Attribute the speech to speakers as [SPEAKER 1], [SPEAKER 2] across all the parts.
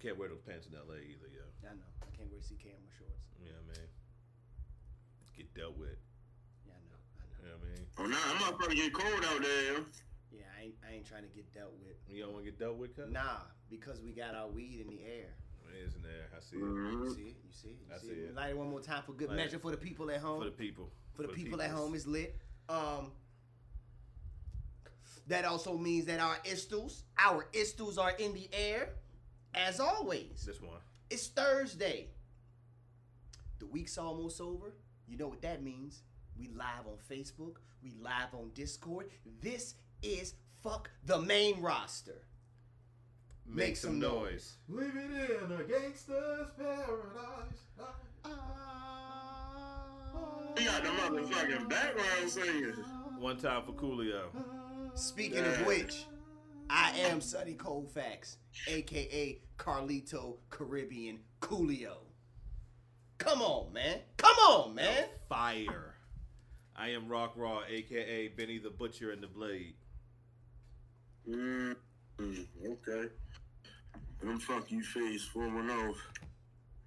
[SPEAKER 1] Can't wear those pants in LA either, yo.
[SPEAKER 2] I know. I can't wait to see Cam with shorts.
[SPEAKER 1] You know what I mean? Get dealt with.
[SPEAKER 2] Yeah, I know. I know.
[SPEAKER 1] You know what I mean?
[SPEAKER 3] Oh, nah, I'm about to get cold out there.
[SPEAKER 2] Yeah, I ain't, I ain't trying to get dealt with.
[SPEAKER 1] You don't want to get dealt with, cuz?
[SPEAKER 2] Nah, because we got our weed in the air.
[SPEAKER 1] It is in there. I see it.
[SPEAKER 2] You
[SPEAKER 3] Mhm.
[SPEAKER 2] see it? You see it? You
[SPEAKER 1] Mm-hmm. I
[SPEAKER 2] see,
[SPEAKER 1] see
[SPEAKER 2] it?
[SPEAKER 1] it.
[SPEAKER 2] Light it one more time for good
[SPEAKER 1] Light
[SPEAKER 2] measure
[SPEAKER 1] it.
[SPEAKER 2] for the people at home.
[SPEAKER 1] For the people.
[SPEAKER 2] for the people at
[SPEAKER 1] peoples.
[SPEAKER 2] home it's lit. Um, that also means that our istus, our istus are in the air, as always.
[SPEAKER 1] This one.
[SPEAKER 2] It's Thursday. The week's almost over. You know what that means. We live on Facebook. We live on Discord. This is fuck the main roster.
[SPEAKER 1] Make,
[SPEAKER 2] some noise.
[SPEAKER 1] Leave it in a gangster's paradise.
[SPEAKER 3] We got the motherfucking background singers.
[SPEAKER 1] One time for Coolio.
[SPEAKER 2] Speaking of
[SPEAKER 3] Yeah.
[SPEAKER 2] which, I am Sonny Colfax, aka Carlito Caribbean Coolio. Come on, man. Come on, man.
[SPEAKER 1] Fire. I am Rock Raw, aka Benny the Butcher and the Blade.
[SPEAKER 3] Mm, mm, okay. I'm fuck you face 410.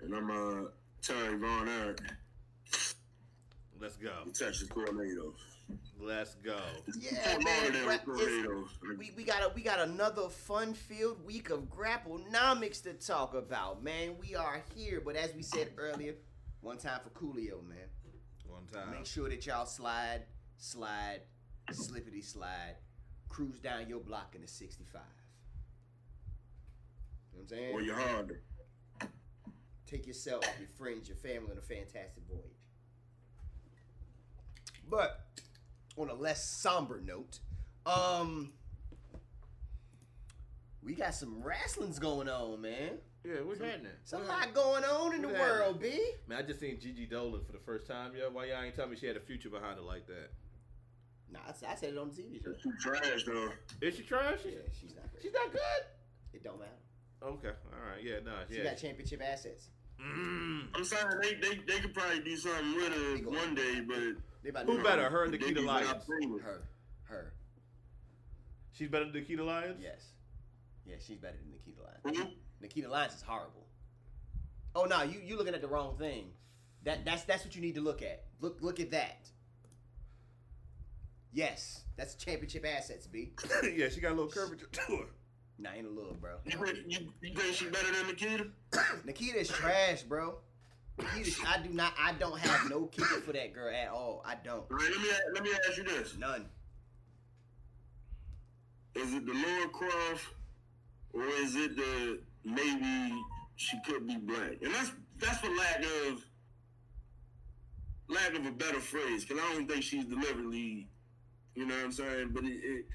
[SPEAKER 3] And I'm uh Terry Von Eric,
[SPEAKER 1] Let's go.
[SPEAKER 3] the Texas tornado.
[SPEAKER 1] Let's go.
[SPEAKER 2] Yeah,
[SPEAKER 3] Fort
[SPEAKER 2] man.
[SPEAKER 3] Lauderdale
[SPEAKER 2] Gra-
[SPEAKER 3] tornado.
[SPEAKER 2] it's- We, we got a, we got another fun-filled week of grapplenomics to talk about, man. We are here, but as we said earlier, one time for Coolio, man.
[SPEAKER 1] One time.
[SPEAKER 2] Make sure that y'all slide, slide, slippity slide, cruise down your block in the 65. You know what I'm saying?
[SPEAKER 3] Or your Honda.
[SPEAKER 2] Take yourself, your friends, your family on a fantastic voyage. But on a less somber note, um, we got some wrestlings going on, man.
[SPEAKER 1] Yeah, what's happening?
[SPEAKER 2] It's a lot going on in the
[SPEAKER 1] What
[SPEAKER 2] world, B.
[SPEAKER 1] Man, I just seen Gigi Dolan for the first time, yo. Why y'all ain't tell me she had a future behind her like that?
[SPEAKER 2] Nah, I, I said it on the TV show.
[SPEAKER 3] She trash though.
[SPEAKER 1] Is she trash?
[SPEAKER 2] Yeah, she's not
[SPEAKER 1] She's
[SPEAKER 2] great.
[SPEAKER 1] not good.
[SPEAKER 2] It don't matter.
[SPEAKER 1] Okay, all right, yeah, no,
[SPEAKER 2] She
[SPEAKER 1] yeah.
[SPEAKER 2] got championship assets.
[SPEAKER 1] Mm.
[SPEAKER 3] I'm saying they, they they could probably do something with her one day, but
[SPEAKER 2] They about to
[SPEAKER 1] Who better, her or
[SPEAKER 3] They
[SPEAKER 1] Nikita
[SPEAKER 3] do not
[SPEAKER 1] Lyons?
[SPEAKER 3] play with her.
[SPEAKER 2] Her. Her.
[SPEAKER 1] She's better than Nikita Lyons.
[SPEAKER 2] Yes. Yeah, she's better than Nikita Lyons.
[SPEAKER 3] Who?
[SPEAKER 2] Nikita Lyons is horrible. Oh no, you you looking at the wrong thing. That that's that's what you need to look at. Look look at that. Yes, that's championship assets, B.
[SPEAKER 1] yeah, she got a little curvature to her.
[SPEAKER 2] Nah, ain't a little, bro.
[SPEAKER 3] You, think- you, you think she better than Nikita?
[SPEAKER 2] Nikita is trash, bro. Nikita, I do not, I don't have no kicker for that girl at all. I don't,
[SPEAKER 3] All right, let me a- let me ask you this:
[SPEAKER 2] none.
[SPEAKER 3] Is it the Laura Croft, or is it the maybe she could be black? And that's that's for lack of lack of a better phrase, because I don't think she's deliberately, you know what I'm saying. But it, it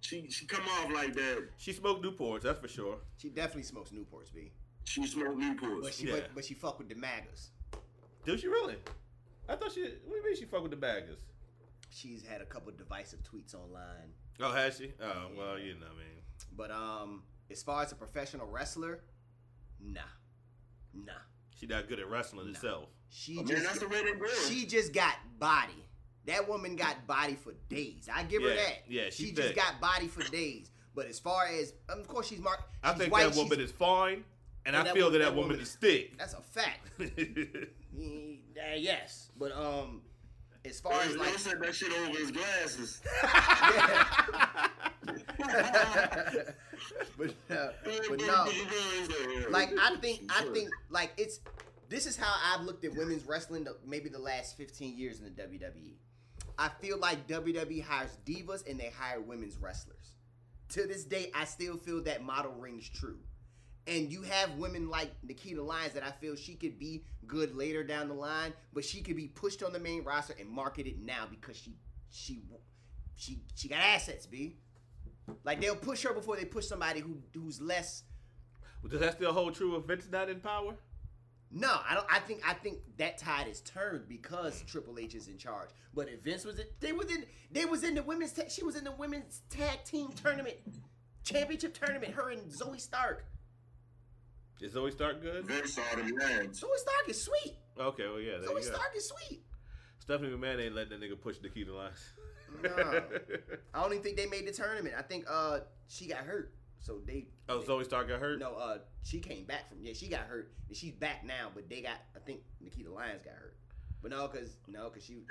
[SPEAKER 3] she she come off like that.
[SPEAKER 1] She smoked Newports, that's for sure.
[SPEAKER 2] She definitely smokes Newports, B.
[SPEAKER 3] She smoked Newports.
[SPEAKER 2] But she,
[SPEAKER 1] Yeah.
[SPEAKER 2] but, but she fuck with the magas.
[SPEAKER 1] Did she really? I thought she. What do you mean she fuck with the baggers?
[SPEAKER 2] She's had a couple divisive tweets online.
[SPEAKER 1] Oh, has she? Oh, well, you know, what I mean,
[SPEAKER 2] But um, as far as a professional wrestler, nah, nah.
[SPEAKER 1] she not good at wrestling herself.
[SPEAKER 2] She
[SPEAKER 3] I mean, that's
[SPEAKER 2] just
[SPEAKER 3] the way they grow.
[SPEAKER 2] she just got body. That woman got body for days. I give her
[SPEAKER 1] Yeah,
[SPEAKER 2] that.
[SPEAKER 1] yeah, she
[SPEAKER 2] just
[SPEAKER 1] thick.
[SPEAKER 2] got body for days. But as far as of course she's marked.
[SPEAKER 1] I think that woman is fine, and, I
[SPEAKER 2] that
[SPEAKER 1] feel
[SPEAKER 2] wo-
[SPEAKER 1] that that,
[SPEAKER 2] that
[SPEAKER 1] woman,
[SPEAKER 2] woman-
[SPEAKER 1] is thick.
[SPEAKER 2] That's a fact.
[SPEAKER 1] yeah,
[SPEAKER 2] Eh, yes, but um, as far
[SPEAKER 3] Hey,
[SPEAKER 2] as
[SPEAKER 3] Lil
[SPEAKER 2] like
[SPEAKER 3] said that shit over his glasses.
[SPEAKER 2] but, uh, but no.
[SPEAKER 3] Yeah,
[SPEAKER 2] like I think I think like it's this is how I've looked at women's wrestling the, maybe the last 15 years in the WWE. I feel like WWE hires divas and they hire women's wrestlers. To this day, I still feel that model rings true. And you have women like Nikita Lyons that I feel she could be good later down the line, but she could be pushed on the main roster and marketed now because she she she she got assets, b. Like they'll push her before they push somebody who who's less
[SPEAKER 1] does that still hold true if Vince not in power?
[SPEAKER 2] No, I don't. I think I think that tide is turned because Triple H is in charge. But if Vince was, in, they was in, they was in the women's. Ta- she was in the women's tag team tournament, championship tournament. Her and Zoe Stark.
[SPEAKER 1] Is Zoe Stark good?
[SPEAKER 3] Vince saw them lands.
[SPEAKER 2] Zoe Stark is sweet.
[SPEAKER 1] Okay, well, yeah, there
[SPEAKER 2] Zoe
[SPEAKER 1] you go.
[SPEAKER 2] Stark is sweet.
[SPEAKER 1] Stephanie McMahon ain't letting that nigga push Nikita Lyons.
[SPEAKER 2] No. I don't even think they made the tournament. I think uh she got hurt, So they
[SPEAKER 1] Oh,
[SPEAKER 2] they-
[SPEAKER 1] Zoe Stark got hurt.
[SPEAKER 2] No, uh, she came back from yeah, she got hurt and she's back now. But they got I think Nikita Lyons got hurt, but no, cause no, cause she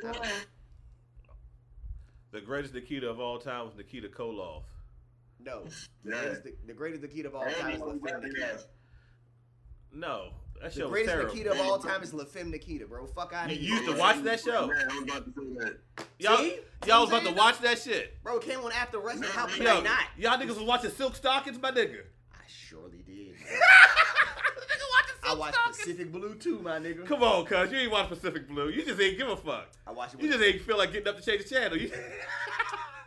[SPEAKER 1] The greatest Nikita of all time was Nikita Koloff.
[SPEAKER 2] no. The,
[SPEAKER 3] Yeah.
[SPEAKER 2] greatest, the, greatest Nikita of all
[SPEAKER 3] And
[SPEAKER 2] time
[SPEAKER 3] he
[SPEAKER 2] is
[SPEAKER 3] was
[SPEAKER 2] LaFemme
[SPEAKER 3] that
[SPEAKER 2] Nikita.
[SPEAKER 3] ass.
[SPEAKER 1] No, that
[SPEAKER 2] The
[SPEAKER 1] show was
[SPEAKER 2] greatest
[SPEAKER 1] terrible.
[SPEAKER 2] Nikita of all time is LaFemme Nikita, bro. Fuck out of
[SPEAKER 1] You
[SPEAKER 2] here.
[SPEAKER 1] used to watch that show.
[SPEAKER 3] Man, I was about to say that.
[SPEAKER 1] Y'all,
[SPEAKER 2] See?
[SPEAKER 1] y'all
[SPEAKER 2] I'm
[SPEAKER 1] was about to
[SPEAKER 2] saying?
[SPEAKER 1] watch that shit.
[SPEAKER 2] Bro, it came on after wrestling. How could
[SPEAKER 1] Yo,
[SPEAKER 2] I not?
[SPEAKER 1] y'all niggas was watching Silk Stockings, my nigga.
[SPEAKER 2] I surely did. I
[SPEAKER 1] I
[SPEAKER 2] watched Pacific Blue too, my nigga.
[SPEAKER 1] Come on, cuz you ain't watch Pacific Blue. You just ain't give a fuck.
[SPEAKER 2] I watched it.
[SPEAKER 1] You
[SPEAKER 2] With,
[SPEAKER 1] just ain't feel like getting up to change the channel. You-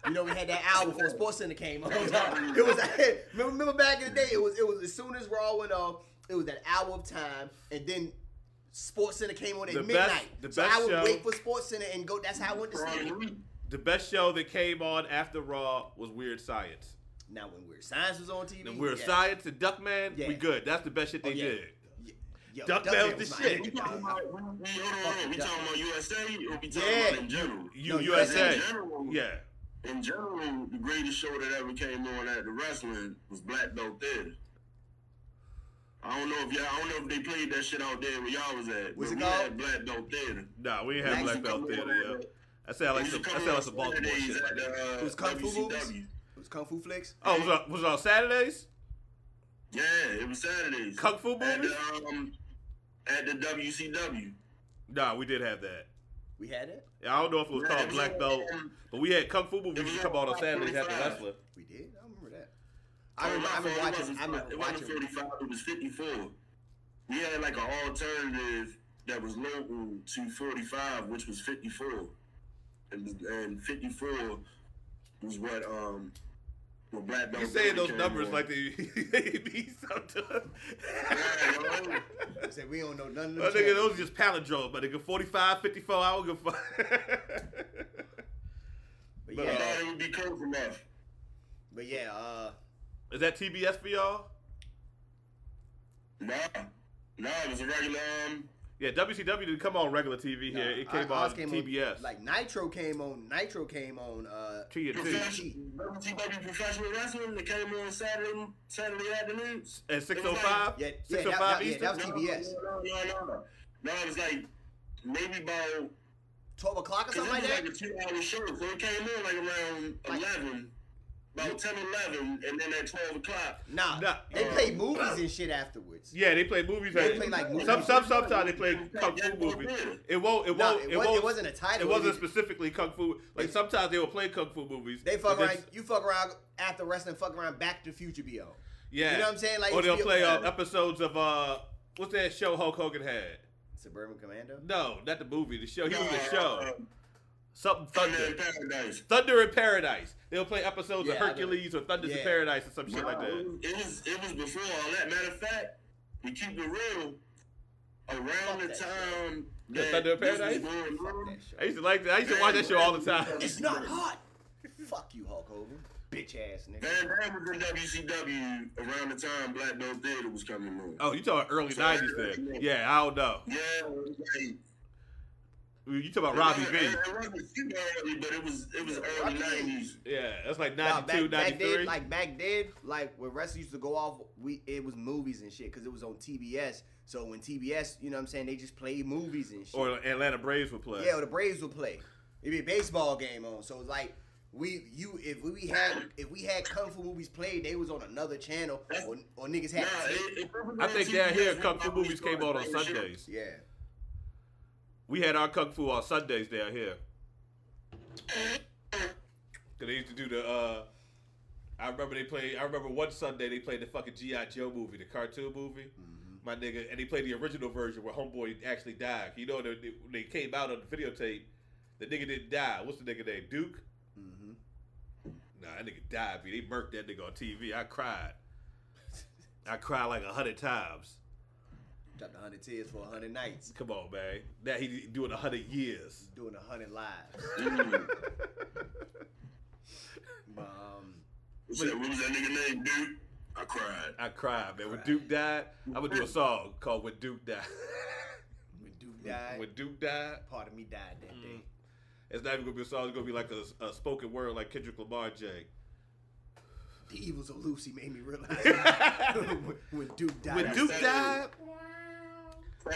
[SPEAKER 2] you know, we had that album before Sports Center came on. it was remember, remember back in the day. It was it was as soon as Raw went off. It was that hour of time, and then Sports Center came on at
[SPEAKER 1] The best-
[SPEAKER 2] midnight.
[SPEAKER 1] the
[SPEAKER 2] so
[SPEAKER 1] best
[SPEAKER 2] I would
[SPEAKER 1] show-
[SPEAKER 2] wait for Sports Center and go. That's how I went to sleep.
[SPEAKER 1] the best show that came on after Raw was Weird Science.
[SPEAKER 2] Now when Weird Science was on TV,
[SPEAKER 1] And Weird
[SPEAKER 2] yeah.
[SPEAKER 1] Science and Duckman,
[SPEAKER 2] Yeah.
[SPEAKER 1] we good. That's the best shit they
[SPEAKER 2] Oh, yeah.
[SPEAKER 1] did.
[SPEAKER 2] Yeah. Yo,
[SPEAKER 1] Duck
[SPEAKER 2] Duckman
[SPEAKER 1] Bell's the
[SPEAKER 2] my
[SPEAKER 1] shit.
[SPEAKER 3] We
[SPEAKER 2] nigga,
[SPEAKER 3] talking
[SPEAKER 2] dog.
[SPEAKER 3] about, we, we, hold on, hold on. we talking about USA or we talking
[SPEAKER 2] Yeah.
[SPEAKER 3] about in general?
[SPEAKER 1] You
[SPEAKER 2] No,
[SPEAKER 1] USA.
[SPEAKER 3] In general,
[SPEAKER 1] Yeah.
[SPEAKER 3] in general, the greatest show that ever came on at the wrestling was Black Belt Theater. I don't know if y'all, I don't know if they played that shit out there where y'all was at.
[SPEAKER 2] What's it
[SPEAKER 3] but we
[SPEAKER 2] called?
[SPEAKER 3] had Black Belt Theater.
[SPEAKER 1] Nah, we ain't have
[SPEAKER 2] Black
[SPEAKER 1] Black Belt Theater, yo. That sound like some, that sound like some Baltimore shit. right there.
[SPEAKER 3] Uh,
[SPEAKER 2] It was Kung Fu movies?
[SPEAKER 3] WCW.
[SPEAKER 2] It was Kung Fu Flicks.
[SPEAKER 1] Oh, was it, was it on Saturdays?
[SPEAKER 3] Yeah, it was Saturdays.
[SPEAKER 1] Kung Fu
[SPEAKER 3] at
[SPEAKER 1] movies?
[SPEAKER 3] the, um, at the WCW.
[SPEAKER 1] Nah, we did have that.
[SPEAKER 2] We had it.
[SPEAKER 1] I don't know if it was
[SPEAKER 3] Yeah,
[SPEAKER 1] called
[SPEAKER 3] it was
[SPEAKER 1] Black
[SPEAKER 3] on,
[SPEAKER 1] Belt,
[SPEAKER 3] um,
[SPEAKER 1] but we had Kung Fu movies
[SPEAKER 3] it
[SPEAKER 1] used
[SPEAKER 3] was
[SPEAKER 1] to come on on
[SPEAKER 3] on
[SPEAKER 1] Saturdays after
[SPEAKER 3] 45.
[SPEAKER 1] wrestler.
[SPEAKER 2] We did. I remember that. I remember, I
[SPEAKER 3] It
[SPEAKER 2] remember watching.
[SPEAKER 3] wasn't-
[SPEAKER 2] I remember
[SPEAKER 3] It wasn't
[SPEAKER 2] watching.
[SPEAKER 3] 45, it was 54. We had like an alternative that was local to 45, which was 54. And, and 54 was what, um, what Black Belt
[SPEAKER 1] You saying
[SPEAKER 3] Theater
[SPEAKER 1] those
[SPEAKER 3] came
[SPEAKER 1] numbers
[SPEAKER 3] on.
[SPEAKER 1] like they, they mean something.
[SPEAKER 3] Yeah, yo.
[SPEAKER 2] I said we don't know none of them.
[SPEAKER 1] My Oh, nigga,
[SPEAKER 2] channels."
[SPEAKER 1] those just palindromes, my nigga. 45, 54, I don't give a fuck.
[SPEAKER 2] But
[SPEAKER 1] But,
[SPEAKER 3] I
[SPEAKER 2] yeah,
[SPEAKER 3] thought it would be Kurt from F.
[SPEAKER 2] but yeah, uh,
[SPEAKER 1] Is that TBS for y'all?
[SPEAKER 3] Nah. Nah, it was a regular, um,
[SPEAKER 1] Yeah, WCW didn't come on regular TV here.
[SPEAKER 2] nah,
[SPEAKER 1] it came
[SPEAKER 2] ours- ours
[SPEAKER 1] on
[SPEAKER 2] came
[SPEAKER 1] TBS.
[SPEAKER 2] like Nitro came on. Nitro came on. Uh,
[SPEAKER 1] TNT.
[SPEAKER 3] professional, WCW professional wrestling that came on Saturday, Saturday afternoons.
[SPEAKER 1] At 605?
[SPEAKER 2] yeah, yeah, that,
[SPEAKER 1] 605
[SPEAKER 2] that, yeah,
[SPEAKER 1] Eastern?
[SPEAKER 2] that was TBS.
[SPEAKER 3] No, no, no, no. No, it was like maybe about
[SPEAKER 2] Twelve o'clock or
[SPEAKER 3] Cause
[SPEAKER 2] something like
[SPEAKER 3] it was
[SPEAKER 2] that.
[SPEAKER 3] like a two hour show, so it came in like around
[SPEAKER 2] Like-
[SPEAKER 3] eleven, about 10, 11, and then at twelve o'clock.
[SPEAKER 2] Nah,
[SPEAKER 1] Nah.
[SPEAKER 2] they
[SPEAKER 3] Uh,
[SPEAKER 2] played movies and shit afterwards.
[SPEAKER 1] Yeah, they played movies.
[SPEAKER 2] They
[SPEAKER 1] at-
[SPEAKER 2] played, like, movies.
[SPEAKER 1] some some sometimes they played kung fu movies. It won't. It
[SPEAKER 2] Nah,
[SPEAKER 1] won't.
[SPEAKER 2] it,
[SPEAKER 1] it,
[SPEAKER 2] was,
[SPEAKER 1] won't
[SPEAKER 2] it wasn't a title.
[SPEAKER 1] It wasn't specifically kung fu. Like
[SPEAKER 2] They-
[SPEAKER 1] sometimes they will play kung fu movies.
[SPEAKER 2] They fuck
[SPEAKER 1] but
[SPEAKER 2] around.
[SPEAKER 1] then-
[SPEAKER 2] You fuck around after wrestling. Fuck around. Back to the Future be on.
[SPEAKER 1] Yeah.
[SPEAKER 2] You know what I'm saying? Like
[SPEAKER 1] or they'll
[SPEAKER 2] HBO
[SPEAKER 1] play uh,
[SPEAKER 2] whatever.
[SPEAKER 1] episodes of uh, what's that show Hulk Hogan had?
[SPEAKER 2] Suburban Commando.
[SPEAKER 1] No, not the movie. The show. He was in the show. Something
[SPEAKER 3] uh, Thunder in
[SPEAKER 1] Thunder.
[SPEAKER 3] Paradise.
[SPEAKER 1] Thunder in Paradise. They'll play episodes
[SPEAKER 2] Yeah,
[SPEAKER 1] of
[SPEAKER 2] I know.
[SPEAKER 1] Hercules or Thunders in
[SPEAKER 2] Yeah.
[SPEAKER 1] Paradise or some shit
[SPEAKER 3] Nah,
[SPEAKER 1] like
[SPEAKER 3] It
[SPEAKER 1] that.
[SPEAKER 3] was, it was it was before all that. Matter of fact, we keep it real. Around the
[SPEAKER 2] that show.
[SPEAKER 3] time
[SPEAKER 1] Yeah, Thunder in
[SPEAKER 3] this was
[SPEAKER 1] Paradise?
[SPEAKER 3] going
[SPEAKER 2] Fuck
[SPEAKER 3] on,
[SPEAKER 2] that
[SPEAKER 1] I
[SPEAKER 2] show.
[SPEAKER 1] used to like that. I used to watch that show all the time.
[SPEAKER 2] It's not hot. Fuck you, Hulk Hogan. Bitch ass nigga.
[SPEAKER 3] Van Damme was in WCW around the time Black Belt Theater was coming on.
[SPEAKER 1] Oh, you talking early
[SPEAKER 3] So,
[SPEAKER 1] '90s then? Yeah, I don't know.
[SPEAKER 3] Yeah, it was like,
[SPEAKER 1] You talking about Robbie
[SPEAKER 3] it
[SPEAKER 1] V?
[SPEAKER 3] wasn't- It wasn't super early, but it was it was early
[SPEAKER 2] Robbie V.
[SPEAKER 3] nineties.
[SPEAKER 1] Yeah, that's like
[SPEAKER 2] Nah,
[SPEAKER 1] 92,
[SPEAKER 2] back then,
[SPEAKER 1] 93.
[SPEAKER 2] like back then, like when wrestling used to go off, we it was movies and shit because it was on TBS. So when TBS, you know what I'm saying, they just played movies and shit.
[SPEAKER 1] Or Atlanta Braves would play.
[SPEAKER 2] yeah, or the Braves would play. It'd be a baseball game on. So it's like we you if we had if we had kung fu movies played, they was on another channel or, or niggas had.
[SPEAKER 3] Nah, it, it wasn't
[SPEAKER 1] I
[SPEAKER 3] on
[SPEAKER 1] think
[SPEAKER 3] TV,
[SPEAKER 1] down here
[SPEAKER 3] that's
[SPEAKER 1] Kung Fu
[SPEAKER 3] when we
[SPEAKER 1] movies
[SPEAKER 3] started
[SPEAKER 1] came out on
[SPEAKER 3] playing shit.
[SPEAKER 1] Sundays.
[SPEAKER 2] yeah.
[SPEAKER 1] We had our Kung Fu on Sundays down here. Cause they used to do the. uh I remember they played. I remember one Sunday they played the fucking GI Joe movie, the cartoon movie.
[SPEAKER 2] Mm-hmm.
[SPEAKER 1] My nigga, and they played the original version where Homeboy actually died. You know, they, they came out on the videotape. The nigga didn't die. What's the nigga name? Duke.
[SPEAKER 2] Mm-hmm.
[SPEAKER 1] Nah, that nigga died. B. They murked that nigga on TV. I cried. I cried like a hundred times.
[SPEAKER 2] Dropped a hundred tears for a hundred nights,
[SPEAKER 1] Come on, man. Now he doing a hundred years.
[SPEAKER 2] doing a hundred lives.
[SPEAKER 3] Mm.
[SPEAKER 2] But, um,
[SPEAKER 3] What's that- What was that nigga name, dude? I cried.
[SPEAKER 1] I cried, man. When Duke died, I'm gonna do a song called "When Duke Died."
[SPEAKER 2] when Duke died,
[SPEAKER 1] When Duke died,
[SPEAKER 2] part of me died that day.
[SPEAKER 1] Mm. it's not even gonna be a song. It's gonna be like a, a spoken word, like Kendrick Lamar, Jay.
[SPEAKER 2] The evils of Lucy made me realize when, when Duke died.
[SPEAKER 1] When
[SPEAKER 2] I was
[SPEAKER 1] Duke
[SPEAKER 2] like,
[SPEAKER 1] died,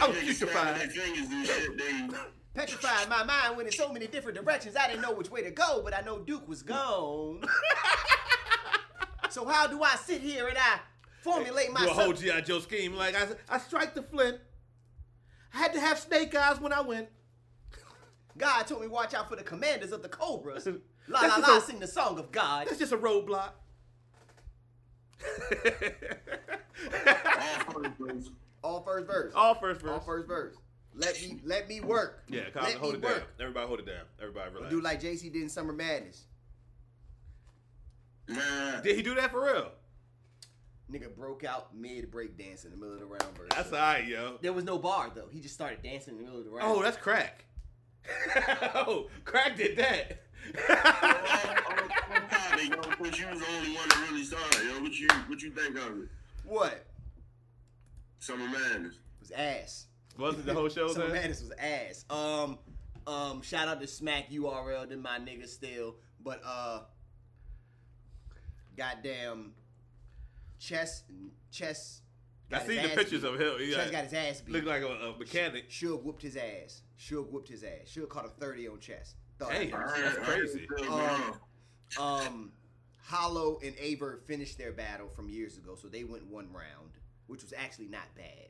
[SPEAKER 1] I'm petrified.
[SPEAKER 3] Their fingers and shit. They
[SPEAKER 2] petrified my mind went in so many different directions. I didn't know which way to go, but I know Duke was gone. so how do I sit here and I formulate
[SPEAKER 1] do a whole
[SPEAKER 2] myself?
[SPEAKER 1] GI Joe scheme. Like I, I strike the flint. I had to have snake eyes when I went.
[SPEAKER 2] God told me watch out for the commanders of the cobras. La la
[SPEAKER 1] That's
[SPEAKER 2] la,
[SPEAKER 1] just a-
[SPEAKER 2] sing the song of God.
[SPEAKER 1] That's just a roadblock.
[SPEAKER 3] all first ones.
[SPEAKER 2] All first verse.
[SPEAKER 1] All first verse.
[SPEAKER 2] All first verse. Let me let me work.
[SPEAKER 1] Yeah, Kyle,
[SPEAKER 2] let
[SPEAKER 1] hold
[SPEAKER 2] me
[SPEAKER 1] it down.
[SPEAKER 2] work.
[SPEAKER 1] Everybody hold it down. Everybody
[SPEAKER 2] Or
[SPEAKER 1] relax.
[SPEAKER 2] do like JC did in Summer Madness.
[SPEAKER 3] Nah.
[SPEAKER 1] Did he do that for real?
[SPEAKER 2] Nigga broke out mid break dance in the middle of the round verse.
[SPEAKER 1] That's all right, yo.
[SPEAKER 2] There was no bar though. He just started dancing in the middle of the round.
[SPEAKER 1] Oh, that's crack. oh, crack did that.
[SPEAKER 3] Yo, but you was the only one that really started. Yo, what you what you think of it?
[SPEAKER 2] what? It
[SPEAKER 3] Summer Madness.
[SPEAKER 2] was ass.
[SPEAKER 1] Wasn't the whole show
[SPEAKER 2] Summer
[SPEAKER 1] that?
[SPEAKER 2] Madness was ass. Um, um, shout out to Smack URL to my niggas still, but uh, goddamn, chess, chess.
[SPEAKER 1] I seen the pictures of him. He
[SPEAKER 2] Chess
[SPEAKER 1] like,
[SPEAKER 2] got his ass beat.
[SPEAKER 1] looked like a, a mechanic.
[SPEAKER 2] Suge whooped his ass. Suge whooped his ass. Suge caught a thirty on chess. Thought-
[SPEAKER 1] Damn. That's crazy.
[SPEAKER 3] Oh,
[SPEAKER 2] Um, Hollow and Aver finished their battle from years ago, so they went one round, which was actually not bad.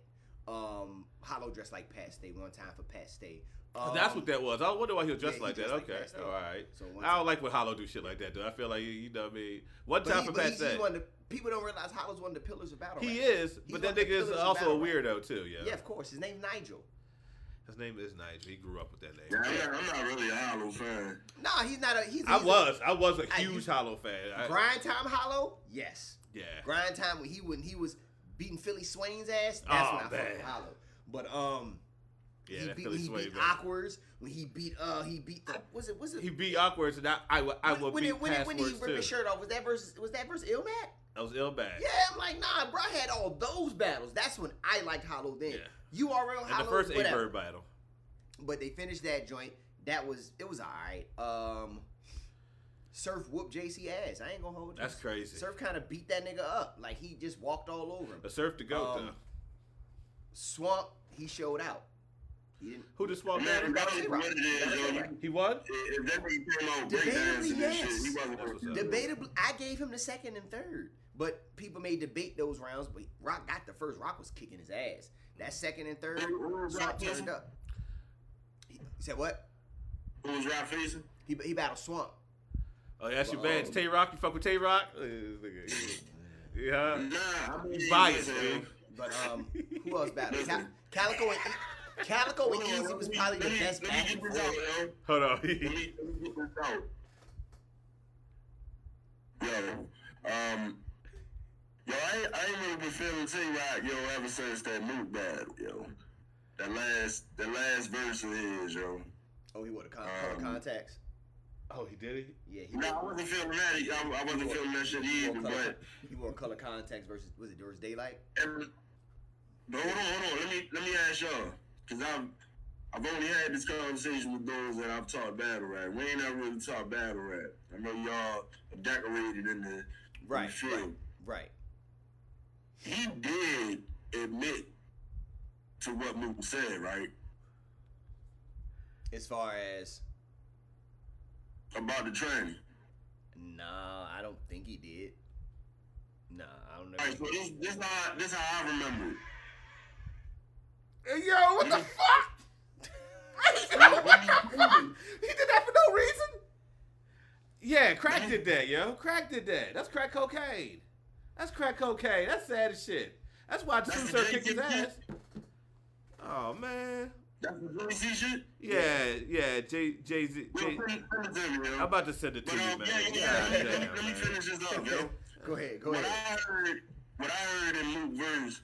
[SPEAKER 2] Um, Hollow dressed like Pat Stay one time for Pat Stay. Um,
[SPEAKER 1] Oh, That's what that was. I wonder why he was dressed
[SPEAKER 2] yeah, he
[SPEAKER 1] like that.
[SPEAKER 2] dressed like
[SPEAKER 1] okay,
[SPEAKER 2] that, so-
[SPEAKER 1] all right.
[SPEAKER 2] so one
[SPEAKER 1] I
[SPEAKER 2] time-
[SPEAKER 1] don't like when Hollow do shit like that, though. I feel like you, you know what I mean. One
[SPEAKER 2] But
[SPEAKER 1] time
[SPEAKER 2] he-
[SPEAKER 1] for
[SPEAKER 2] but
[SPEAKER 1] Pat
[SPEAKER 2] he's- he's
[SPEAKER 1] Stay.
[SPEAKER 2] one of the- people don't realize Hollow's one of the pillars of battle.
[SPEAKER 1] He
[SPEAKER 2] rap.
[SPEAKER 1] is,
[SPEAKER 2] He's
[SPEAKER 1] but
[SPEAKER 2] one
[SPEAKER 1] that
[SPEAKER 2] of the
[SPEAKER 1] nigga is
[SPEAKER 2] pillars of
[SPEAKER 1] also a
[SPEAKER 2] battle rap.
[SPEAKER 1] weirdo too. Yeah.
[SPEAKER 2] Yeah, of course. His name's Nigel.
[SPEAKER 1] His name is Nigel. He grew up with that name.
[SPEAKER 3] yeah, I'm, not, I'm not really a Hollow fan.
[SPEAKER 2] Nah, he's not a. He's,
[SPEAKER 1] I
[SPEAKER 2] he's
[SPEAKER 1] was. I was a
[SPEAKER 2] I-
[SPEAKER 1] huge Hollow fan.
[SPEAKER 2] A,
[SPEAKER 1] I,
[SPEAKER 2] grind time Hollow. Yes.
[SPEAKER 1] yeah.
[SPEAKER 2] Grind time when he when he was beating Philly Swain's ass. That's
[SPEAKER 1] Aw,
[SPEAKER 2] when I fucked with
[SPEAKER 1] man.
[SPEAKER 2] Hollow. But um.
[SPEAKER 1] Yeah,
[SPEAKER 2] he
[SPEAKER 1] that
[SPEAKER 2] beat,
[SPEAKER 1] Philly
[SPEAKER 2] when he
[SPEAKER 1] Sway,
[SPEAKER 2] beat
[SPEAKER 1] man.
[SPEAKER 2] Awkwards, when he beat uh he beat the, was it was it
[SPEAKER 1] He beat awkward, and I, I, would- I would
[SPEAKER 2] when,
[SPEAKER 1] beat
[SPEAKER 2] it- when, it- when he
[SPEAKER 1] passwords
[SPEAKER 2] ripped
[SPEAKER 1] too.
[SPEAKER 2] his shirt off was that versus was that versus Illmat?
[SPEAKER 1] I was ill bad.
[SPEAKER 2] Yeah, I'm like nah, bro. I had all those battles. That's when I liked Hollow then.
[SPEAKER 1] Yeah.
[SPEAKER 2] You are real
[SPEAKER 1] And
[SPEAKER 2] Hollow,
[SPEAKER 1] the first eight
[SPEAKER 2] whatever.
[SPEAKER 1] bird battle.
[SPEAKER 2] But they finished that joint. That was it was all right. Um, Surf whooped JC ass. I ain't gonna hold you.
[SPEAKER 1] That's crazy.
[SPEAKER 2] Surf kind of beat that nigga up. Like he just walked all over him.
[SPEAKER 1] A surf to go
[SPEAKER 2] Um,
[SPEAKER 1] though.
[SPEAKER 2] Swamp, he showed out. He didn't.
[SPEAKER 1] Who just
[SPEAKER 3] I
[SPEAKER 1] walked
[SPEAKER 3] mean,
[SPEAKER 1] out?
[SPEAKER 3] that was what it is, yo. You-
[SPEAKER 1] He won.
[SPEAKER 3] If that nigga came out
[SPEAKER 2] Debatably,
[SPEAKER 3] breakdancing and
[SPEAKER 2] yes.
[SPEAKER 3] shit, he wasn't
[SPEAKER 1] That's what's
[SPEAKER 3] gonna
[SPEAKER 1] up.
[SPEAKER 3] do it.
[SPEAKER 2] Debatably, I gave him the second and third, but people may debate those rounds. But Rock got the first. Rock was kicking his ass. That second and third,
[SPEAKER 3] Who- who was
[SPEAKER 2] Swamp
[SPEAKER 3] Rock
[SPEAKER 2] turned
[SPEAKER 3] facing?
[SPEAKER 2] up. He, he said what?
[SPEAKER 3] Who was Rock facing?
[SPEAKER 2] He he battled Swamp.
[SPEAKER 1] Oh, that's your
[SPEAKER 2] Well,
[SPEAKER 1] man,
[SPEAKER 2] um,
[SPEAKER 1] Tay Rock. You fuck with Tay Rock? Uh, this nigga, Yeah.
[SPEAKER 3] Nah, I mean,
[SPEAKER 1] You biased,
[SPEAKER 3] listen,
[SPEAKER 1] dude.
[SPEAKER 2] But um, who else battled? Cal- Calico and E- Calico and
[SPEAKER 3] hold on,
[SPEAKER 2] Easy
[SPEAKER 3] let
[SPEAKER 2] was
[SPEAKER 3] me-
[SPEAKER 2] probably the
[SPEAKER 3] let me-
[SPEAKER 2] best
[SPEAKER 3] let me
[SPEAKER 2] back
[SPEAKER 3] get
[SPEAKER 2] and
[SPEAKER 3] this out,
[SPEAKER 2] forth.
[SPEAKER 3] yo.
[SPEAKER 1] Hold on.
[SPEAKER 3] Let me- let me get this out. Yo, um, yo, I, ain't- I ain't really been feeling T Rock, yo, ever since that Moot battle, yo. That last, that last verse of his, yo.
[SPEAKER 2] Oh, he wore the con- color
[SPEAKER 3] Um,
[SPEAKER 2] contacts.
[SPEAKER 1] oh, he did it.
[SPEAKER 2] Yeah, he
[SPEAKER 3] No, I
[SPEAKER 2] wore,
[SPEAKER 3] wasn't feeling that. I, I wasn't feeling that shit
[SPEAKER 2] he
[SPEAKER 3] either.
[SPEAKER 2] wore color.
[SPEAKER 3] But
[SPEAKER 2] He wore color contacts versus was it Doris Daylight?
[SPEAKER 3] every, but hold on, hold on. Let me let me ask y'all, cause I've I've only had this conversation with those that I've taught battle rap. We ain't ever really taught battle rap. I know y'all are decorated in the, in
[SPEAKER 2] Right,
[SPEAKER 3] the field.
[SPEAKER 2] right.
[SPEAKER 3] He did admit to what Mook said, right?
[SPEAKER 2] As far as
[SPEAKER 3] About the training.
[SPEAKER 2] nah, I don't think he did. Nah, I don't know.
[SPEAKER 3] All right, so this this how this how I remember it.
[SPEAKER 1] Hey, yo, what the
[SPEAKER 3] Mhm.
[SPEAKER 1] fuck? yo,
[SPEAKER 3] Let me-
[SPEAKER 1] what
[SPEAKER 3] let me
[SPEAKER 1] the
[SPEAKER 3] prove
[SPEAKER 1] fuck?
[SPEAKER 3] it.
[SPEAKER 1] He did that for no reason. Yeah, crack did that, yo. Crack did that. That's crack cocaine. That's crack cocaine. That's sad as shit. That's why True
[SPEAKER 3] That's
[SPEAKER 1] Sir
[SPEAKER 3] the
[SPEAKER 1] kicked his
[SPEAKER 3] JCP.
[SPEAKER 1] ass. Oh man.
[SPEAKER 3] That's the Jay-Z shit.
[SPEAKER 1] Yeah, yeah. Jay Jay Z.
[SPEAKER 3] Well,
[SPEAKER 1] Jay,
[SPEAKER 3] send it- send it to me, yo.
[SPEAKER 1] I'm about to send it to
[SPEAKER 3] But
[SPEAKER 1] you,
[SPEAKER 3] um,
[SPEAKER 1] man.
[SPEAKER 3] yeah, yeah, yeah. Let me,
[SPEAKER 1] Goddamn,
[SPEAKER 3] let me
[SPEAKER 1] man.
[SPEAKER 3] finish this up, yo.
[SPEAKER 2] go ahead, go
[SPEAKER 3] What
[SPEAKER 2] ahead.
[SPEAKER 3] I heard, what I heard in Luke verse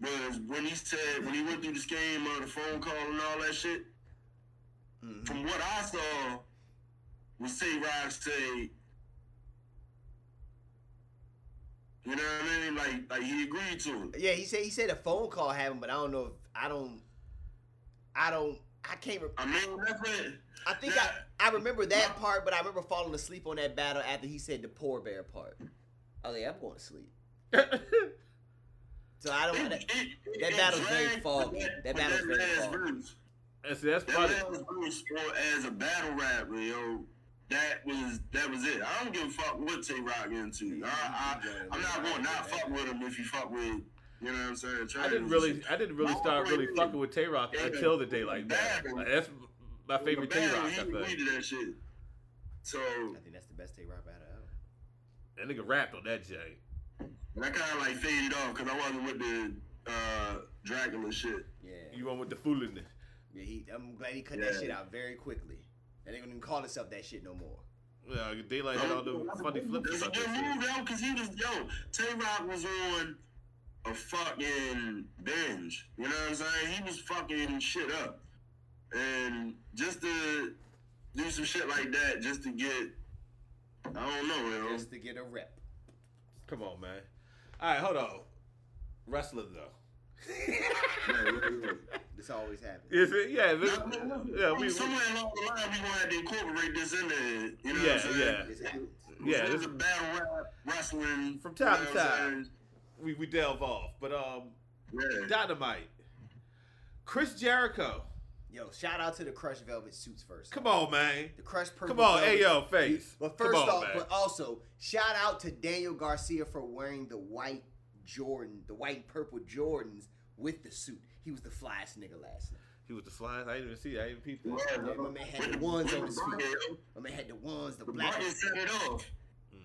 [SPEAKER 3] was when he said when he went through the scheme of the phone call and all that shit.
[SPEAKER 2] Mhm.
[SPEAKER 3] From what I saw, was Tay Rock say, you know what I mean? Like, like he agreed to it.
[SPEAKER 2] Yeah, he said he said a phone call happened, but I don't know. if I don't. I don't. I can't. Re-
[SPEAKER 3] I mean, that's it.
[SPEAKER 2] I think I, I remember that part, but I remember falling asleep on that battle after he said the poor bear part. Oh yeah, I'm going to sleep.
[SPEAKER 1] yeah,
[SPEAKER 2] So I don't. That, that battle's very foggy. That battle's very foggy.
[SPEAKER 3] Bruce,
[SPEAKER 1] see, that's
[SPEAKER 3] that
[SPEAKER 1] funny.
[SPEAKER 3] last Bruce or as a battle rap, yo, that was that was it. I don't give a fuck what Tay Rock into. I, I, I'm not going to not fuck with him if you fuck with, you know what I'm saying?
[SPEAKER 1] I didn't really, I didn't really start really fucking with Tay Rock
[SPEAKER 3] Yeah.
[SPEAKER 1] until the day like that.
[SPEAKER 3] Battle.
[SPEAKER 1] Like, that's my favorite Tay Rock. I
[SPEAKER 3] He
[SPEAKER 1] think
[SPEAKER 3] repeated that shit. So
[SPEAKER 2] I think that's the best Tay Rock battle ever.
[SPEAKER 1] that nigga rapped on that J.
[SPEAKER 3] that kind of like faded off because I wasn't with the uh, Dracula shit.
[SPEAKER 2] Yeah.
[SPEAKER 1] You went with the foolishness.
[SPEAKER 2] yeah he, I'm glad he cut
[SPEAKER 3] Yeah.
[SPEAKER 2] that shit out very quickly. And they gonna even call itself that shit no more.
[SPEAKER 1] Yeah, Daylight had all the funny flips
[SPEAKER 3] It's a
[SPEAKER 1] about that
[SPEAKER 3] good
[SPEAKER 1] shit.
[SPEAKER 3] move, yo, because he was, yo, Tay Rock was on a fucking binge. You know what I'm saying? He was fucking shit up. And just to do some shit like that, just to get, I don't know, yo.
[SPEAKER 2] Just to get a rep.
[SPEAKER 1] Come on, man. All right, hold on. Wrestling though.
[SPEAKER 2] This always happens.
[SPEAKER 1] Is it? Yeah, this, yeah, we,
[SPEAKER 3] Somewhere along the line, we gonna have to incorporate this in there. You know what I'm
[SPEAKER 1] Yeah,
[SPEAKER 3] saying?
[SPEAKER 1] yeah.
[SPEAKER 2] This happens.
[SPEAKER 1] we yeah.
[SPEAKER 3] This
[SPEAKER 1] This,
[SPEAKER 3] is battle rap, wrestling.
[SPEAKER 1] From time
[SPEAKER 3] you
[SPEAKER 1] to
[SPEAKER 3] know what
[SPEAKER 1] time.
[SPEAKER 3] I'm
[SPEAKER 1] we we delve off, but um,
[SPEAKER 3] saying? Yeah.
[SPEAKER 1] Dynamite, Chris Jericho.
[SPEAKER 2] Yo, shout out to the Crush Velvet suits first.
[SPEAKER 1] Come on, man.
[SPEAKER 2] The Crush Purple.
[SPEAKER 1] Come on,
[SPEAKER 2] Velvet
[SPEAKER 1] hey yo, face.
[SPEAKER 2] But first
[SPEAKER 1] Come on,
[SPEAKER 2] off,
[SPEAKER 1] man.
[SPEAKER 2] but also shout out to Daniel Garcia for wearing the white Jordan, the white and purple Jordans with the suit. He was the flyest nigga last night.
[SPEAKER 1] he was the flyest. I didn't even see. It. I didn't peep
[SPEAKER 3] Yeah,
[SPEAKER 1] that.
[SPEAKER 2] Yeah, my
[SPEAKER 3] yo.
[SPEAKER 2] man
[SPEAKER 3] With
[SPEAKER 2] had the
[SPEAKER 3] the-
[SPEAKER 2] ones
[SPEAKER 3] with
[SPEAKER 2] on
[SPEAKER 3] the
[SPEAKER 2] his
[SPEAKER 3] bracket,
[SPEAKER 2] feet.
[SPEAKER 3] yo.
[SPEAKER 2] My man had the ones, the
[SPEAKER 3] The
[SPEAKER 2] black.
[SPEAKER 3] bracket set it off.
[SPEAKER 1] Mm.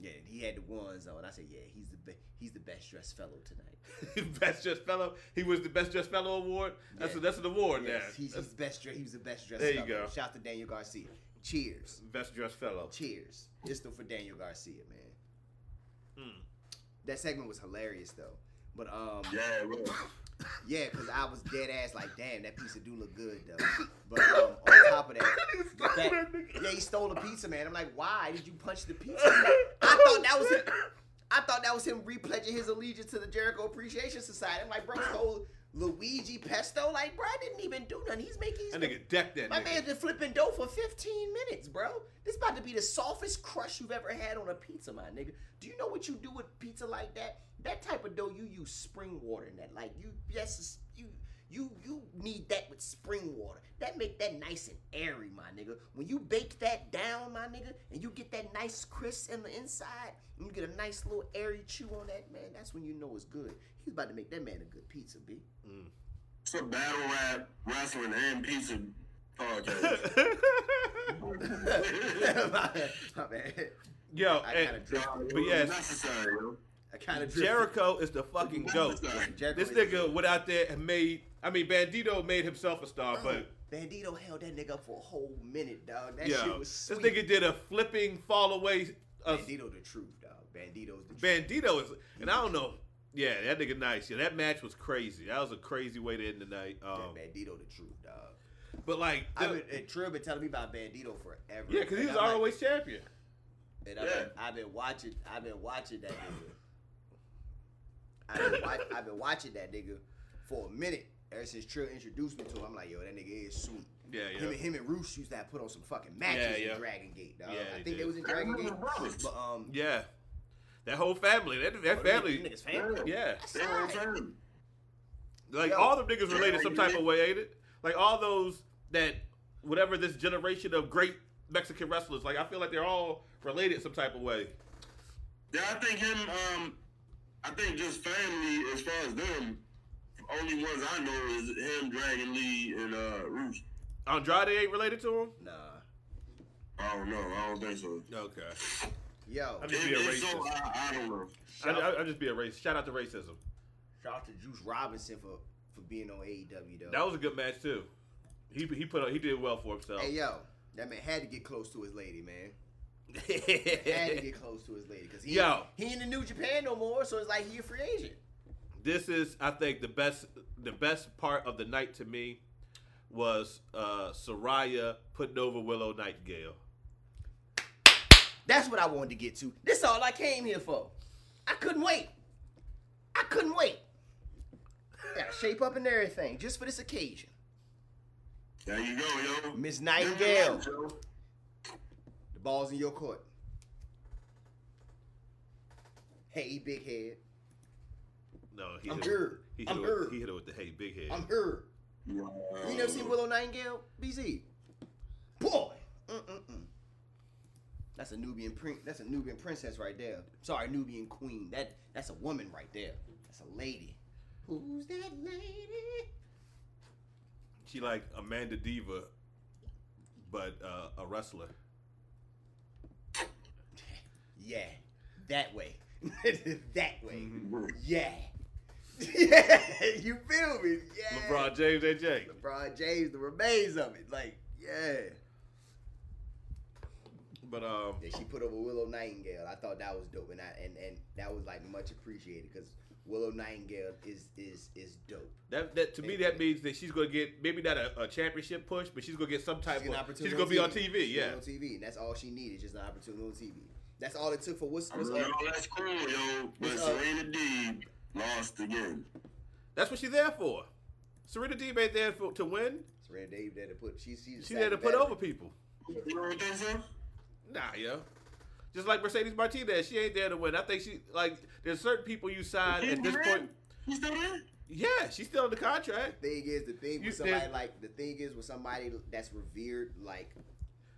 [SPEAKER 2] Yeah, he had the ones on. I said, yeah, he's the be- he's the best dressed fellow tonight.
[SPEAKER 1] best dressed fellow. He was the best dressed fellow award. That's
[SPEAKER 2] Yeah.
[SPEAKER 1] a, that's an award
[SPEAKER 2] Yes,
[SPEAKER 1] now.
[SPEAKER 2] he's, he's
[SPEAKER 1] That's
[SPEAKER 2] best dressed. He was the best dressed.
[SPEAKER 1] There you
[SPEAKER 2] fellow.
[SPEAKER 1] go.
[SPEAKER 2] Shout out to Daniel Garcia. Cheers,
[SPEAKER 1] best dressed fellow.
[SPEAKER 2] cheers. This though for Daniel Garcia, man.
[SPEAKER 1] Mm.
[SPEAKER 2] That segment was hilarious though. But um,
[SPEAKER 3] Yeah, well,
[SPEAKER 2] Yeah, because I was dead ass like, damn, that pizza do look good though. But um, on top of that, the fact- yeah, he stole the pizza, man. I'm like, why did you punch the pizza? man? I thought that was him. I thought that was him repledging his allegiance to the Jericho Appreciation Society. I'm like, bro, stole Luigi Pesto. Like, bro, I didn't even do nothing. He's making. He's
[SPEAKER 1] That nigga decked that
[SPEAKER 2] my
[SPEAKER 1] nigga.
[SPEAKER 2] man's been flipping dough for 15 minutes, bro. This about to be the softest crush you've ever had on a pizza, my nigga. Do you know what you do with pizza like that? That type of dough, you use spring water in that. Like you, yes, it's- you, you, you need that with spring water. That make that nice and airy, my nigga. When you bake that down, my nigga, and you get that nice crisp in the inside, and you get a nice little airy chew on that, man. That's when you know it's good. He's about to make that man a good pizza, b.
[SPEAKER 3] it's a battle rap, wrestling, and pizza podcast.
[SPEAKER 2] my man, my man.
[SPEAKER 1] Yo,
[SPEAKER 2] I
[SPEAKER 1] and
[SPEAKER 2] gotta drop.
[SPEAKER 1] But yes.
[SPEAKER 3] necessary. Yo.
[SPEAKER 2] I kind of
[SPEAKER 1] Jericho is the fucking goat.
[SPEAKER 3] Necessary.
[SPEAKER 2] Jericho
[SPEAKER 1] This
[SPEAKER 2] is-
[SPEAKER 1] nigga went out there and made. I mean, Bandito made himself a star,
[SPEAKER 2] Oh,
[SPEAKER 1] but
[SPEAKER 2] Bandito held that nigga up for a whole minute, dog. That shit
[SPEAKER 1] yo,
[SPEAKER 2] was
[SPEAKER 1] this
[SPEAKER 2] sweet.
[SPEAKER 1] nigga did a flipping fall away. Uh,
[SPEAKER 2] Bandito the truth, dog. Bandito's the truth.
[SPEAKER 1] Bandito is, and I don't know. Yeah, that nigga nice. Yeah, that match was crazy. That was a crazy way to end the night. Um,
[SPEAKER 2] Bandito the truth, dog.
[SPEAKER 1] but like,
[SPEAKER 2] I've
[SPEAKER 1] the-
[SPEAKER 2] been, and Trill been telling me about Bandito forever.
[SPEAKER 1] yeah, because he
[SPEAKER 2] And
[SPEAKER 1] was
[SPEAKER 2] I'm
[SPEAKER 1] ROH
[SPEAKER 2] uh, like-
[SPEAKER 1] champion.
[SPEAKER 2] And I've, been, I've been watching. I've been watching that nigga. I've been, watch, I've been watching that nigga for a minute. Ever since Trill introduced me to him, I'm like, yo, that nigga is sweet.
[SPEAKER 1] Yeah,
[SPEAKER 2] Him,
[SPEAKER 1] yeah.
[SPEAKER 2] and, him and Roos used to have put on some fucking matches
[SPEAKER 1] Yeah, yeah.
[SPEAKER 2] in Dragon Gate, dog.
[SPEAKER 1] Yeah,
[SPEAKER 2] I
[SPEAKER 1] they
[SPEAKER 2] think they
[SPEAKER 1] did.
[SPEAKER 2] was in
[SPEAKER 3] I
[SPEAKER 2] Dragon
[SPEAKER 3] remember
[SPEAKER 2] Gate.
[SPEAKER 3] the brothers.
[SPEAKER 2] But um,
[SPEAKER 1] Yeah. That whole family. That, that
[SPEAKER 2] That
[SPEAKER 1] family.
[SPEAKER 2] nigga's family.
[SPEAKER 1] Yeah.
[SPEAKER 2] That's
[SPEAKER 3] You know what
[SPEAKER 2] alright.
[SPEAKER 3] I'm saying?
[SPEAKER 1] Like
[SPEAKER 2] Yo.
[SPEAKER 1] all the niggas related some type of way, ain't it? Like all those that whatever this generation of great Mexican wrestlers, like I feel like they're all related some type of way.
[SPEAKER 3] Yeah, I think him. Um, I think just family as far as them. Only ones I know is him, Dragon Lee, and uh, Roosh.
[SPEAKER 1] Andrade ain't related to him?
[SPEAKER 2] Nah.
[SPEAKER 3] I don't know. I don't think so.
[SPEAKER 1] Okay.
[SPEAKER 2] Yo.
[SPEAKER 1] I mean- Just
[SPEAKER 3] If,
[SPEAKER 1] be a
[SPEAKER 3] if so,
[SPEAKER 1] racist.
[SPEAKER 3] I, I don't know.
[SPEAKER 1] I,
[SPEAKER 2] Shout,
[SPEAKER 1] I, I'm just being racist. Shout out to racism.
[SPEAKER 2] shout out to Juice Robinson for, for being on AEW though.
[SPEAKER 1] That was a good match too. He he put on, he did well for himself.
[SPEAKER 2] hey yo, that man had to get close to his lady, man. Had to
[SPEAKER 1] this
[SPEAKER 2] get close to his lady because he
[SPEAKER 1] Yo.
[SPEAKER 2] he in the New Japan no more, so it's like he a free agent.
[SPEAKER 1] is I think the best the best part of the night to me was uh Soraya putting over Willow Nightingale.
[SPEAKER 2] That's what I wanted to get to. This all I came here for. I couldn't wait. I couldn't wait. I gotta shape up and everything just for this occasion.
[SPEAKER 3] There you go, yo.
[SPEAKER 2] Miss
[SPEAKER 3] Live your
[SPEAKER 2] Nightingale,
[SPEAKER 3] life, yo.
[SPEAKER 2] the ball's in your court. Hey, big head.
[SPEAKER 1] No, he
[SPEAKER 2] I'm
[SPEAKER 1] hit it.
[SPEAKER 2] here.
[SPEAKER 1] He hit,
[SPEAKER 2] I'm
[SPEAKER 1] it with,
[SPEAKER 2] here.
[SPEAKER 1] he hit it with the hey big head.
[SPEAKER 2] I'm her. You never
[SPEAKER 3] Oh.
[SPEAKER 2] seen Willow Nightingale? BZ. Boy. Mm-mm-mm. That's a Nubian prin- That's a Nubian princess right there. Sorry, Nubian queen. That that's a woman right there. That's a lady. Who's that lady?
[SPEAKER 1] She like Amanda Diva, but uh, a wrestler.
[SPEAKER 2] Yeah, that way. that way.
[SPEAKER 3] Mhm.
[SPEAKER 2] Yeah. Yeah. You feel me? Yeah.
[SPEAKER 1] LeBron James, AJ.
[SPEAKER 2] LeBron James, the remains of it. Like, yeah.
[SPEAKER 1] But um,
[SPEAKER 2] Yeah, she put over Willow Nightingale. I thought that was dope, and I and, and that was like much appreciated because Willow Nightingale is is is dope.
[SPEAKER 1] that, that to me that means that she's gonna get maybe not a, a championship push, but she's gonna get some type
[SPEAKER 2] She's an
[SPEAKER 1] of.
[SPEAKER 2] opportunity
[SPEAKER 1] She's gonna be on
[SPEAKER 2] She's
[SPEAKER 1] TV. Yeah.
[SPEAKER 2] on TV, and that's all she needed. Just an opportunity on TV. That's all it took for what's
[SPEAKER 3] I
[SPEAKER 2] what's
[SPEAKER 3] mean,
[SPEAKER 2] up.
[SPEAKER 3] all that's cool, yo, but
[SPEAKER 2] What's up?
[SPEAKER 3] Serena Deeb lost again.
[SPEAKER 1] That's what she's there for. Serena Deeb ain't there for, to win.
[SPEAKER 2] Serena Dave there to put. She's she's. a
[SPEAKER 1] She's there to
[SPEAKER 2] savvy
[SPEAKER 1] put
[SPEAKER 2] veteran.
[SPEAKER 1] over people.
[SPEAKER 3] You know what I'm saying?
[SPEAKER 1] Nah, yo. Just like Mercedes Martinez, she ain't there to win. I think she like there's certain people you sign at this point.
[SPEAKER 3] He's still there?
[SPEAKER 1] Yeah, she's still in the contract.
[SPEAKER 2] thing is the thing
[SPEAKER 1] You
[SPEAKER 2] with somebody
[SPEAKER 1] said-
[SPEAKER 2] like the thing is with somebody that's revered like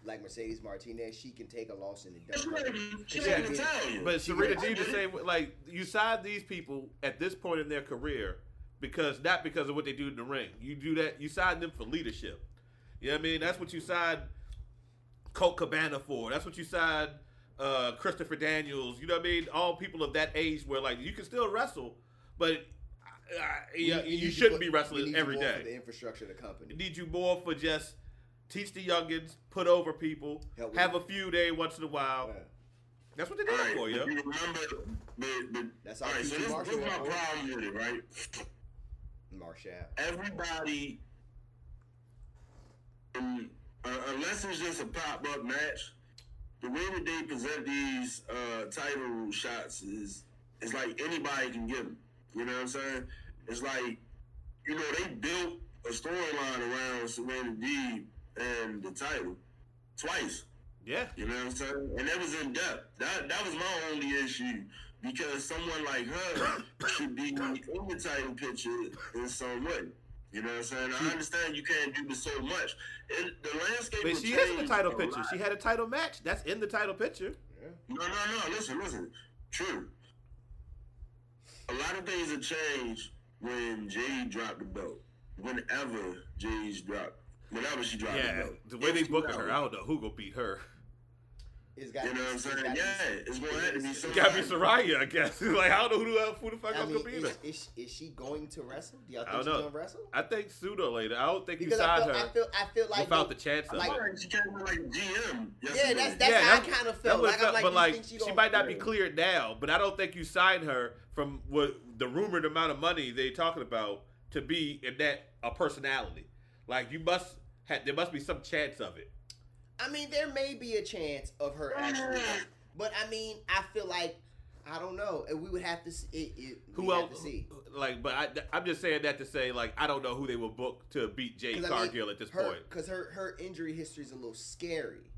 [SPEAKER 2] like Mercedes Martinez, she can take a loss in the
[SPEAKER 3] That's right. She's
[SPEAKER 1] Yeah.
[SPEAKER 3] not gonna tell you.
[SPEAKER 1] But
[SPEAKER 2] She
[SPEAKER 1] Serena
[SPEAKER 2] got-
[SPEAKER 1] Deeb the same way. Like you sign these people at this point in their career because not because of what they do in the ring. You do that. You sign them for leadership. You know what I mean? That's what you sign Colt Cabana for. That's what you sign uh, Christopher Daniels. You know what I mean? All people of that age where like you can still wrestle, but uh, yeah, you, shouldn't be wrestling every
[SPEAKER 2] For the
[SPEAKER 1] day.
[SPEAKER 2] infrastructure of the company.
[SPEAKER 1] Need you more for just teach the youngins, put over people,
[SPEAKER 2] Help with
[SPEAKER 1] have
[SPEAKER 2] it.
[SPEAKER 1] a few day once in a while.
[SPEAKER 2] Yeah.
[SPEAKER 1] That's what they
[SPEAKER 3] All
[SPEAKER 1] did
[SPEAKER 3] right,
[SPEAKER 1] for
[SPEAKER 3] but
[SPEAKER 1] you.
[SPEAKER 3] you remember, but, but,
[SPEAKER 2] That's
[SPEAKER 3] all
[SPEAKER 2] our
[SPEAKER 3] right, so
[SPEAKER 2] future
[SPEAKER 3] this,
[SPEAKER 2] Marshall
[SPEAKER 3] this is my
[SPEAKER 2] right
[SPEAKER 3] problem with it, right?
[SPEAKER 2] Marshall.
[SPEAKER 3] Everybody, um, uh, unless it's just a pop up match, the way that they present these uh, title shots is it's like anybody can get them. You know what I'm saying? It's like you know they built a storyline around Serena Deeb and the title twice.
[SPEAKER 1] Yeah.
[SPEAKER 3] You know what I'm saying? And that was in depth. That that was my only issue because someone like her should be in the title picture in some way. You know what I'm saying? I understand you can't do this so much. It, the landscape.
[SPEAKER 1] But
[SPEAKER 3] has
[SPEAKER 1] she is in the
[SPEAKER 3] changed
[SPEAKER 1] title
[SPEAKER 3] a
[SPEAKER 1] picture.
[SPEAKER 3] lot.
[SPEAKER 1] She had a title match. That's in the title picture.
[SPEAKER 2] Yeah.
[SPEAKER 3] No, no, no. Listen, listen. True. A lot of things have changed when Jay dropped the belt. Whenever Jay's dropped, whenever she dropped the belt. If she dropped it.
[SPEAKER 1] don't know who gonna beat her.
[SPEAKER 2] It's got
[SPEAKER 3] You know what I'm saying? Yeah, it's gonna have to be somebody.
[SPEAKER 1] Gotta be Soraya, I guess. like I don't know who the, who the fuck
[SPEAKER 2] I
[SPEAKER 1] else
[SPEAKER 2] mean,
[SPEAKER 1] gonna beat her.
[SPEAKER 2] is, is, is she going to wrestle? Do y'all
[SPEAKER 1] I
[SPEAKER 2] think she's
[SPEAKER 1] don't know.
[SPEAKER 2] gonna wrestle?
[SPEAKER 1] I think sooner or later. I don't think
[SPEAKER 2] Because
[SPEAKER 1] you
[SPEAKER 2] I
[SPEAKER 1] signed
[SPEAKER 2] feel,
[SPEAKER 1] her
[SPEAKER 2] I feel, I feel like
[SPEAKER 1] without
[SPEAKER 2] the-
[SPEAKER 1] the chance of
[SPEAKER 2] like-
[SPEAKER 1] it.
[SPEAKER 3] She kind of like GM.
[SPEAKER 2] yeah, that's that's
[SPEAKER 1] Yeah,
[SPEAKER 2] how I
[SPEAKER 1] that's-
[SPEAKER 2] kind of
[SPEAKER 1] That
[SPEAKER 2] felt.
[SPEAKER 1] was
[SPEAKER 2] Like,
[SPEAKER 1] tough,
[SPEAKER 2] I'm like,
[SPEAKER 1] but
[SPEAKER 2] you
[SPEAKER 1] like
[SPEAKER 2] think
[SPEAKER 1] she,
[SPEAKER 2] she, gonna,
[SPEAKER 1] might not be
[SPEAKER 3] yeah.
[SPEAKER 1] cleared now. But I don't think you signed her from what the rumored amount of money they talking about to be in that a personality. Like you must ha there must be some chance of it.
[SPEAKER 2] I mean, there may be a chance of her actually, but I mean, I feel like I don't know. And we would have to see. It, it,
[SPEAKER 1] Who
[SPEAKER 2] we
[SPEAKER 1] else?
[SPEAKER 2] Have to see.
[SPEAKER 1] Like, but I, I'm just saying that to say, like, I don't know who they will book to beat Jade Cargill at this point.
[SPEAKER 2] Because her her injury history is a little scary,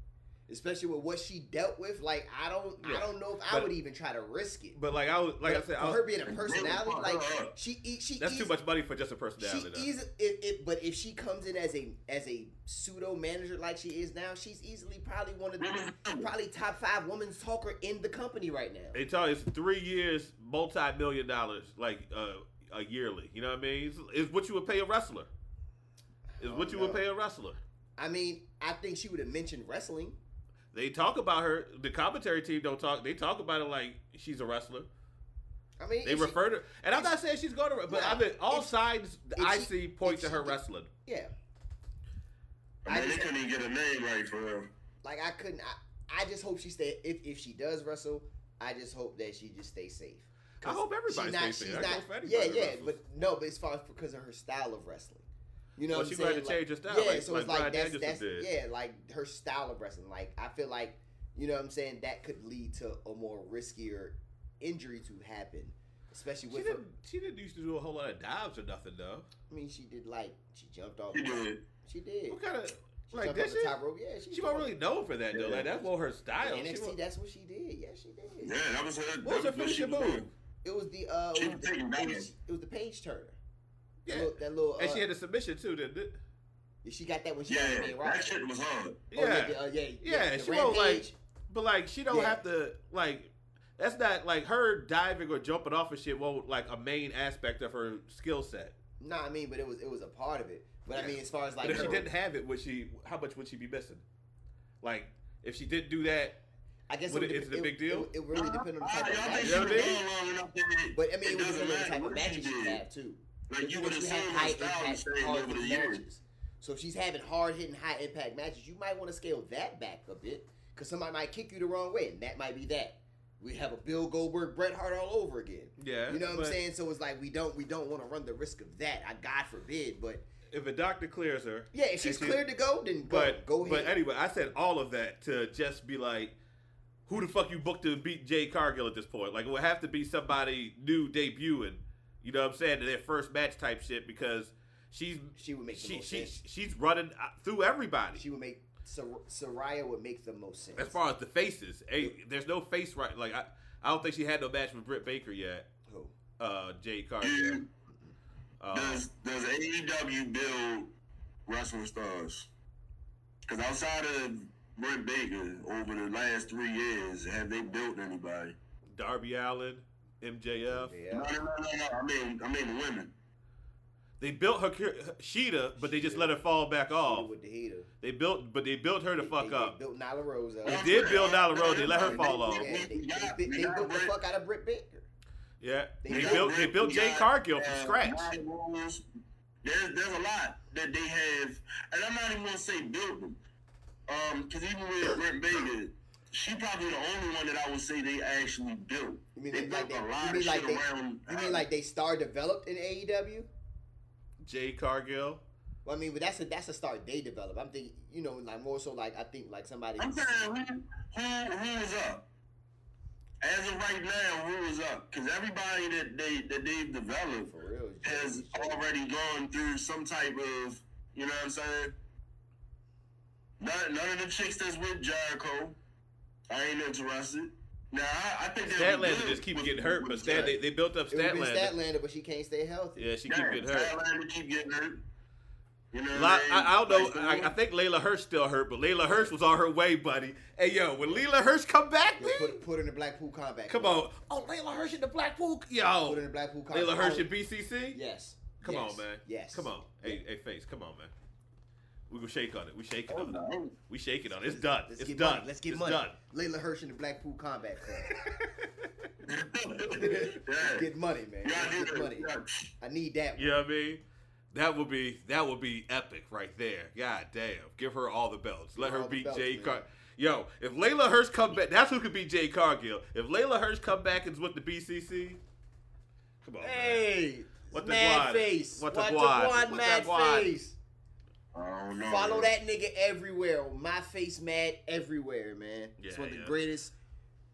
[SPEAKER 2] especially with what she dealt with. Like I don't
[SPEAKER 1] Yeah.
[SPEAKER 2] I don't know if I
[SPEAKER 1] But-
[SPEAKER 2] would even try to risk it.
[SPEAKER 1] But like I, was, like I
[SPEAKER 2] But
[SPEAKER 1] said,
[SPEAKER 2] for
[SPEAKER 1] I was,
[SPEAKER 2] her being a
[SPEAKER 3] Really
[SPEAKER 2] personality,
[SPEAKER 3] fuck
[SPEAKER 2] like
[SPEAKER 3] her up.
[SPEAKER 2] she e- she
[SPEAKER 1] that's too
[SPEAKER 2] eas-
[SPEAKER 1] much money for just a
[SPEAKER 2] She
[SPEAKER 1] personality. though.
[SPEAKER 2] easy, it, it, but if she comes in as a as a pseudo manager like she is now, she's easily probably one of the probably top five women's talker in the company right now.
[SPEAKER 1] they tell you it's three years, multi-million dollars, like uh, a yearly. You know what I mean? It's, it's what you would pay a wrestler. It's what
[SPEAKER 2] Oh,
[SPEAKER 1] you
[SPEAKER 2] no.
[SPEAKER 1] would pay a wrestler.
[SPEAKER 2] I mean, I think she would have mentioned wrestling.
[SPEAKER 1] They talk about her. The commentary team don't talk. They talk about it like she's a wrestler.
[SPEAKER 2] I mean,
[SPEAKER 1] They
[SPEAKER 2] if she-
[SPEAKER 1] refer to, and I'm not saying she's going to, but
[SPEAKER 2] Nah,
[SPEAKER 1] I mean, all
[SPEAKER 2] if-
[SPEAKER 1] sides
[SPEAKER 2] if
[SPEAKER 1] I
[SPEAKER 2] she-
[SPEAKER 1] see point
[SPEAKER 2] if
[SPEAKER 1] to
[SPEAKER 2] she
[SPEAKER 1] her
[SPEAKER 2] did-
[SPEAKER 1] wrestling.
[SPEAKER 2] yeah,
[SPEAKER 3] I mean,
[SPEAKER 2] I
[SPEAKER 3] they
[SPEAKER 2] just-
[SPEAKER 3] couldn't even get a name right for real.
[SPEAKER 2] like I couldn't. I, I just hope she stay. If if she does wrestle, I just hope that she just stays safe.
[SPEAKER 1] I hope everybody
[SPEAKER 2] she's not,
[SPEAKER 1] stays
[SPEAKER 2] she's
[SPEAKER 1] safe. I
[SPEAKER 2] not-
[SPEAKER 1] hope everybody
[SPEAKER 2] yeah, yeah,
[SPEAKER 1] wrestles.
[SPEAKER 2] but no, but it's far because of her style of wrestling. You know,
[SPEAKER 1] Well, she
[SPEAKER 2] what I'm
[SPEAKER 1] gonna
[SPEAKER 2] saying?
[SPEAKER 1] have to change her style,
[SPEAKER 2] Yeah,
[SPEAKER 1] like-
[SPEAKER 2] so
[SPEAKER 1] like
[SPEAKER 2] it's like
[SPEAKER 1] Bryan
[SPEAKER 2] that's that's
[SPEAKER 1] Danielson did.
[SPEAKER 2] yeah, like her style of wrestling. Like I feel like you know what I'm saying that could lead to a more riskier injury to happen, especially
[SPEAKER 1] She
[SPEAKER 2] with. Her,
[SPEAKER 1] didn't. She didn't used to do a whole lot of dives or nothing though.
[SPEAKER 2] I mean, she did like she jumped off.
[SPEAKER 3] She did.
[SPEAKER 2] She did.
[SPEAKER 1] What kind of?
[SPEAKER 2] She
[SPEAKER 1] Like,
[SPEAKER 2] jumped
[SPEAKER 1] did
[SPEAKER 2] off the
[SPEAKER 1] she?
[SPEAKER 2] top rope. Yeah, she
[SPEAKER 1] She wasn't really known for that though.
[SPEAKER 4] Yeah.
[SPEAKER 1] Like that's more her
[SPEAKER 2] Yeah,
[SPEAKER 1] style. She
[SPEAKER 2] NXT.
[SPEAKER 1] wasn't-
[SPEAKER 2] that's what she did. Yeah, she did.
[SPEAKER 3] Yeah, that was her.
[SPEAKER 1] what was her
[SPEAKER 3] that what she
[SPEAKER 1] finishing
[SPEAKER 3] was
[SPEAKER 1] move?
[SPEAKER 3] doing.
[SPEAKER 2] It was the uh,
[SPEAKER 3] She
[SPEAKER 2] it was
[SPEAKER 3] was
[SPEAKER 2] the,
[SPEAKER 3] taking
[SPEAKER 2] it
[SPEAKER 3] damage.
[SPEAKER 2] was, it was the Page Turner.
[SPEAKER 1] Yeah.
[SPEAKER 2] That little, that little uh,
[SPEAKER 1] And she had a submission too, didn't it?
[SPEAKER 2] she got that when she was
[SPEAKER 3] Yeah,
[SPEAKER 2] being
[SPEAKER 3] that shit was hard.
[SPEAKER 1] Yeah.
[SPEAKER 2] the, uh, yeah,
[SPEAKER 1] Yeah,
[SPEAKER 2] the
[SPEAKER 1] she won't, like-
[SPEAKER 2] Rampage.
[SPEAKER 1] But like she don't
[SPEAKER 2] Yeah.
[SPEAKER 1] have to like that's not like her diving or jumping off and shit won't like a main aspect of her skill set.
[SPEAKER 2] No, I mean, but it was it was a part of it. But
[SPEAKER 1] Yeah.
[SPEAKER 2] I mean, as far as like
[SPEAKER 1] but if she
[SPEAKER 2] her-
[SPEAKER 1] didn't have it, would she how much would she be missing? Like if she didn't do that,
[SPEAKER 2] I guess
[SPEAKER 1] would
[SPEAKER 2] would
[SPEAKER 1] it- is it a big deal?
[SPEAKER 2] It, it really depended on the
[SPEAKER 3] Uh, I,
[SPEAKER 2] type of
[SPEAKER 3] I Ah,
[SPEAKER 2] match.
[SPEAKER 3] think
[SPEAKER 1] You
[SPEAKER 3] she
[SPEAKER 1] know
[SPEAKER 3] was
[SPEAKER 1] what I mean?
[SPEAKER 3] going long enough. in
[SPEAKER 2] But I mean,
[SPEAKER 3] it
[SPEAKER 2] it, was
[SPEAKER 3] doesn't
[SPEAKER 2] dependent on the type of
[SPEAKER 3] matter what she
[SPEAKER 2] matches she
[SPEAKER 3] did.
[SPEAKER 2] had too.
[SPEAKER 3] Like you would have
[SPEAKER 2] she
[SPEAKER 3] seen
[SPEAKER 2] had
[SPEAKER 3] her
[SPEAKER 2] high
[SPEAKER 3] style has
[SPEAKER 2] impact,
[SPEAKER 3] changed
[SPEAKER 2] hard
[SPEAKER 3] over the
[SPEAKER 2] hitting
[SPEAKER 3] years.
[SPEAKER 2] matches. So if she's having hard hitting, high impact matches, you might want to scale that back a bit because somebody might kick you the wrong way, and that might be that. We have a Bill Goldberg, Bret Hart all over again.
[SPEAKER 1] yeah.
[SPEAKER 2] You know what
[SPEAKER 1] but
[SPEAKER 2] I'm saying? So it's like we don't we don't want to run the risk of that. I God forbid, but
[SPEAKER 1] If a doctor clears her,
[SPEAKER 2] yeah, if she's
[SPEAKER 1] she-
[SPEAKER 2] cleared to go, then go,
[SPEAKER 1] but
[SPEAKER 2] go ahead.
[SPEAKER 1] but anyway, I said all of that to just be like, who the fuck you booked to beat Jay Cargill at this point? Like it would have to be somebody new debuting, you know what I'm saying, to their first match type shit because she's
[SPEAKER 2] she would make the
[SPEAKER 1] she,
[SPEAKER 2] most
[SPEAKER 1] she
[SPEAKER 2] sense.
[SPEAKER 1] she's running uh, through everybody.
[SPEAKER 2] She would make Sor- Soraya would make the most sense.
[SPEAKER 1] as far as the faces, hey, there's no face right. Like I, I don't think she had no match with Britt Baker yet.
[SPEAKER 2] Who?
[SPEAKER 1] Uh, Jay
[SPEAKER 3] Yeah.
[SPEAKER 1] Cargill. Uh,
[SPEAKER 3] Does does AEW build wrestling stars? Because outside of Brent Baker, over the last three years, have they built anybody?
[SPEAKER 1] Darby Allen, MJF.
[SPEAKER 3] No,
[SPEAKER 2] Yeah.
[SPEAKER 3] no, no, no, no. I mean, I mean the women.
[SPEAKER 1] They built her Sheeta, but they just let her fall back off.
[SPEAKER 2] With the heater.
[SPEAKER 1] They built, but they built her to fuck
[SPEAKER 2] they,
[SPEAKER 1] up.
[SPEAKER 2] They built Nyla Rose up.
[SPEAKER 1] They did build Nyla Rose. They let her fall off.
[SPEAKER 2] Yeah, they, they, they, they built the fuck out of Britt Baker.
[SPEAKER 1] Yeah,
[SPEAKER 2] They
[SPEAKER 1] they
[SPEAKER 2] got
[SPEAKER 1] built, they built Jay Cargill from
[SPEAKER 3] uh,
[SPEAKER 1] scratch.
[SPEAKER 3] Nyla Rose. There's there's a lot that they have, and I'm not even gonna say built them. Um, because even with Brent Baker, she probably the only one that I would say they actually built.
[SPEAKER 2] You mean
[SPEAKER 3] They
[SPEAKER 2] like
[SPEAKER 3] built
[SPEAKER 2] they,
[SPEAKER 3] a lot
[SPEAKER 2] you
[SPEAKER 3] of
[SPEAKER 2] mean
[SPEAKER 3] shit
[SPEAKER 2] like they,
[SPEAKER 3] around.
[SPEAKER 2] you mean like they star developed in AEW?
[SPEAKER 1] Jay Cargill.
[SPEAKER 2] Well, I mean, but that's a that's a star they develop. I'm thinking, you know, like more so like I think like somebody.
[SPEAKER 3] I'm saying who who who is up? As of right now, who is up? Because everybody that they that they've developed
[SPEAKER 2] for real.
[SPEAKER 3] has already gone through some type of you know what I'm saying. None, none of the chicks that's with Jericho, I ain't interested. Now I, I think they'll be
[SPEAKER 1] Statlander
[SPEAKER 3] good
[SPEAKER 1] just keep
[SPEAKER 3] with-
[SPEAKER 1] getting hurt,
[SPEAKER 3] with
[SPEAKER 1] but
[SPEAKER 3] Jericho.
[SPEAKER 1] Stat, they, they built up
[SPEAKER 2] It would be
[SPEAKER 1] Statlander.
[SPEAKER 2] Statlander, but she can't stay healthy.
[SPEAKER 1] Yeah, she keep
[SPEAKER 3] Yeah,
[SPEAKER 1] getting hurt.
[SPEAKER 3] Statlander keep getting hurt. You know, what
[SPEAKER 1] La-
[SPEAKER 3] mean?
[SPEAKER 1] I, I don't
[SPEAKER 3] Like,
[SPEAKER 1] know. I, I think Layla Hirsch still hurt, but Layla Hirsch was on her way, buddy. Hey, yo, when Layla Hirsch come back,
[SPEAKER 2] Yo,
[SPEAKER 1] man,
[SPEAKER 2] put put her in the Blackpool Combat.
[SPEAKER 1] come
[SPEAKER 2] Club.
[SPEAKER 1] on. Oh, Layla Hirsch in the Blackpool.
[SPEAKER 2] Put her
[SPEAKER 1] Yo,
[SPEAKER 2] in the Blackpool Combat.
[SPEAKER 1] Layla Hirsch in
[SPEAKER 2] Club.
[SPEAKER 1] BCC.
[SPEAKER 2] Yes.
[SPEAKER 1] Come
[SPEAKER 2] yes,
[SPEAKER 1] on, man.
[SPEAKER 2] Yes.
[SPEAKER 1] Come on. Hey, hey, face. Come on, man. We gonna shake on it. We shaking
[SPEAKER 3] Oh,
[SPEAKER 1] on it.
[SPEAKER 3] no.
[SPEAKER 1] We shaking on it. It's done.
[SPEAKER 2] Let's
[SPEAKER 1] It's
[SPEAKER 2] get
[SPEAKER 1] done.
[SPEAKER 2] money. Let's get
[SPEAKER 1] It's
[SPEAKER 2] money.
[SPEAKER 1] done.
[SPEAKER 2] Layla Hirsch in the Blackpool Combat Club.
[SPEAKER 3] Yeah.
[SPEAKER 2] Get money, man.
[SPEAKER 3] Yeah, I
[SPEAKER 2] Let's
[SPEAKER 3] do
[SPEAKER 2] Get money.
[SPEAKER 3] that. Yeah.
[SPEAKER 2] I need that.
[SPEAKER 1] You know what I mean? That would be that would be epic right there. God damn. Give her all the belts. Let
[SPEAKER 2] Give
[SPEAKER 1] her
[SPEAKER 2] all the
[SPEAKER 1] beat
[SPEAKER 2] belts,
[SPEAKER 1] Jay
[SPEAKER 2] man.
[SPEAKER 1] Car Yo, if Layla Hirsch come back, that's who could beat Jay Cargill. If Layla Hirsch come back and's with the BCC, come on, man.
[SPEAKER 2] Hey,
[SPEAKER 1] What the
[SPEAKER 2] mad
[SPEAKER 1] guad?
[SPEAKER 2] face.
[SPEAKER 1] What
[SPEAKER 2] What
[SPEAKER 1] the
[SPEAKER 2] the
[SPEAKER 1] guad?
[SPEAKER 2] guad,
[SPEAKER 1] What
[SPEAKER 2] mad
[SPEAKER 1] the guad?
[SPEAKER 2] face.
[SPEAKER 3] I don't know.
[SPEAKER 2] Follow
[SPEAKER 3] man.
[SPEAKER 2] that nigga everywhere. My face mad everywhere, man. He's
[SPEAKER 1] Yeah,
[SPEAKER 2] one of the
[SPEAKER 1] yeah.
[SPEAKER 2] greatest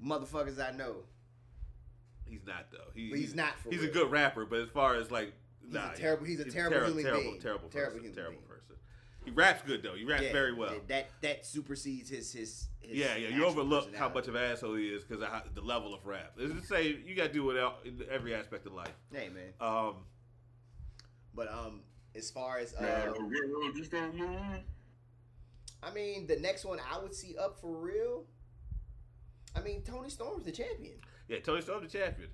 [SPEAKER 2] motherfuckers I know.
[SPEAKER 1] He's not though. He-
[SPEAKER 2] But he's not for
[SPEAKER 1] He's a
[SPEAKER 2] real.
[SPEAKER 1] good rapper, but as far as like,
[SPEAKER 2] He's
[SPEAKER 1] nah,
[SPEAKER 2] a terrible. He's a terrible
[SPEAKER 1] terri-
[SPEAKER 2] human
[SPEAKER 1] terrible,
[SPEAKER 2] being.
[SPEAKER 1] Terrible,
[SPEAKER 2] Terrible
[SPEAKER 1] person,
[SPEAKER 2] human
[SPEAKER 1] terrible
[SPEAKER 2] being.
[SPEAKER 1] person. He raps good though. He raps
[SPEAKER 2] Yeah,
[SPEAKER 1] very well.
[SPEAKER 2] That that supersedes his his. his
[SPEAKER 1] Yeah, yeah. You
[SPEAKER 2] actual
[SPEAKER 1] overlook how
[SPEAKER 2] personality.
[SPEAKER 1] much of an asshole he is because of how, the level of rap. It's the same. You got to do it out in every aspect of life.
[SPEAKER 2] Hey man,
[SPEAKER 1] Um,
[SPEAKER 2] but um, as far as
[SPEAKER 3] Yeah,
[SPEAKER 2] uh,
[SPEAKER 3] real, just don't move.
[SPEAKER 2] I mean, the next one I would see up for real. I mean, Tony Storm's the champion.
[SPEAKER 1] yeah, Tony Storm the champion.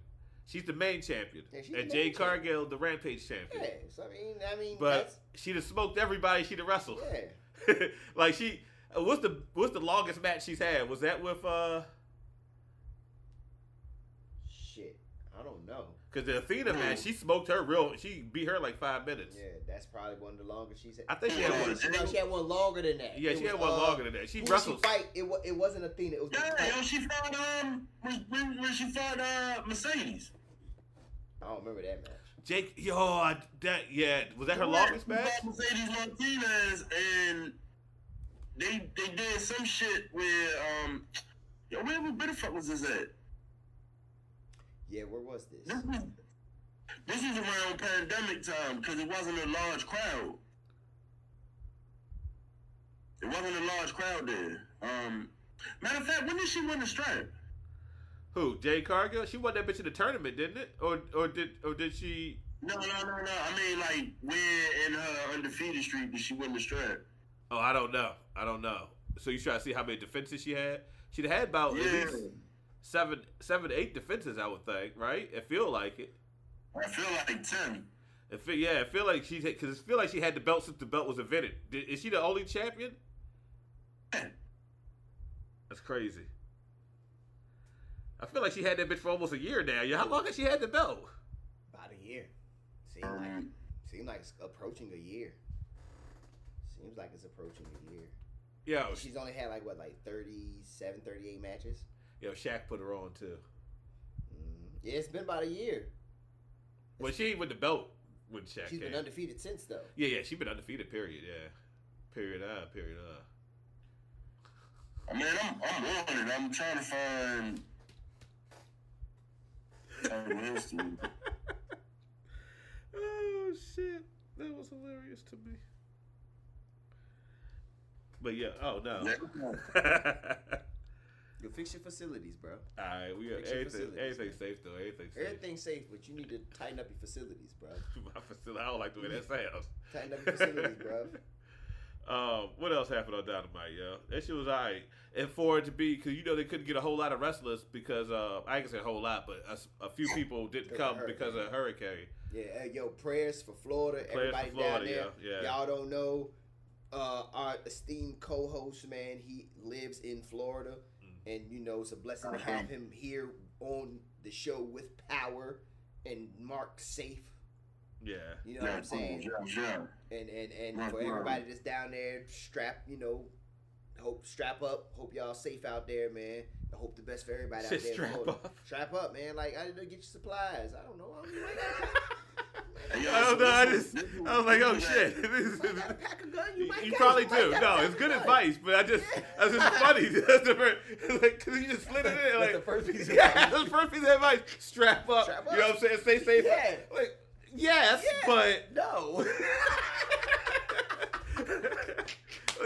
[SPEAKER 1] She's the main champion,
[SPEAKER 2] Yeah, she's the
[SPEAKER 1] and
[SPEAKER 2] main
[SPEAKER 1] Jay
[SPEAKER 2] champion.
[SPEAKER 1] Cargill the Rampage champion.
[SPEAKER 2] Yeah, so I mean, I mean,
[SPEAKER 1] But she done smoked everybody. She done wrestled.
[SPEAKER 2] that's, yeah.
[SPEAKER 1] like she, uh, what's the what's the longest match she's had? Was that with uh?
[SPEAKER 2] Shit, I don't know.
[SPEAKER 1] Because the Athena match, she smoked her real. She beat her like five minutes.
[SPEAKER 2] Yeah, that's probably one of the longest she's had.
[SPEAKER 1] I think she had one.
[SPEAKER 2] No, she had one longer than that.
[SPEAKER 1] Yeah,
[SPEAKER 2] It
[SPEAKER 1] she
[SPEAKER 2] was,
[SPEAKER 1] had one
[SPEAKER 2] uh,
[SPEAKER 1] longer than that. She
[SPEAKER 2] who did
[SPEAKER 1] wrestled.
[SPEAKER 2] She fight. It, wa- it wasn't Athena. It was.
[SPEAKER 3] Yeah, yo,
[SPEAKER 2] Natalia.
[SPEAKER 3] she fought um, when, when, when she fought uh Mercedes.
[SPEAKER 2] I don't remember that match.
[SPEAKER 1] Jake, yo, I, that yeah, was that her
[SPEAKER 3] Yeah,
[SPEAKER 1] longest
[SPEAKER 3] she
[SPEAKER 1] match?
[SPEAKER 3] fought Mercedes Martinez, and they they did some shit where um, yo, where, where the fuck was this at?
[SPEAKER 2] Yeah, where was this?
[SPEAKER 3] This was this was around pandemic time because it wasn't a large crowd. It wasn't a large crowd there. Um, matter of fact, when did she win the strap?
[SPEAKER 1] Who? Jay Cargill? She won that bitch in the tournament, didn't it? Or or did or did she?
[SPEAKER 3] No, no, no, no. I mean, like, where in her undefeated streak did she win the strap?
[SPEAKER 1] Oh, I don't know. I don't know. So you try to see how many defenses she had? She'd had about
[SPEAKER 3] Yeah,
[SPEAKER 1] at least seven, seven, eight defenses. I would think, right? It feel like it.
[SPEAKER 3] I feel like ten.
[SPEAKER 1] It feel, yeah, it feel like she because it feel like she had the belt since the belt was invented. Did, is she the only champion? That's crazy. I feel like she had that bitch for almost a year now. Yeah, how long has she had the belt?
[SPEAKER 2] About a year. Seems like
[SPEAKER 3] Um,
[SPEAKER 2] seems like it's approaching a year. Seems like it's approaching a year.
[SPEAKER 1] Yo,
[SPEAKER 2] And She's only had like what, like 37, 38 matches.
[SPEAKER 1] yo, Shaq put her on too.
[SPEAKER 2] Mm. Yeah, it's been about a year.
[SPEAKER 1] Well, she ain't with the belt when Shaq
[SPEAKER 2] She's
[SPEAKER 1] came.
[SPEAKER 2] been undefeated since though.
[SPEAKER 1] yeah, yeah, she been undefeated. Period. Yeah, period. Uh, period. Uh.
[SPEAKER 3] I mean, I'm, I'm on it. I'm trying to find. Tyler Winston.
[SPEAKER 1] oh shit, that was hilarious to me. But yeah, oh no.
[SPEAKER 3] Yeah.
[SPEAKER 2] You fix your facilities, bro.
[SPEAKER 1] All right, we
[SPEAKER 2] Fix your
[SPEAKER 1] everything,
[SPEAKER 2] facilities,
[SPEAKER 1] everything
[SPEAKER 2] man.
[SPEAKER 1] safe though. Everything safe.
[SPEAKER 2] Everything's safe, but you need to tighten up your facilities, bro.
[SPEAKER 1] My facility. I don't like the way that sounds.
[SPEAKER 2] Tighten up your facilities, bro.
[SPEAKER 1] Um, what else happened on Dynamite, yo? That shit was alright. And for it to be, because you know they couldn't get a whole lot of wrestlers because uh, I ain't gonna say a whole lot, but a s- a, few people didn't
[SPEAKER 2] Because
[SPEAKER 1] come
[SPEAKER 2] of hurricane.
[SPEAKER 1] because of hurricane.
[SPEAKER 2] Yeah, uh, yo, prayers for Florida.
[SPEAKER 1] for
[SPEAKER 2] Everybody down
[SPEAKER 1] Florida,
[SPEAKER 2] there.
[SPEAKER 1] yeah, yeah.
[SPEAKER 2] Y'all don't know. Uh, our esteemed co-host, man, he lives in Florida,
[SPEAKER 1] Mm.
[SPEAKER 2] and you know it's a blessing to have him here on the show with power and Mark safe.
[SPEAKER 1] Yeah,
[SPEAKER 2] You know what I'm saying?
[SPEAKER 3] Yeah, yeah.
[SPEAKER 2] And and and
[SPEAKER 3] Right,
[SPEAKER 2] for
[SPEAKER 3] right.
[SPEAKER 2] everybody that's down there, strap, you know, hope strap up. Hope y'all safe out there, man. I hope the best for everybody out
[SPEAKER 1] Shit,
[SPEAKER 2] there. in
[SPEAKER 1] strap
[SPEAKER 2] Florida.
[SPEAKER 1] up.
[SPEAKER 2] Strap up, man. Like I didn't know, get your supplies. I don't know. I don't know.
[SPEAKER 3] Hey, yo,
[SPEAKER 1] I don't
[SPEAKER 3] so
[SPEAKER 1] know. I
[SPEAKER 3] this
[SPEAKER 1] just,
[SPEAKER 3] was- this
[SPEAKER 1] Oh, I was like, oh
[SPEAKER 3] this
[SPEAKER 1] shit. This
[SPEAKER 2] You
[SPEAKER 1] is,
[SPEAKER 2] might got a pack of gun. You, might
[SPEAKER 1] you
[SPEAKER 2] got-
[SPEAKER 1] probably
[SPEAKER 2] you might
[SPEAKER 1] do.
[SPEAKER 2] got a
[SPEAKER 1] No,
[SPEAKER 2] pack
[SPEAKER 1] it's
[SPEAKER 2] of
[SPEAKER 1] good
[SPEAKER 2] gun.
[SPEAKER 1] advice, but I just,
[SPEAKER 2] Yeah.
[SPEAKER 1] that's just funny. That's the first, like, cause you just slid it in. Like,
[SPEAKER 2] That's the first piece of
[SPEAKER 1] yeah,
[SPEAKER 2] advice.
[SPEAKER 1] that's the first piece of advice. Strap up.
[SPEAKER 2] Strap
[SPEAKER 1] You know what I'm
[SPEAKER 2] up.
[SPEAKER 1] saying? Stay safe.
[SPEAKER 2] Yeah.
[SPEAKER 1] Like, yes,
[SPEAKER 2] Yeah.
[SPEAKER 1] but
[SPEAKER 2] No.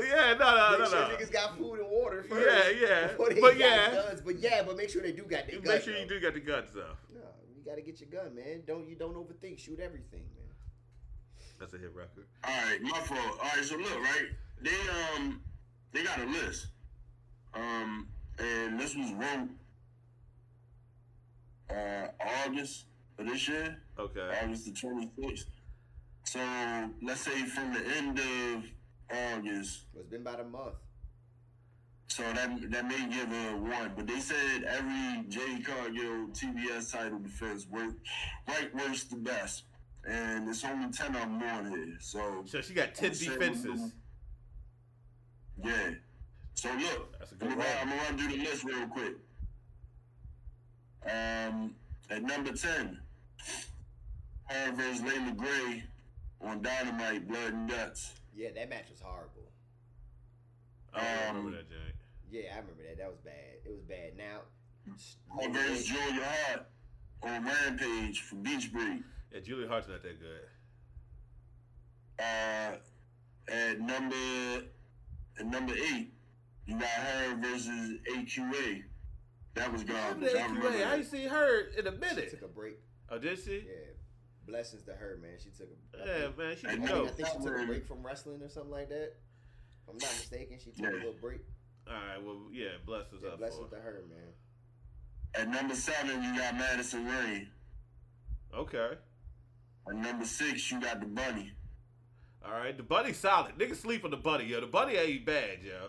[SPEAKER 1] yeah, no, no,
[SPEAKER 2] make
[SPEAKER 1] no,
[SPEAKER 2] sure
[SPEAKER 1] no.
[SPEAKER 2] niggas got food and water first.
[SPEAKER 1] Yeah, yeah.
[SPEAKER 2] before they
[SPEAKER 1] But
[SPEAKER 2] got
[SPEAKER 1] yeah.
[SPEAKER 2] guns. But yeah, but make sure they do got their
[SPEAKER 1] Make
[SPEAKER 2] gun.
[SPEAKER 1] sure you
[SPEAKER 2] though.
[SPEAKER 1] do got the guns though.
[SPEAKER 2] No, you gotta get your gun, man. Don't you don't overthink. Shoot everything, man.
[SPEAKER 1] That's a hit record.
[SPEAKER 3] All right, my fault. All right, so look, right? They um, they got a list. Um, and this was wrote uh August of this year,
[SPEAKER 1] Okay.
[SPEAKER 3] August the twenty sixth. So let's say from the end of August,
[SPEAKER 2] Well, it's been about a month.
[SPEAKER 3] so that that may give a one. But they said every J Cargill TBS title defense work, right works the best, and it's only ten of them on here. So
[SPEAKER 1] So she got ten
[SPEAKER 3] I'm saying-
[SPEAKER 1] defenses.
[SPEAKER 3] Yeah. So look,
[SPEAKER 1] That's a good
[SPEAKER 3] I'm gonna,
[SPEAKER 1] run.
[SPEAKER 3] I'm gonna run through the list real quick. Um, at number ten, her versus Layla Gray on Dynamite Blood and Guts.
[SPEAKER 2] Yeah, that match was horrible.
[SPEAKER 1] I don't remember
[SPEAKER 3] Um,
[SPEAKER 1] that joint.
[SPEAKER 2] Yeah, I remember that. That was bad. It was bad. Now,
[SPEAKER 3] Her versus Julia Hart on Rampage for Beach Breed.
[SPEAKER 1] Yeah, Julie Hart's not that good.
[SPEAKER 3] Uh, at number at number eight, you got her versus AQA. That was garbage. I remember
[SPEAKER 1] AQA. I
[SPEAKER 3] that.
[SPEAKER 1] ain't seen her in a
[SPEAKER 2] she took
[SPEAKER 1] minute.
[SPEAKER 2] a break.
[SPEAKER 1] Um, Oh, did she?
[SPEAKER 2] Yeah, blessings to her, man. She took a. I
[SPEAKER 1] Yeah,
[SPEAKER 2] think-
[SPEAKER 1] man, she
[SPEAKER 3] I
[SPEAKER 2] I
[SPEAKER 1] can
[SPEAKER 2] think,
[SPEAKER 1] go.
[SPEAKER 2] I think she took a break from wrestling or something like that. If I'm not mistaken, she took a
[SPEAKER 3] Yeah.
[SPEAKER 2] little break.
[SPEAKER 1] All right, well, yeah, bless us
[SPEAKER 2] Yeah,
[SPEAKER 1] up
[SPEAKER 2] blessings
[SPEAKER 1] for.
[SPEAKER 2] to her, man.
[SPEAKER 3] At number seven, you got Madison Rain.
[SPEAKER 1] her. Okay.
[SPEAKER 3] At number six, you got the Bunny.
[SPEAKER 1] All right, the bunny solid. Niggas sleep on the bunny, yo. The bunny ain't bad, yo.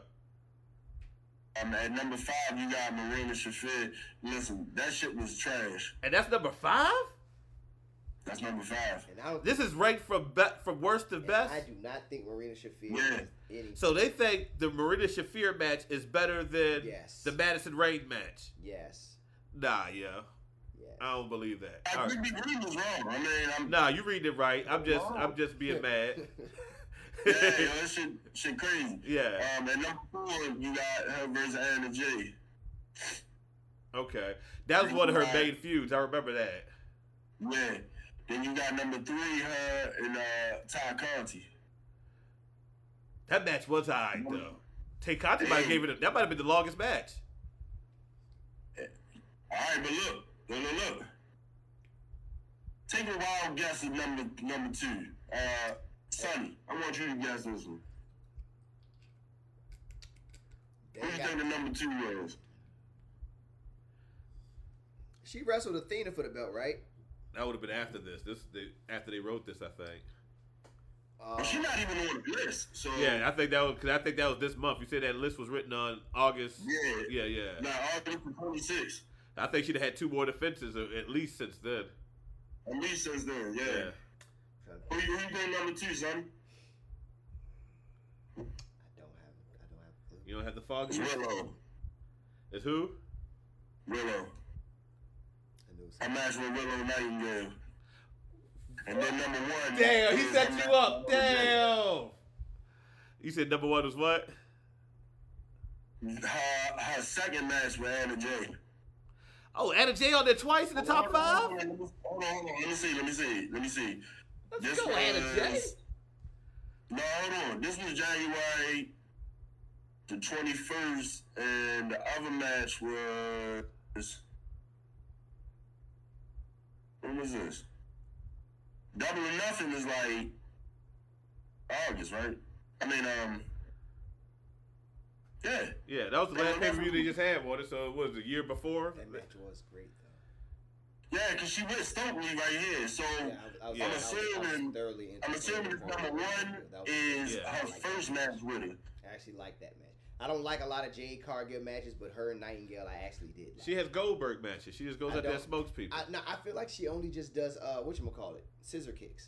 [SPEAKER 3] Um, at number five, you got Marina Shafir. Listen, that shit was trash.
[SPEAKER 1] And that's number five.
[SPEAKER 3] That's number five.
[SPEAKER 2] And I don't.
[SPEAKER 1] This is ranked from be- from worst to
[SPEAKER 2] and
[SPEAKER 1] best.
[SPEAKER 2] I do not think Marina Shafir
[SPEAKER 3] Yeah.
[SPEAKER 2] has any.
[SPEAKER 1] So they think the Marina Shafir match is better than
[SPEAKER 2] Yes.
[SPEAKER 1] the Madison Rain match.
[SPEAKER 2] yes.
[SPEAKER 1] Nah, yeah,
[SPEAKER 2] Yes.
[SPEAKER 1] I don't believe that.
[SPEAKER 3] I
[SPEAKER 1] All right.
[SPEAKER 3] think the green was wrong. I mean, I'm.
[SPEAKER 1] Nah, you read it right. I'm just,
[SPEAKER 2] Wow.
[SPEAKER 1] I'm just being mad.
[SPEAKER 3] Yeah, yo, that shit, shit crazy.
[SPEAKER 1] yeah.
[SPEAKER 3] Um, at number four, you got her versus Anna J.
[SPEAKER 1] Okay. That was one of her main feuds. I remember that.
[SPEAKER 3] Yeah. Then you got number three, her and uh, Ty Conti.
[SPEAKER 1] That match was high though. Takati might have gave it. A, that might have been the longest match.
[SPEAKER 3] All right, but look, look, look, look. Take a wild guess at number number two. Uh, Sonny, I want you to guess this one.
[SPEAKER 2] They
[SPEAKER 3] Who do you
[SPEAKER 2] got-
[SPEAKER 3] think the number two was?
[SPEAKER 2] she wrestled Athena for the belt, right?
[SPEAKER 1] That would have been after this. This they, after they wrote this, I think.
[SPEAKER 2] Uh,
[SPEAKER 3] But she's not even on the list, so
[SPEAKER 1] Yeah, I think that was because I think that was this month. You said that list was written on August.
[SPEAKER 3] Yeah.
[SPEAKER 1] yeah, yeah.
[SPEAKER 3] Now all three from twenty six.
[SPEAKER 1] I think she'd have had two more defenses uh, at least since then.
[SPEAKER 3] At least since then, yeah.
[SPEAKER 1] Yeah,
[SPEAKER 3] Who, you- who you think number two, son?
[SPEAKER 2] I don't have. I don't have. a clue.
[SPEAKER 1] you don't have the fog.
[SPEAKER 3] It's Willow.
[SPEAKER 1] It's who?
[SPEAKER 3] Willow.
[SPEAKER 2] I knew it was-
[SPEAKER 3] I matched with Willow Nightingale. And then number one.
[SPEAKER 1] Damn, he
[SPEAKER 3] is
[SPEAKER 1] set
[SPEAKER 3] I'm
[SPEAKER 1] you
[SPEAKER 3] not-
[SPEAKER 1] up. Damn. You said number one was what?
[SPEAKER 3] Her, her second match with Anna Jay.
[SPEAKER 1] Oh, Anna J on there twice in the top
[SPEAKER 3] Hold on,
[SPEAKER 1] five.
[SPEAKER 3] hold on, Hold on, hold on, hold on. Let me see. Let me see. Let me see.
[SPEAKER 1] Let's go, Anna J.
[SPEAKER 3] was- No, hold on. This was January the 21st, and the other match was. When was this? Double or Nothing is like August, right? I mean, um. Yeah.
[SPEAKER 1] Yeah, that was the last pay per view they just had, Water. So what was it, the year before?
[SPEAKER 2] That match was great though.
[SPEAKER 3] Yeah, because she went Stokely right here. So.
[SPEAKER 2] Yeah,
[SPEAKER 1] I'm
[SPEAKER 2] I, was- I was, I was, I was
[SPEAKER 3] assuming-
[SPEAKER 2] thoroughly
[SPEAKER 3] I'm
[SPEAKER 2] entertained
[SPEAKER 3] assuming
[SPEAKER 2] with
[SPEAKER 3] number one
[SPEAKER 2] That was-
[SPEAKER 3] is
[SPEAKER 1] Yeah.
[SPEAKER 3] her
[SPEAKER 2] I like that
[SPEAKER 3] first match with her.
[SPEAKER 2] I actually like that match. I don't like a lot of Jade Cargill matches, but her and Nightingale, I actually did. Like.
[SPEAKER 1] She has Goldberg matches. She just goes
[SPEAKER 2] I
[SPEAKER 1] out there and
[SPEAKER 2] don't-
[SPEAKER 1] smokes people.
[SPEAKER 2] I, no, I feel like she only just does uh, what you call it, scissor kicks.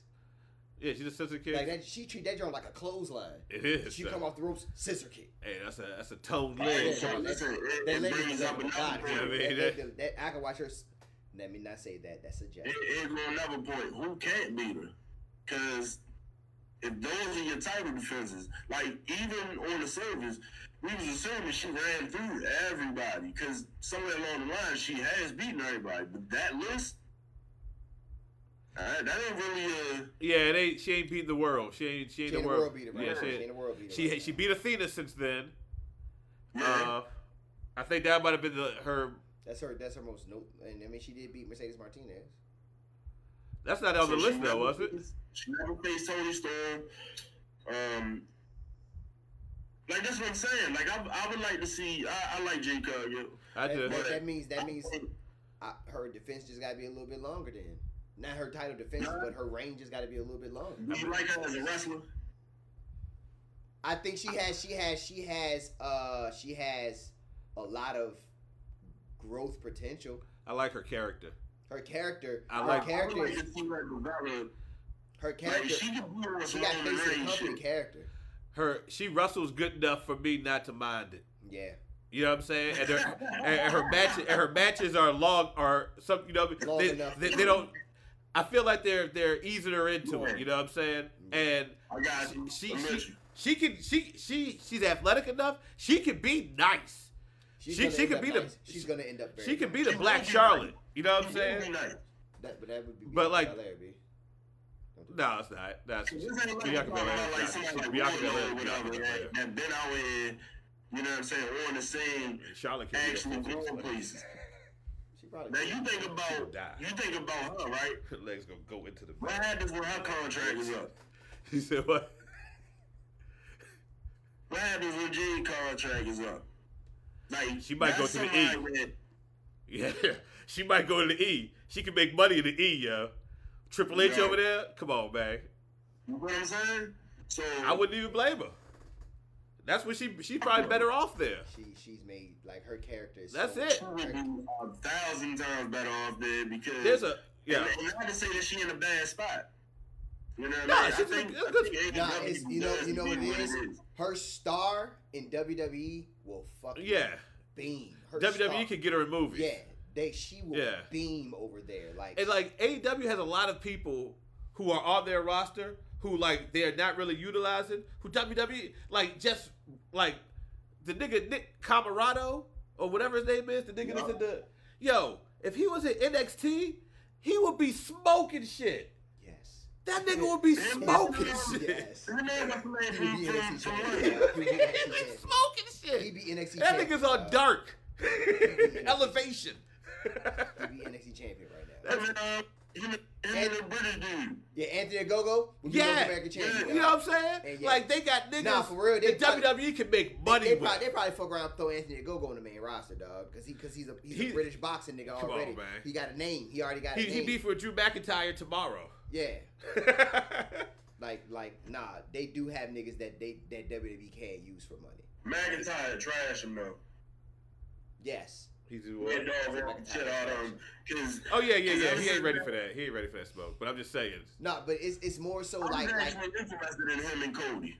[SPEAKER 1] yeah, she just sits a kid.
[SPEAKER 2] Like that, she treat that joint like a clothesline.
[SPEAKER 1] it is.
[SPEAKER 2] She
[SPEAKER 1] though.
[SPEAKER 2] come off the ropes, scissor kick.
[SPEAKER 1] Hey, that's a that's a tone
[SPEAKER 3] Hey,
[SPEAKER 1] leg.
[SPEAKER 2] Yeah.
[SPEAKER 3] so listen, it,
[SPEAKER 2] That
[SPEAKER 3] it
[SPEAKER 2] leg
[SPEAKER 3] brings
[SPEAKER 2] is up
[SPEAKER 3] up
[SPEAKER 2] the
[SPEAKER 3] another
[SPEAKER 2] body.
[SPEAKER 1] Yeah, I
[SPEAKER 3] point.
[SPEAKER 1] mean,
[SPEAKER 2] That-
[SPEAKER 1] that-
[SPEAKER 2] that- that- I can watch her. s- Let me not say that. That's a joke.
[SPEAKER 3] It, it brings another point. Who can't beat her? Because if those are your title defenses, like even on the service, we was assuming she ran through everybody. Because somewhere along the line, she has beaten everybody. But that list, all right, that ain't really a.
[SPEAKER 1] Yeah, it ain't. She ain't beat the world. She ain't. She ain't
[SPEAKER 2] She
[SPEAKER 1] the
[SPEAKER 2] ain't a
[SPEAKER 1] world.
[SPEAKER 2] world beater, right?
[SPEAKER 1] yeah,
[SPEAKER 2] now.
[SPEAKER 1] she,
[SPEAKER 2] she
[SPEAKER 1] ain't-
[SPEAKER 2] ain't a world beater.
[SPEAKER 1] she
[SPEAKER 2] right
[SPEAKER 1] she
[SPEAKER 2] now.
[SPEAKER 1] beat Athena since then.
[SPEAKER 3] Yeah,
[SPEAKER 1] Uh, I think that might have been the, her.
[SPEAKER 2] That's her. That's her most note. And I mean, she did beat Mercedes Martinez.
[SPEAKER 1] That's not on the
[SPEAKER 3] So she
[SPEAKER 1] list though, was
[SPEAKER 3] never-
[SPEAKER 1] it?
[SPEAKER 3] She never faced Tony Storm. Um, like that's what I'm saying. Like I, I would like to see. I, I like Jay Cargill.
[SPEAKER 1] I
[SPEAKER 2] That,
[SPEAKER 1] just.
[SPEAKER 2] that,
[SPEAKER 3] But-
[SPEAKER 2] that means that
[SPEAKER 3] I
[SPEAKER 2] means
[SPEAKER 3] think-
[SPEAKER 2] I, her defense just got to be a little bit longer. Then not her title defense,
[SPEAKER 3] Nah.
[SPEAKER 2] but her range just got to be a little bit longer.
[SPEAKER 3] Do you like her as a wrestler?
[SPEAKER 2] I think she has she has she has uh she has a lot of growth potential.
[SPEAKER 1] I like her character.
[SPEAKER 2] Her character,
[SPEAKER 1] I
[SPEAKER 2] her
[SPEAKER 1] like-
[SPEAKER 3] I would
[SPEAKER 2] character,
[SPEAKER 3] like to see her develop.
[SPEAKER 2] her
[SPEAKER 3] Like
[SPEAKER 2] character.
[SPEAKER 3] she
[SPEAKER 2] she,
[SPEAKER 3] can be on some
[SPEAKER 2] got
[SPEAKER 3] Roman
[SPEAKER 2] facing
[SPEAKER 3] Reigns
[SPEAKER 2] company
[SPEAKER 3] shit.
[SPEAKER 2] character.
[SPEAKER 1] Her she wrestles good enough for me not to mind it.
[SPEAKER 2] Yeah,
[SPEAKER 1] You know what I'm saying? And her, and and her matches and her matches are long are some you know
[SPEAKER 2] Long
[SPEAKER 1] they,
[SPEAKER 2] enough.
[SPEAKER 1] they, they don't I feel like they're they're easing her into it, you know what I'm saying?
[SPEAKER 2] Mm-hmm.
[SPEAKER 1] And
[SPEAKER 3] I got you.
[SPEAKER 1] she
[SPEAKER 3] I'm
[SPEAKER 1] she,
[SPEAKER 3] with
[SPEAKER 1] she
[SPEAKER 3] you.
[SPEAKER 1] she can she she she's athletic enough. She can be nice.
[SPEAKER 2] she's
[SPEAKER 1] She-
[SPEAKER 2] gonna
[SPEAKER 1] she
[SPEAKER 2] end
[SPEAKER 1] could
[SPEAKER 2] up
[SPEAKER 1] be the-
[SPEAKER 2] nice. she's gonna end up. Very
[SPEAKER 1] She can be the
[SPEAKER 3] She
[SPEAKER 1] Black
[SPEAKER 3] can be
[SPEAKER 1] Charlotte.
[SPEAKER 3] nice.
[SPEAKER 1] You know what I'm
[SPEAKER 3] She would be
[SPEAKER 1] saying?
[SPEAKER 3] nice.
[SPEAKER 2] That, but that would be.
[SPEAKER 1] But, like-
[SPEAKER 2] Bianca Belair, B. Don't do that.
[SPEAKER 1] No, it's not. That's
[SPEAKER 3] This ain't like
[SPEAKER 1] Bianca
[SPEAKER 3] talking about,
[SPEAKER 1] Belair.
[SPEAKER 3] like somebody like
[SPEAKER 1] Bianca
[SPEAKER 3] Wardlow
[SPEAKER 1] Belair.
[SPEAKER 3] or
[SPEAKER 1] Bianca
[SPEAKER 3] whatever
[SPEAKER 1] Belair.
[SPEAKER 3] that, that been out here. You know what I'm saying? On the scene,
[SPEAKER 1] Charlotte can be
[SPEAKER 3] actually
[SPEAKER 1] a
[SPEAKER 3] going
[SPEAKER 1] fucking place.
[SPEAKER 3] places.
[SPEAKER 2] She probably.
[SPEAKER 3] Now you think
[SPEAKER 1] She'll
[SPEAKER 3] about
[SPEAKER 1] die.
[SPEAKER 3] you think about her, right?
[SPEAKER 1] Her legs gonna go into the.
[SPEAKER 3] What happens when her contract is up?
[SPEAKER 1] He said what?
[SPEAKER 3] What happens when Jade contract is up? Like
[SPEAKER 1] She might go
[SPEAKER 3] that's
[SPEAKER 1] to the
[SPEAKER 3] somebody
[SPEAKER 1] E.
[SPEAKER 3] that-
[SPEAKER 1] Yeah, she might go to the E. She can make money in the E, yo. Triple H
[SPEAKER 3] Yeah.
[SPEAKER 1] over there, come on, man.
[SPEAKER 3] You know what I'm saying? So
[SPEAKER 1] I wouldn't even blame her. That's what she she's probably better off there.
[SPEAKER 2] She she's made like her character. Is
[SPEAKER 1] That's
[SPEAKER 2] so-
[SPEAKER 1] it.
[SPEAKER 3] she would be a thousand times better off there because
[SPEAKER 1] There's a yeah.
[SPEAKER 3] And, and not to say that she in a bad spot. You know what
[SPEAKER 1] Nah,
[SPEAKER 3] I mean?
[SPEAKER 1] she's
[SPEAKER 3] I think,
[SPEAKER 1] a- a
[SPEAKER 3] I
[SPEAKER 1] good-
[SPEAKER 3] think
[SPEAKER 2] Nah,
[SPEAKER 3] AEW
[SPEAKER 2] it's, you know
[SPEAKER 3] does
[SPEAKER 2] you know what
[SPEAKER 3] be
[SPEAKER 2] it is. Her star in WWE will fucking
[SPEAKER 1] Yeah.
[SPEAKER 2] beam. Her star.
[SPEAKER 1] WWE can get her in movies.
[SPEAKER 2] Yeah, they she will
[SPEAKER 1] Yeah.
[SPEAKER 2] beam over there. Like
[SPEAKER 1] And like AEW has a lot of people who are on their roster who like they're not really utilizing. Who WWE like just like the nigga Nick Camarado or whatever his name is, the nigga that's in the yo. If he was in NXT, he would be smoking shit.
[SPEAKER 2] yes,
[SPEAKER 1] That nigga would be
[SPEAKER 3] Damn,
[SPEAKER 1] smoking
[SPEAKER 3] that's
[SPEAKER 1] shit.
[SPEAKER 2] Yes.
[SPEAKER 3] Your name was playing
[SPEAKER 2] He be
[SPEAKER 3] from from
[SPEAKER 2] NXT
[SPEAKER 3] from
[SPEAKER 2] champion.
[SPEAKER 3] what?
[SPEAKER 2] He
[SPEAKER 1] He be
[SPEAKER 2] be NXT champion. He
[SPEAKER 1] smoking shit.
[SPEAKER 2] be NXT
[SPEAKER 1] That
[SPEAKER 2] champion,
[SPEAKER 1] nigga's on
[SPEAKER 2] dog.
[SPEAKER 1] dark.
[SPEAKER 2] NXT.
[SPEAKER 1] Elevation.
[SPEAKER 2] He be NXT champion right now.
[SPEAKER 3] That's uh, him him and the British dude.
[SPEAKER 2] Yeah, Anthony Gogo would be North
[SPEAKER 1] Yeah.
[SPEAKER 2] American champion.
[SPEAKER 1] You know what I'm saying?
[SPEAKER 2] And yeah.
[SPEAKER 1] Like they got niggas.
[SPEAKER 2] Nah, for real, they
[SPEAKER 1] the E
[SPEAKER 2] probably-
[SPEAKER 5] E
[SPEAKER 1] WWE can make money
[SPEAKER 2] They, they,
[SPEAKER 1] with.
[SPEAKER 2] probably, they probably fuck around and throw Anthony Gogo on the main roster, dog, because he because he's a he's
[SPEAKER 1] He-
[SPEAKER 2] a British boxing nigga
[SPEAKER 1] Come on,
[SPEAKER 2] already.
[SPEAKER 1] man.
[SPEAKER 2] He got a name. He already got a
[SPEAKER 1] he, he
[SPEAKER 2] name.
[SPEAKER 1] beef with Drew McIntyre tomorrow.
[SPEAKER 2] yeah, like like nah, they do have niggas that they that WWE can use for money.
[SPEAKER 3] McIntyre trash him though.
[SPEAKER 2] Yes,
[SPEAKER 5] he do
[SPEAKER 3] He
[SPEAKER 5] what?
[SPEAKER 3] dog walking shit out of him. Cause
[SPEAKER 5] Oh yeah, yeah, yeah. He ain't ready for that. He ain't ready for that smoke. But I'm just saying.
[SPEAKER 2] nah, but it's it's more so
[SPEAKER 3] I was
[SPEAKER 2] like like
[SPEAKER 3] actually interested in him and Cody.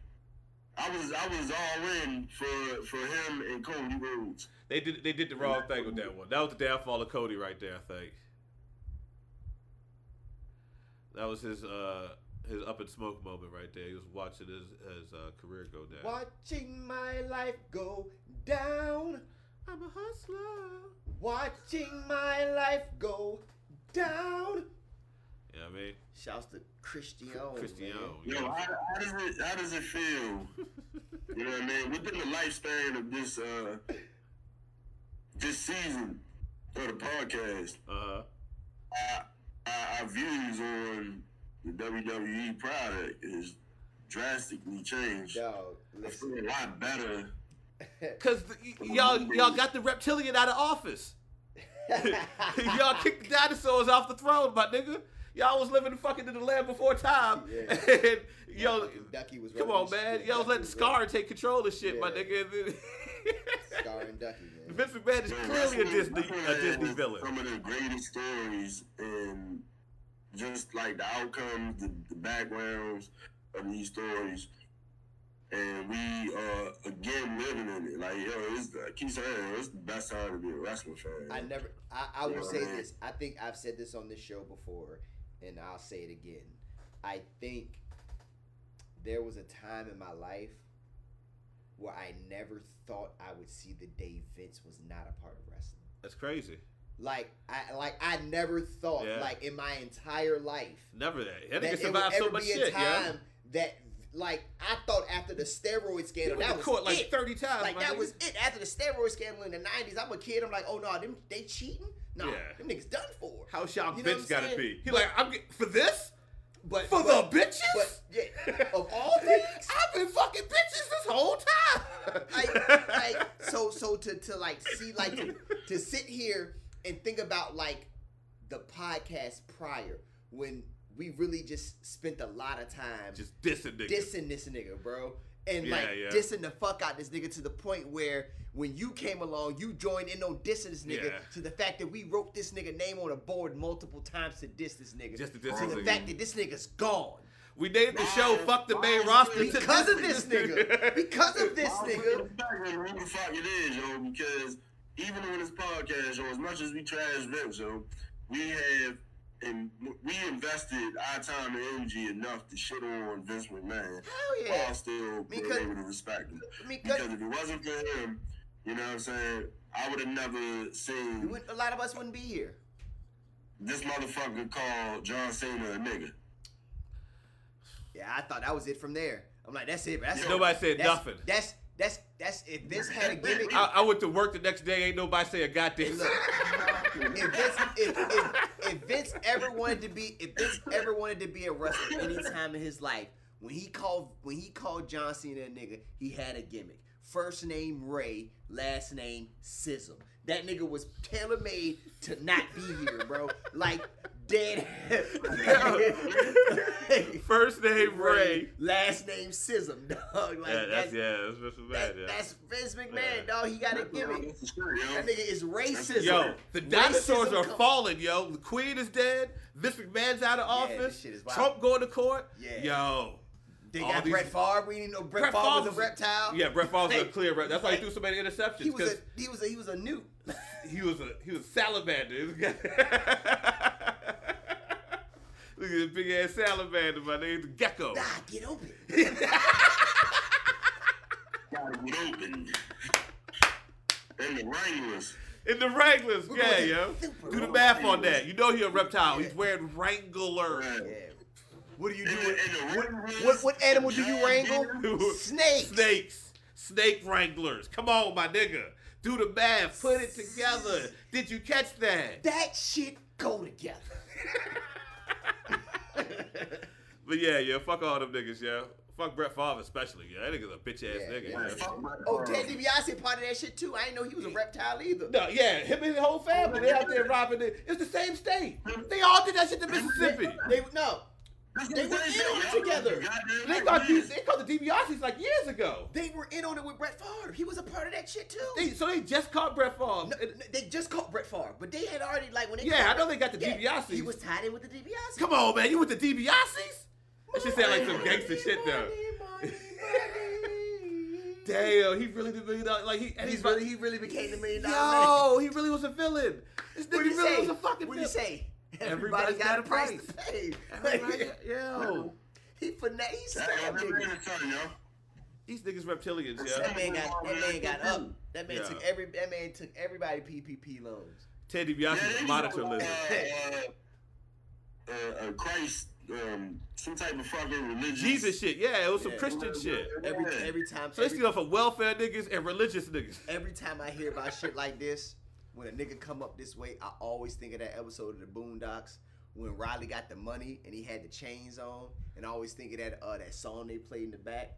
[SPEAKER 3] I was I was all in for for him and Cody Rhodes.
[SPEAKER 5] They did they did the wrong thing with that one. That was the downfall of Cody right there, I think. That was his uh his up in smoke moment right there. He was watching his his uh, career go down.
[SPEAKER 2] watching my life go down,
[SPEAKER 1] I'm a hustler.
[SPEAKER 2] watching my life go down.
[SPEAKER 5] You know what I mean?
[SPEAKER 2] Shouts to Cristiano.
[SPEAKER 5] Christian.
[SPEAKER 2] man.
[SPEAKER 5] You
[SPEAKER 3] Yo,
[SPEAKER 5] know,
[SPEAKER 3] how, how does it how does it feel? You know what I mean? Within the lifespan of this uh this season of the podcast,
[SPEAKER 5] uh
[SPEAKER 3] I, I, our views on the WWE product is drastically changed.
[SPEAKER 2] Dog,
[SPEAKER 3] I
[SPEAKER 2] listen.
[SPEAKER 3] feel a lot better.
[SPEAKER 1] Cause the, y- y'all y'all got the reptilian out of office. y'all kicked the dinosaurs off the throne, my nigga. Y'all was living fucking in the land before time.
[SPEAKER 2] Yeah.
[SPEAKER 1] And y'all,
[SPEAKER 2] Fucking Ducky was
[SPEAKER 1] come
[SPEAKER 2] running
[SPEAKER 1] on,
[SPEAKER 2] the
[SPEAKER 1] man.
[SPEAKER 2] shit.
[SPEAKER 1] Y'all was
[SPEAKER 2] Ducky
[SPEAKER 1] letting Scar take control of shit, my
[SPEAKER 2] Yeah.
[SPEAKER 1] nigga. And
[SPEAKER 2] running-
[SPEAKER 1] then-
[SPEAKER 2] Scar and Ducky, man.
[SPEAKER 1] Vince McMahon is
[SPEAKER 3] Man,
[SPEAKER 1] clearly a
[SPEAKER 3] wrestling-
[SPEAKER 1] Disney
[SPEAKER 3] wrestling
[SPEAKER 1] a Disney
[SPEAKER 3] has
[SPEAKER 1] villain.
[SPEAKER 3] Some of the greatest stories and just like the outcomes, the, the backgrounds of these stories. And we are again living in it. Like, yo, it's, I keep saying, it's the best time to be a wrestling fan.
[SPEAKER 2] I never. I, I will
[SPEAKER 3] Yeah,
[SPEAKER 2] say
[SPEAKER 3] man.
[SPEAKER 2] this. I think I've said this on this show before, and I'll say it again. I think there was a time in my life where I never thought I would see the day Vince was not a part of wrestling.
[SPEAKER 5] that's crazy.
[SPEAKER 2] Like I like I never thought
[SPEAKER 5] Yeah.
[SPEAKER 2] like in my entire life
[SPEAKER 5] Never that. That
[SPEAKER 2] that
[SPEAKER 5] nigga
[SPEAKER 2] it would
[SPEAKER 5] survived
[SPEAKER 2] ever
[SPEAKER 5] so much
[SPEAKER 2] be a
[SPEAKER 5] shit, yeah.
[SPEAKER 2] time that like I thought after the steroid
[SPEAKER 1] He
[SPEAKER 2] scandal
[SPEAKER 1] went
[SPEAKER 2] that
[SPEAKER 1] to
[SPEAKER 2] was
[SPEAKER 1] court like
[SPEAKER 2] it.
[SPEAKER 1] thirty times.
[SPEAKER 2] Like
[SPEAKER 1] my
[SPEAKER 2] that
[SPEAKER 1] nigga.
[SPEAKER 2] was it after the steroid scandal in the '90s. I'm a kid. I'm like, oh no, them they cheating? No,
[SPEAKER 5] Yeah.
[SPEAKER 2] them niggas done for.
[SPEAKER 5] How shocked
[SPEAKER 2] You know what
[SPEAKER 5] Vince
[SPEAKER 2] I'm
[SPEAKER 5] gotta
[SPEAKER 2] saying?
[SPEAKER 5] be? He like, I'm get, for this?
[SPEAKER 2] But
[SPEAKER 1] For
[SPEAKER 2] but-
[SPEAKER 1] the bitches?
[SPEAKER 2] but yeah, of all things,
[SPEAKER 1] I've been fucking bitches this whole time.
[SPEAKER 2] like, like so so to to like see like to, to sit here and think about like the podcast prior when we really just spent a lot of time
[SPEAKER 5] Just dissing nigga.
[SPEAKER 2] dissing this nigga, bro. And
[SPEAKER 5] Yeah,
[SPEAKER 2] like
[SPEAKER 5] yeah.
[SPEAKER 2] dissing the fuck out this nigga to the point where when you came along, you joined in on dissing this nigga
[SPEAKER 5] Yeah.
[SPEAKER 2] to the fact that we wrote this nigga name on a board multiple times to diss this nigga.
[SPEAKER 5] Just to diss
[SPEAKER 2] to
[SPEAKER 5] this
[SPEAKER 2] the
[SPEAKER 5] nigga.
[SPEAKER 2] fact that this nigga's gone.
[SPEAKER 5] we named the show
[SPEAKER 3] Why-
[SPEAKER 5] Fuck the
[SPEAKER 3] why
[SPEAKER 5] Main
[SPEAKER 3] is
[SPEAKER 5] Roster
[SPEAKER 3] this-
[SPEAKER 5] to
[SPEAKER 2] Because of
[SPEAKER 5] this
[SPEAKER 2] this nigga. Because of this
[SPEAKER 3] I'll put
[SPEAKER 2] nigga.
[SPEAKER 3] it back on Who the fuck it is, yo? Because even on this podcast, yo, as much as we trash Vince, yo, we have and we invested our time and energy enough to shit on Vince
[SPEAKER 2] Hell
[SPEAKER 3] McMahon.
[SPEAKER 2] yeah.
[SPEAKER 3] While still being
[SPEAKER 2] Because-
[SPEAKER 3] able to respect him.
[SPEAKER 2] I mean, 'cause
[SPEAKER 3] Because if it wasn't for him, you know what I'm saying, I would have never
[SPEAKER 2] you
[SPEAKER 3] seen
[SPEAKER 2] wouldn't- a lot of us wouldn't be here.
[SPEAKER 3] this motherfucker call John Cena a nigga.
[SPEAKER 2] Yeah, I thought that was it from there. I'm like, that's it. But that's
[SPEAKER 5] Nobody said
[SPEAKER 2] that's,
[SPEAKER 5] nothing.
[SPEAKER 2] That's that's that's if Vince had a gimmick.
[SPEAKER 5] I, I went to work the next day. Ain't nobody say a goddamn.
[SPEAKER 2] Look, if Vince, if, if, if Vince ever wanted to be, if Vince ever wanted to be a wrestler any time in his life, when he called when he called John Cena a nigga, he had a gimmick. First name Ray, last name Sizzle. That nigga was tailor made to not be here, bro. Like dead.
[SPEAKER 5] First name Ray.
[SPEAKER 2] last name Sizzle, dog. Like
[SPEAKER 5] yeah, that's,
[SPEAKER 2] that's,
[SPEAKER 5] yeah, that's Vince McMahon.
[SPEAKER 2] that-
[SPEAKER 5] yeah.
[SPEAKER 2] that's Vince McMahon,
[SPEAKER 5] Yeah.
[SPEAKER 2] dog. He got a gimmick.
[SPEAKER 3] That's the shit, yo.
[SPEAKER 2] That nigga is racism.
[SPEAKER 5] Yo, the
[SPEAKER 2] Racism
[SPEAKER 5] dinosaurs are
[SPEAKER 2] come-
[SPEAKER 5] falling, yo. The queen is dead. Vince McMahon's out of
[SPEAKER 2] Yeah, this
[SPEAKER 5] office.
[SPEAKER 2] shit is wild.
[SPEAKER 5] Trump going to court.
[SPEAKER 2] Yeah.
[SPEAKER 5] Yo.
[SPEAKER 2] They
[SPEAKER 5] All
[SPEAKER 2] got
[SPEAKER 5] these-
[SPEAKER 2] Brett Favre. We didn't know Brett, Favre, was a reptile.
[SPEAKER 5] Yeah, Brett Favre was a
[SPEAKER 2] Hey,
[SPEAKER 5] clear rep. That's why he
[SPEAKER 2] hey,
[SPEAKER 5] threw so many interceptions.
[SPEAKER 2] He was a
[SPEAKER 5] 'cause
[SPEAKER 2] he was a he was a newt.
[SPEAKER 5] he was a he was a salamander. Look at this big ass salamander, my nigga, the gecko.
[SPEAKER 2] nah, get open.
[SPEAKER 3] Gotta get open. And the Wranglers.
[SPEAKER 5] In the Wranglers,
[SPEAKER 2] We're
[SPEAKER 5] yeah,
[SPEAKER 2] going
[SPEAKER 5] yo.
[SPEAKER 2] super
[SPEAKER 5] Do the
[SPEAKER 2] wrong.
[SPEAKER 5] math on that. You know he a reptile. He's wearing Wrangler.
[SPEAKER 3] Right.
[SPEAKER 2] Yeah. What do you do?
[SPEAKER 3] And the-
[SPEAKER 2] With,
[SPEAKER 3] and the ring
[SPEAKER 2] what, what animal do you wrangle?
[SPEAKER 1] Dude,
[SPEAKER 2] Snakes.
[SPEAKER 1] Snakes. Snake wranglers. Come on, my nigga. Do the math. Put it together. Did you catch that?
[SPEAKER 2] That shit go together.
[SPEAKER 1] But yeah, yeah, fuck all them niggas, yeah. Fuck Brett Favre especially, yeah. That nigga's a bitch ass
[SPEAKER 2] Yeah,
[SPEAKER 1] nigga.
[SPEAKER 2] yeah.
[SPEAKER 1] yeah.
[SPEAKER 3] Fuck my
[SPEAKER 2] Oh,
[SPEAKER 3] car.
[SPEAKER 2] Ted DiBiase part of that shit too. I didn't know he was a reptile either.
[SPEAKER 1] No, yeah, him and his whole family, they out there robbing it. It's the same state. They all did that shit to Mississippi.
[SPEAKER 2] They no.
[SPEAKER 3] That's
[SPEAKER 2] They
[SPEAKER 3] what
[SPEAKER 2] were
[SPEAKER 3] I'm saying,
[SPEAKER 2] in it
[SPEAKER 3] y'all
[SPEAKER 2] together.
[SPEAKER 3] niggas goddamn
[SPEAKER 1] They
[SPEAKER 3] right,
[SPEAKER 1] got
[SPEAKER 3] yeah.
[SPEAKER 1] these, they caught the DiBiase's like years ago.
[SPEAKER 2] They were in on it with Brett Favre. He was a part of that shit too.
[SPEAKER 1] They, so they just caught Brett Favre.
[SPEAKER 2] No,
[SPEAKER 1] And-
[SPEAKER 2] no, they just caught Brett Favre, but they had already like when they
[SPEAKER 1] yeah,
[SPEAKER 2] caught
[SPEAKER 1] I know they got the
[SPEAKER 2] Brett- yeah,
[SPEAKER 1] DiBiase's.
[SPEAKER 2] He was tied in with the DiBiase.
[SPEAKER 1] Come on, man, you with the DiBiase's? That shit sound like some gangster shit though. Damn, he really did million dollar. Like he, and
[SPEAKER 2] And
[SPEAKER 1] he's
[SPEAKER 2] he's
[SPEAKER 1] about-
[SPEAKER 2] really, he really became the million dollar
[SPEAKER 1] Yo, he really was a villain. This
[SPEAKER 2] man.
[SPEAKER 1] nigga really was a fucking
[SPEAKER 2] What do you
[SPEAKER 1] villain.
[SPEAKER 2] say?
[SPEAKER 1] Everybody's
[SPEAKER 2] Everybody's got a price to pay.
[SPEAKER 1] Everybody-
[SPEAKER 2] Like,
[SPEAKER 1] Yo,
[SPEAKER 2] he finesse. He
[SPEAKER 3] That
[SPEAKER 2] stabbed
[SPEAKER 3] ain't
[SPEAKER 2] niggas.
[SPEAKER 3] nothing to tell y'all.
[SPEAKER 1] these niggas reptilians,
[SPEAKER 2] That
[SPEAKER 1] yeah.
[SPEAKER 2] man got that man got up. That man
[SPEAKER 1] Yeah.
[SPEAKER 2] took every that man took everybody PPP loans.
[SPEAKER 1] Ted
[SPEAKER 3] Yeah,
[SPEAKER 1] DiBiase
[SPEAKER 3] they
[SPEAKER 1] was
[SPEAKER 3] be
[SPEAKER 1] monitor
[SPEAKER 3] like,
[SPEAKER 1] lizard.
[SPEAKER 3] Uh, uh, uh, uh, Christ, um, some type of fucking religious.
[SPEAKER 1] Jesus shit, yeah, it was some
[SPEAKER 2] Yeah.
[SPEAKER 1] Christian shit.
[SPEAKER 2] Every
[SPEAKER 3] Yeah.
[SPEAKER 2] every time
[SPEAKER 1] So they
[SPEAKER 2] every,
[SPEAKER 1] steal for welfare niggas and religious niggas.
[SPEAKER 2] every time I hear about shit like this, when a nigga come up this way, I always think of that episode of the Boondocks when Riley got the money and he had the chains on, and I always think of that uh that song they played in the back.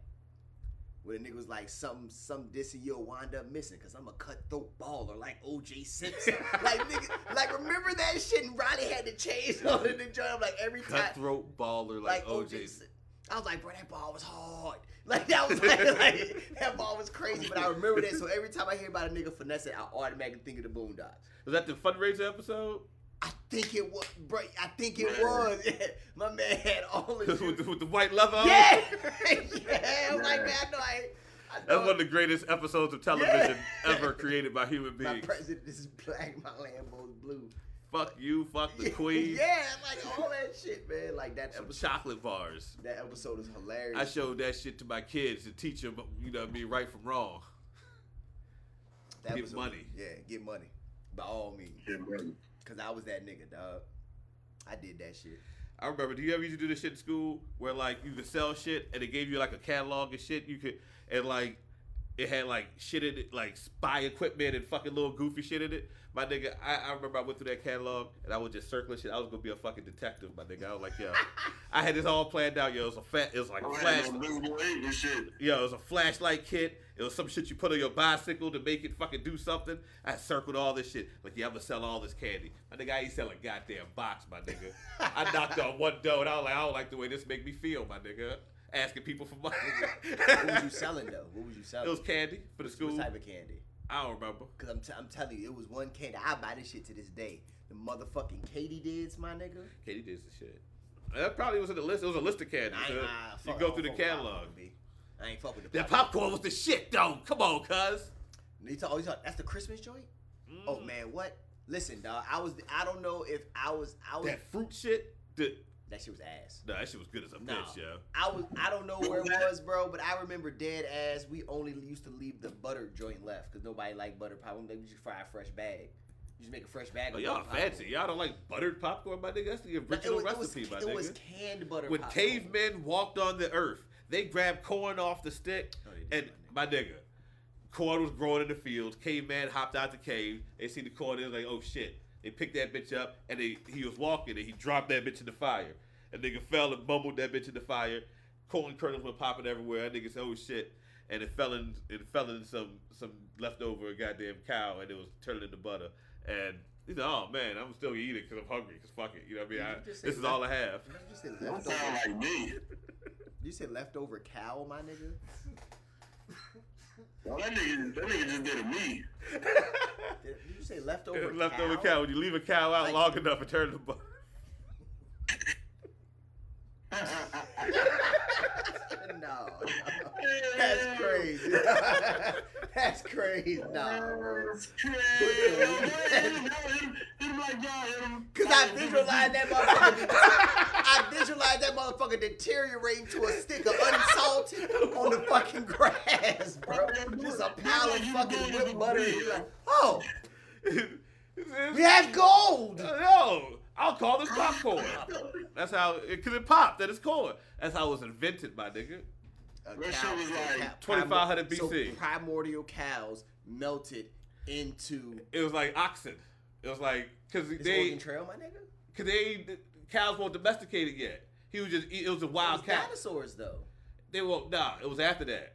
[SPEAKER 2] Where the nigga was like, something, some this and you'll wind up missing, cause I'm a cutthroat baller like OJ Simpson. like nigga, like remember that shit and Riley had the chains on in the joint. I'm like every time
[SPEAKER 1] Cutthroat baller like, oh,
[SPEAKER 2] like,
[SPEAKER 1] OJ.
[SPEAKER 2] OJ. I was like, bro, that ball was hard. Like that was like, like, that ball was crazy. But I remember that. So every time I hear about a nigga finessing, I automatically think of the Boondocks.
[SPEAKER 1] Was that the fundraiser episode?
[SPEAKER 2] I think it was, bro. I think it was. My man had all
[SPEAKER 1] with,
[SPEAKER 2] his.
[SPEAKER 1] the, with the white leather on?
[SPEAKER 2] yeah, yeah. I'm like, man, I know. I, I know
[SPEAKER 1] That's one of the greatest episodes of television
[SPEAKER 2] Yeah.
[SPEAKER 1] ever created by human
[SPEAKER 2] my
[SPEAKER 1] beings.
[SPEAKER 2] president is black. My Lambo's blue.
[SPEAKER 1] fuck you, fuck the queen.
[SPEAKER 2] yeah, like all that shit, man. Like that
[SPEAKER 1] Some
[SPEAKER 2] episode.
[SPEAKER 1] chocolate bars.
[SPEAKER 2] That episode is hilarious.
[SPEAKER 1] I showed that shit to my kids to teach them, you know what I mean, right from wrong.
[SPEAKER 2] that
[SPEAKER 1] get
[SPEAKER 2] was
[SPEAKER 1] money.
[SPEAKER 2] Yeah, get money by all means.
[SPEAKER 3] Yeah, brother.
[SPEAKER 2] Cause I was that nigga, dog. I did that shit.
[SPEAKER 1] I remember. Do you ever used to do this shit in school where like you could sell shit and it gave you like a catalog and shit? You could and like it had like shit in it, like spy equipment and fucking little goofy shit in it. My nigga, I, I remember I went through that catalog and I was just circling shit. I was gonna be a fucking detective, my nigga. I was like, yo, I had this all planned out. Yo, it was a fat, it was like
[SPEAKER 2] Oh,
[SPEAKER 3] I
[SPEAKER 1] a
[SPEAKER 3] had
[SPEAKER 1] flash,
[SPEAKER 3] no visible ink and shit.
[SPEAKER 1] yo, it was a flashlight kit. It was some shit you put on your bicycle to make it fucking do something. I circled all this shit. Like, yeah, I'm gonna sell all this candy. My nigga, I ain't selling goddamn box, my nigga. I knocked on one door and I was like, I don't like the way this make me feel, my nigga. Asking people for money.
[SPEAKER 2] What was you selling though? What was you
[SPEAKER 1] It
[SPEAKER 2] selling?
[SPEAKER 1] was candy for the
[SPEAKER 2] what
[SPEAKER 1] school.
[SPEAKER 2] type of candy?
[SPEAKER 1] I don't remember.
[SPEAKER 2] Cause I'm, t- I'm telling you, it was one candy. I buy this shit to this day. The motherfucking Katie dids, my nigga.
[SPEAKER 1] Katie did some shit. That probably was in the list. It was a list of candies.
[SPEAKER 2] I ain't,
[SPEAKER 1] huh?
[SPEAKER 2] I
[SPEAKER 1] you
[SPEAKER 2] fuck- I
[SPEAKER 1] go
[SPEAKER 2] don't
[SPEAKER 1] through the
[SPEAKER 2] fuck with
[SPEAKER 1] catalog.
[SPEAKER 2] popcorn, B. I ain't fuck with the
[SPEAKER 1] That popcorn was the shit, though. Come on, cuz.
[SPEAKER 2] You talk, oh, you talk, that's the Christmas joint.
[SPEAKER 1] Mm.
[SPEAKER 2] Oh man, what? Listen, dog. I was. I don't know if I was. I was.
[SPEAKER 1] That fruit shit. The,
[SPEAKER 2] that shit was ass.
[SPEAKER 1] nah, that shit was good as a
[SPEAKER 2] No.
[SPEAKER 1] bitch, yo.
[SPEAKER 2] I was I don't know where it was, bro, but I remember dead ass. We only used to leave the butter joint left because nobody liked butter popcorn. They just fry a fresh bag. You just make a fresh bag.
[SPEAKER 1] Oh,
[SPEAKER 2] of
[SPEAKER 1] y'all
[SPEAKER 2] butter
[SPEAKER 1] fancy.
[SPEAKER 2] popcorn.
[SPEAKER 1] Y'all don't like buttered popcorn, my nigga? That's the
[SPEAKER 2] But
[SPEAKER 1] original
[SPEAKER 2] it was,
[SPEAKER 1] recipe,
[SPEAKER 2] it was,
[SPEAKER 1] my
[SPEAKER 2] It
[SPEAKER 1] nigga.
[SPEAKER 2] was canned butter.
[SPEAKER 1] when
[SPEAKER 2] popcorn.
[SPEAKER 1] cavemen walked on the earth, they grabbed corn off the stick,
[SPEAKER 2] Oh, they did,
[SPEAKER 1] and my nigga, corn was growing in the fields. Caveman hopped out the cave. They see the corn, they was like, oh shit. They picked that bitch up, and they, he was walking, and he dropped that bitch in the fire. And nigga fell and bumbled that bitch in the fire. Corn kernels were popping everywhere. That nigga said, oh shit. And it fell in, it fell in some some leftover goddamn cow, and it was turning into butter. And he said, "Oh man, I'm still eating it because I'm hungry. Because fuck it, you know what I mean.
[SPEAKER 2] Did
[SPEAKER 1] I,
[SPEAKER 2] you just say
[SPEAKER 1] this is
[SPEAKER 2] that?
[SPEAKER 1] all I have."
[SPEAKER 2] Did you say
[SPEAKER 3] Don't
[SPEAKER 2] leftover?
[SPEAKER 3] sound like me.
[SPEAKER 2] Did you say leftover cow, my nigga?
[SPEAKER 3] Well, that nigga, that nigga just did a me.
[SPEAKER 2] Did, did you say leftover?
[SPEAKER 1] Leftover cow. When you leave a cow out
[SPEAKER 2] Like-
[SPEAKER 1] long enough, it turns to butter.
[SPEAKER 2] no, no. that's crazy. that's crazy. No, bro. Cause I visualized that motherfucker. I visualized that motherfucker deteriorating to a stick of unsalted on the fucking grass, bro. Just a pile of fucking whipped butter. You're like, oh, we have gold.
[SPEAKER 1] no, I'll call this popcorn. That's how, because it popped, that is corn. That's how it was invented, my nigga.
[SPEAKER 2] A
[SPEAKER 3] That shit was like
[SPEAKER 2] cow-
[SPEAKER 1] 2500
[SPEAKER 2] so
[SPEAKER 1] BC.
[SPEAKER 2] primordial cows melted into
[SPEAKER 1] It was like oxen. It was like, because
[SPEAKER 2] this
[SPEAKER 1] they,
[SPEAKER 2] Oregon Trail, my nigga.
[SPEAKER 1] cause they, cows weren't domesticated yet. He was just, it was a
[SPEAKER 2] It
[SPEAKER 1] wild
[SPEAKER 2] was
[SPEAKER 1] cat.
[SPEAKER 2] dinosaurs though.
[SPEAKER 1] They were, nah, it was after that.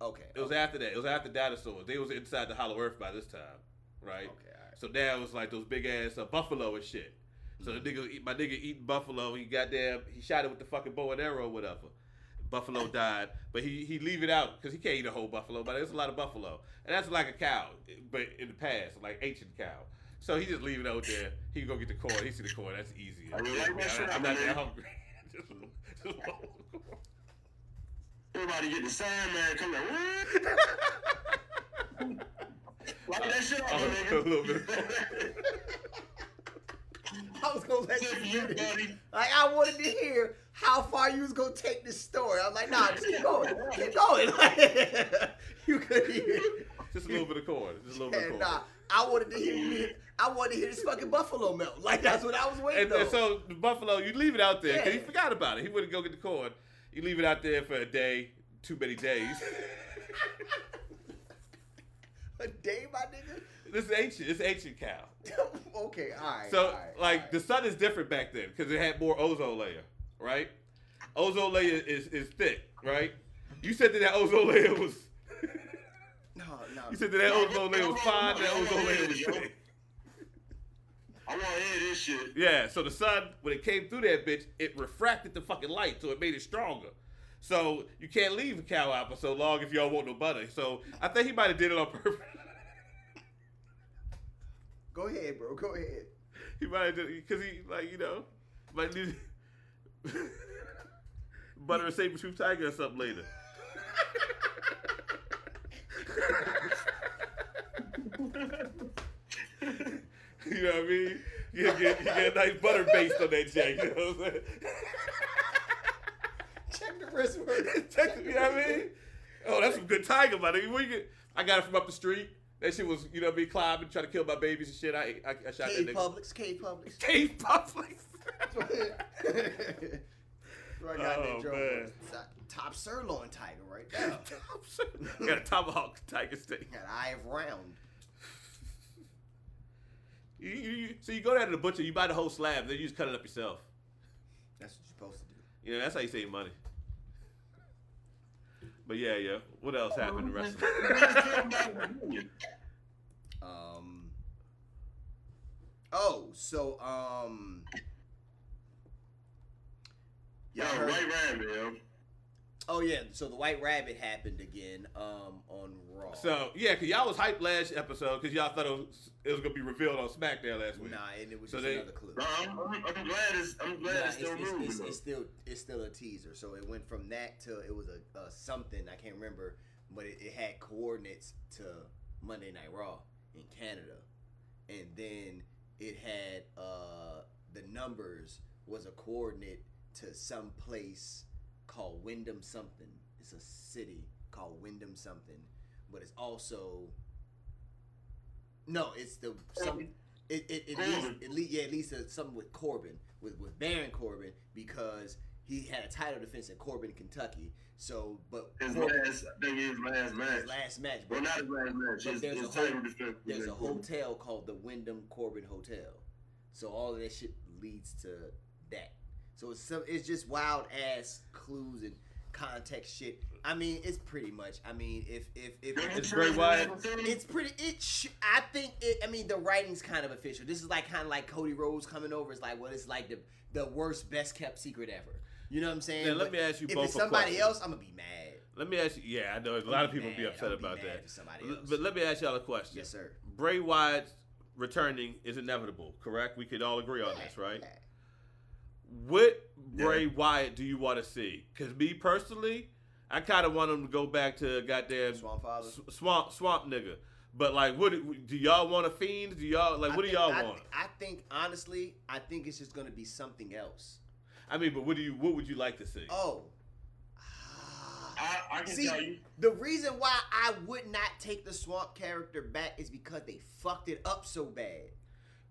[SPEAKER 2] Okay.
[SPEAKER 1] It was after that. It was after dinosaurs. They was inside the hollow earth by this time, right?
[SPEAKER 2] Okay, alright.
[SPEAKER 1] So now it was like those big ass uh, buffalo and shit. So
[SPEAKER 3] Mm-hmm.
[SPEAKER 1] the nigga, eat, my nigga eating buffalo. He goddamn, he shot it with the fucking bow and arrow, or whatever. Buffalo died, but he he leave it out because he can't eat a whole buffalo. But there's a lot of buffalo, and that's like a cow, but in the past, like ancient cow. So he just leave it out there. He go get the corn. He see the corn. That's easy.
[SPEAKER 3] I really like that shit.
[SPEAKER 1] I'm not that
[SPEAKER 3] man.
[SPEAKER 1] hungry. just, just want some corn.
[SPEAKER 3] Everybody get the sign, man. Come like, what? Lock that shit up,
[SPEAKER 1] Oh,
[SPEAKER 3] my
[SPEAKER 1] a
[SPEAKER 3] nigga.
[SPEAKER 1] little bit.
[SPEAKER 2] I was gonna let
[SPEAKER 3] Good for
[SPEAKER 2] you
[SPEAKER 3] you,
[SPEAKER 2] do this.
[SPEAKER 3] buddy.
[SPEAKER 2] Like I wanted to hear how far you was gonna take this story. I'm like, nah, just keep going, keep going. Like, you could hear.
[SPEAKER 1] Just a little bit of corn. Just a little bit of
[SPEAKER 2] And,
[SPEAKER 1] corn.
[SPEAKER 2] nah, I wanted to hear you. I wanted to hear this fucking buffalo melt. Like that's what I was waiting
[SPEAKER 1] and,
[SPEAKER 2] for.
[SPEAKER 1] and so the buffalo, you leave it out there because he
[SPEAKER 2] Yeah.
[SPEAKER 1] forgot about it. He wouldn't go get the corn. You leave it out there for a day, too many days.
[SPEAKER 2] a day, my nigga.
[SPEAKER 1] this is ancient. It's ancient cow.
[SPEAKER 2] okay, all right.
[SPEAKER 1] So
[SPEAKER 2] all right,
[SPEAKER 1] like
[SPEAKER 2] all right.
[SPEAKER 1] the sun is different back then because it had more ozone layer, right? Ozone layer is, is thick, right? You said that that ozone layer was.
[SPEAKER 2] no, no.
[SPEAKER 1] You said that that ozone layer was fine. That ozone layer was thick.
[SPEAKER 3] I want to hear this shit.
[SPEAKER 1] Yeah, so the sun, when it came through that bitch, it refracted the fucking light, so it made it stronger. So you can't leave a cow out for so long if y'all want no butter. So I think he might have did it on purpose.
[SPEAKER 2] Go ahead, bro. Go ahead.
[SPEAKER 1] he might have did it because he like you know might need butter and saber tooth tiger or something later. you know what I mean? You get, you get a nice butter based on that jack. You know what I'm saying?
[SPEAKER 2] Check the wrist word.
[SPEAKER 1] Texas, you know what I mean? Oh, that's some good tiger, my nigga. Where you get- I got it from up the street. That shit was, you know what I mean, climbing, trying to kill my babies and shit. I, I, I shot
[SPEAKER 2] K
[SPEAKER 1] that nigga.
[SPEAKER 2] Publix. K Publix.
[SPEAKER 1] Cave Publix.
[SPEAKER 2] right now,
[SPEAKER 1] Oh,
[SPEAKER 2] Nick Jones.
[SPEAKER 1] man.
[SPEAKER 2] It's a Top sirloin tiger, right now.
[SPEAKER 1] I got a tomahawk tiger steak.
[SPEAKER 2] Got an eye of round.
[SPEAKER 1] You, you, you, so you go down to the butcher, you buy the whole slab, then you just cut it up yourself.
[SPEAKER 2] That's what you're supposed to do.
[SPEAKER 1] You know, that's how you save money. But yeah, yeah. What else happened in wrestling?
[SPEAKER 2] Um. Oh, so um.
[SPEAKER 3] Yo,
[SPEAKER 2] Y'all heard?
[SPEAKER 3] right round, yo.
[SPEAKER 2] Oh yeah, so the white rabbit happened again. Um, on Raw.
[SPEAKER 1] so yeah, cause y'all was hyped last episode, cause y'all thought it was, it was gonna be revealed on SmackDown last week.
[SPEAKER 2] nah, and it was
[SPEAKER 1] So
[SPEAKER 2] just
[SPEAKER 1] they-
[SPEAKER 2] another clue.
[SPEAKER 3] No, I'm, I'm, I'm glad it's, I'm glad
[SPEAKER 2] Nah,
[SPEAKER 3] it's still
[SPEAKER 2] it's,
[SPEAKER 3] moving.
[SPEAKER 2] it's,
[SPEAKER 3] though.
[SPEAKER 2] it's still it's still a teaser. So it went from that to it was a, a something I can't remember, but it, it had coordinates to Monday Night Raw in Canada, and then it had uh the numbers was a coordinate to some place called Wyndham something. It's a city called Wyndham something, but it's also no, it's the some. It it, it leads
[SPEAKER 3] Corbin.
[SPEAKER 2] it lead, yeah it leads to something with Corbin with with Baron Corbin because he had a title defense in Corbin, Kentucky. So, but
[SPEAKER 3] his
[SPEAKER 2] Corbin-
[SPEAKER 3] last, I think his last match.
[SPEAKER 2] his last match, but
[SPEAKER 3] Well, not his last match.
[SPEAKER 2] But
[SPEAKER 3] His,
[SPEAKER 2] there's
[SPEAKER 3] his
[SPEAKER 2] a
[SPEAKER 3] title
[SPEAKER 2] whole-
[SPEAKER 3] defense. was
[SPEAKER 2] there's a
[SPEAKER 3] at Corbin.
[SPEAKER 2] hotel called the Wyndham Corbin Hotel. So all of that shit leads to that. So it's some, it's just wild ass clues and context shit. I mean, it's pretty much. I mean, if if if
[SPEAKER 3] Don't
[SPEAKER 1] It's
[SPEAKER 3] you
[SPEAKER 1] Bray
[SPEAKER 3] think
[SPEAKER 1] Wyatt.
[SPEAKER 3] that's the thing?
[SPEAKER 2] It's pretty. It. Sh- I think. It, I mean, the writing's kind of official. This is like kind of like Cody Rhodes coming over. It's like, well, it's like the the worst, best kept secret ever. You know what I'm saying?
[SPEAKER 1] Now, let
[SPEAKER 2] But
[SPEAKER 1] me ask you
[SPEAKER 2] If
[SPEAKER 1] both
[SPEAKER 2] it's
[SPEAKER 1] a
[SPEAKER 2] somebody
[SPEAKER 1] question.
[SPEAKER 2] else, I'm gonna be mad.
[SPEAKER 1] Let me ask you. Yeah, I know a
[SPEAKER 2] I'm
[SPEAKER 1] lot of
[SPEAKER 2] gonna
[SPEAKER 1] people be
[SPEAKER 2] mad.
[SPEAKER 1] upset
[SPEAKER 2] I'm gonna
[SPEAKER 1] about
[SPEAKER 2] be mad
[SPEAKER 1] that.
[SPEAKER 2] for somebody
[SPEAKER 1] L-
[SPEAKER 2] else.
[SPEAKER 1] But let me ask y'all a question.
[SPEAKER 2] Yes, sir.
[SPEAKER 1] Bray Wyatt's returning is inevitable, correct? We could all agree on this, right? What Bray Wyatt do you want to see? Because me personally, I kind of want him to go back to goddamn swamp
[SPEAKER 2] Swamp Father.
[SPEAKER 1] swamp, swamp nigga. But like, what do do y'all want a fiend? Do y'all like?
[SPEAKER 2] I
[SPEAKER 1] What do
[SPEAKER 2] think-
[SPEAKER 1] y'all
[SPEAKER 2] I,
[SPEAKER 1] want?
[SPEAKER 2] I think honestly, I think it's just gonna be something else.
[SPEAKER 1] I mean, but what do you? What would you like to see?
[SPEAKER 2] Oh. Ah.
[SPEAKER 3] I, I can
[SPEAKER 2] See,
[SPEAKER 3] tell you.
[SPEAKER 2] the reason why I would not take the swamp character back is because they fucked it up so bad.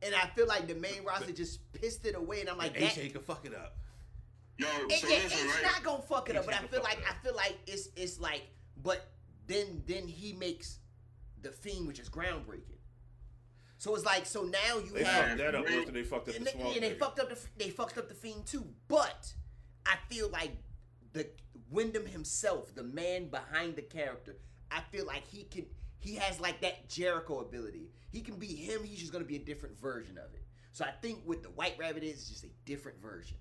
[SPEAKER 2] And I feel like the main roster just pissed it away, and I'm like, that,
[SPEAKER 1] AJ can fuck it up.
[SPEAKER 3] Yo,
[SPEAKER 2] it,
[SPEAKER 3] so
[SPEAKER 2] yeah,
[SPEAKER 3] listen,
[SPEAKER 2] it's
[SPEAKER 3] right?
[SPEAKER 2] not gonna fuck it up.
[SPEAKER 1] He's
[SPEAKER 2] But I
[SPEAKER 1] gonna
[SPEAKER 2] feel
[SPEAKER 1] fuck
[SPEAKER 2] like
[SPEAKER 1] it
[SPEAKER 2] I
[SPEAKER 1] up.
[SPEAKER 2] feel like it's it's like, but then then he makes the fiend, which is groundbreaking. So it's like so now you
[SPEAKER 5] They
[SPEAKER 2] have
[SPEAKER 5] fucked that up
[SPEAKER 3] Yeah.
[SPEAKER 5] worse than they fucked up
[SPEAKER 2] and
[SPEAKER 5] the
[SPEAKER 2] they,
[SPEAKER 5] Swamp
[SPEAKER 2] and they
[SPEAKER 5] Nigga.
[SPEAKER 2] fucked up the they fucked up the fiend too. But I feel like the Wyndham himself, the man behind the character, I feel like he can he has like that Jericho ability. He can be him. He's just gonna be a different version of it. So I think with the White Rabbit is it's just a different version.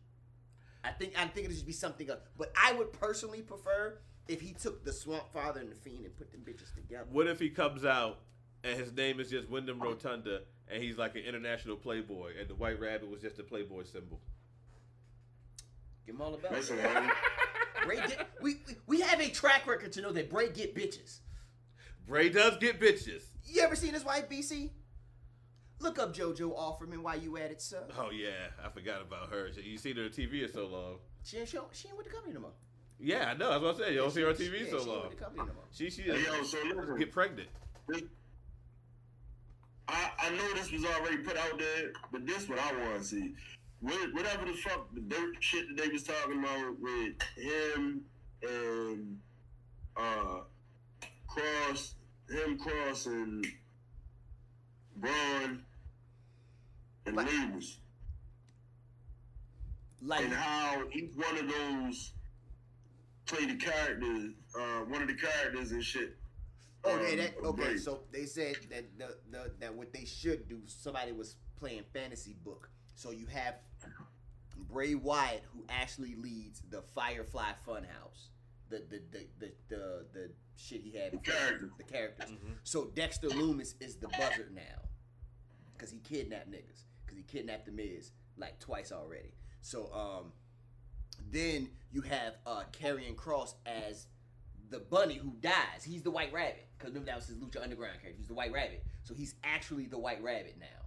[SPEAKER 2] I think I think it'll just be something else. But I would personally prefer if he took the Swamp Father and the Fiend and put them bitches together.
[SPEAKER 1] What if he comes out and his name is just Wyndham Rotunda and he's like an international playboy and the white rabbit was just a playboy symbol?
[SPEAKER 2] Give him all the bells.
[SPEAKER 3] Listen, homie.
[SPEAKER 2] Bray get, we, we we have a track record to know that Bray get bitches.
[SPEAKER 1] Bray does get bitches.
[SPEAKER 2] You ever seen his wife, BC? Look up JoJo Offerman while you at it, sir.
[SPEAKER 1] Oh yeah, I forgot about her. You seen her on TV in so long.
[SPEAKER 2] She ain't, show, she ain't with the company no more.
[SPEAKER 1] Yeah, I know. That's what I said. You don't see her on TV so
[SPEAKER 2] yeah, she ain't
[SPEAKER 1] long.
[SPEAKER 2] with the company no more.
[SPEAKER 1] She she
[SPEAKER 3] Hey, yo,
[SPEAKER 1] doesn't
[SPEAKER 3] so listen.
[SPEAKER 1] get pregnant.
[SPEAKER 3] I, I know this was already put out there, but this what I want to see. What- Whatever the fuck the dirt shit that they was talking about with him and uh Cross, him Cross and Braun and
[SPEAKER 2] But-
[SPEAKER 3] labels,
[SPEAKER 2] Like,
[SPEAKER 3] and how each one of those played the characters, uh, one of the characters and shit.
[SPEAKER 2] oh
[SPEAKER 3] um,
[SPEAKER 2] yeah, that
[SPEAKER 3] of
[SPEAKER 2] okay.
[SPEAKER 3] Bray.
[SPEAKER 2] So they said that the, the that what they should do. Somebody was playing fantasy book, so you have Bray Wyatt who actually leads the Firefly Funhouse, the the the the the, the shit he had.
[SPEAKER 3] The character.
[SPEAKER 2] The characters. So Dexter Loomis is the buzzard now. Cause he kidnapped niggas. Cause he kidnapped the Miz like twice already. So um then you have uh Karrion Cross as the bunny who dies. He's the white rabbit. Cause remember that was his Lucha Underground character. He's the white rabbit. So he's actually the white rabbit now.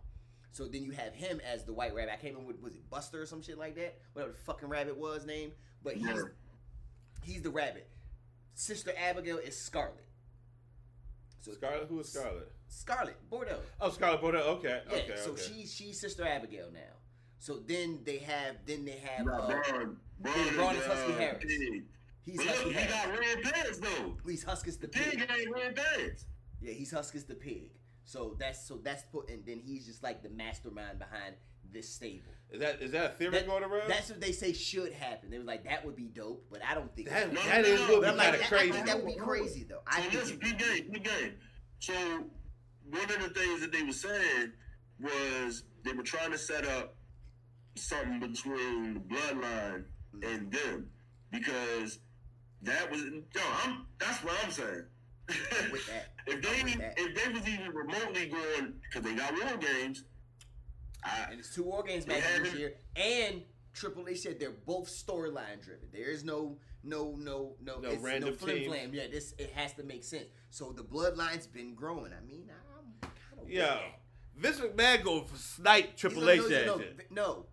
[SPEAKER 2] So then you have him as the white rabbit. I can't remember what was it Buster or some shit like that? Whatever the fucking rabbit was named. But he's
[SPEAKER 3] Yeah.
[SPEAKER 2] he's the rabbit. Sister Abigail is Scarlet. So
[SPEAKER 1] Scarlet, who is Scarlet?
[SPEAKER 2] Scarlet Bordeaux.
[SPEAKER 1] Oh, Scarlet Bordeaux. Okay,
[SPEAKER 2] Yeah,
[SPEAKER 1] okay,
[SPEAKER 2] so
[SPEAKER 1] okay.
[SPEAKER 2] she she's Sister Abigail now. So then they have then they have
[SPEAKER 3] Nah,
[SPEAKER 2] uh,
[SPEAKER 3] Braun, Braun,
[SPEAKER 2] yeah, Braun is
[SPEAKER 3] uh,
[SPEAKER 2] Husky Harris.
[SPEAKER 3] big.
[SPEAKER 2] he's
[SPEAKER 3] But look,
[SPEAKER 2] Husky
[SPEAKER 3] he
[SPEAKER 2] Harris.
[SPEAKER 3] got red pants though.
[SPEAKER 2] He's Huskus the
[SPEAKER 3] Pig
[SPEAKER 2] pig.
[SPEAKER 3] ain't red pants.
[SPEAKER 2] Yeah, he's Huskus the pig. So that's so that's put and then he's just like the mastermind behind this stable.
[SPEAKER 1] Is that is that a theory
[SPEAKER 2] That-
[SPEAKER 1] going around?
[SPEAKER 2] That's what they say should happen. They were like that would be dope, but I don't think.
[SPEAKER 1] that,
[SPEAKER 3] No,
[SPEAKER 1] that
[SPEAKER 3] no,
[SPEAKER 1] is
[SPEAKER 3] no,
[SPEAKER 1] what
[SPEAKER 2] but
[SPEAKER 1] we
[SPEAKER 2] I'm like,
[SPEAKER 1] kind
[SPEAKER 2] that,
[SPEAKER 1] of
[SPEAKER 2] I
[SPEAKER 1] crazy.
[SPEAKER 2] think that would be crazy though. I
[SPEAKER 3] So
[SPEAKER 2] think
[SPEAKER 3] this
[SPEAKER 2] it-
[SPEAKER 3] big game, big game. So one of the things that they were saying was they were trying to set up something between the bloodline and them because that was yo, I'm that's what I'm saying.
[SPEAKER 2] with that.
[SPEAKER 3] if
[SPEAKER 2] I'm with
[SPEAKER 3] they
[SPEAKER 2] that.
[SPEAKER 3] if they was even remotely going because they got war games, I
[SPEAKER 2] And it's two war games
[SPEAKER 3] They
[SPEAKER 2] matches this
[SPEAKER 3] haven't-
[SPEAKER 2] year. And Triple H said they're both storyline driven. There is no no no no,
[SPEAKER 1] No
[SPEAKER 2] it's
[SPEAKER 1] random
[SPEAKER 2] flim
[SPEAKER 1] teams.
[SPEAKER 2] flam. Yeah, this it has to make sense. So the bloodline's been growing. I mean, I'm kind of
[SPEAKER 1] Yo, Vince McMahon going for snipe Triple H
[SPEAKER 2] no, no,
[SPEAKER 1] action.
[SPEAKER 2] no.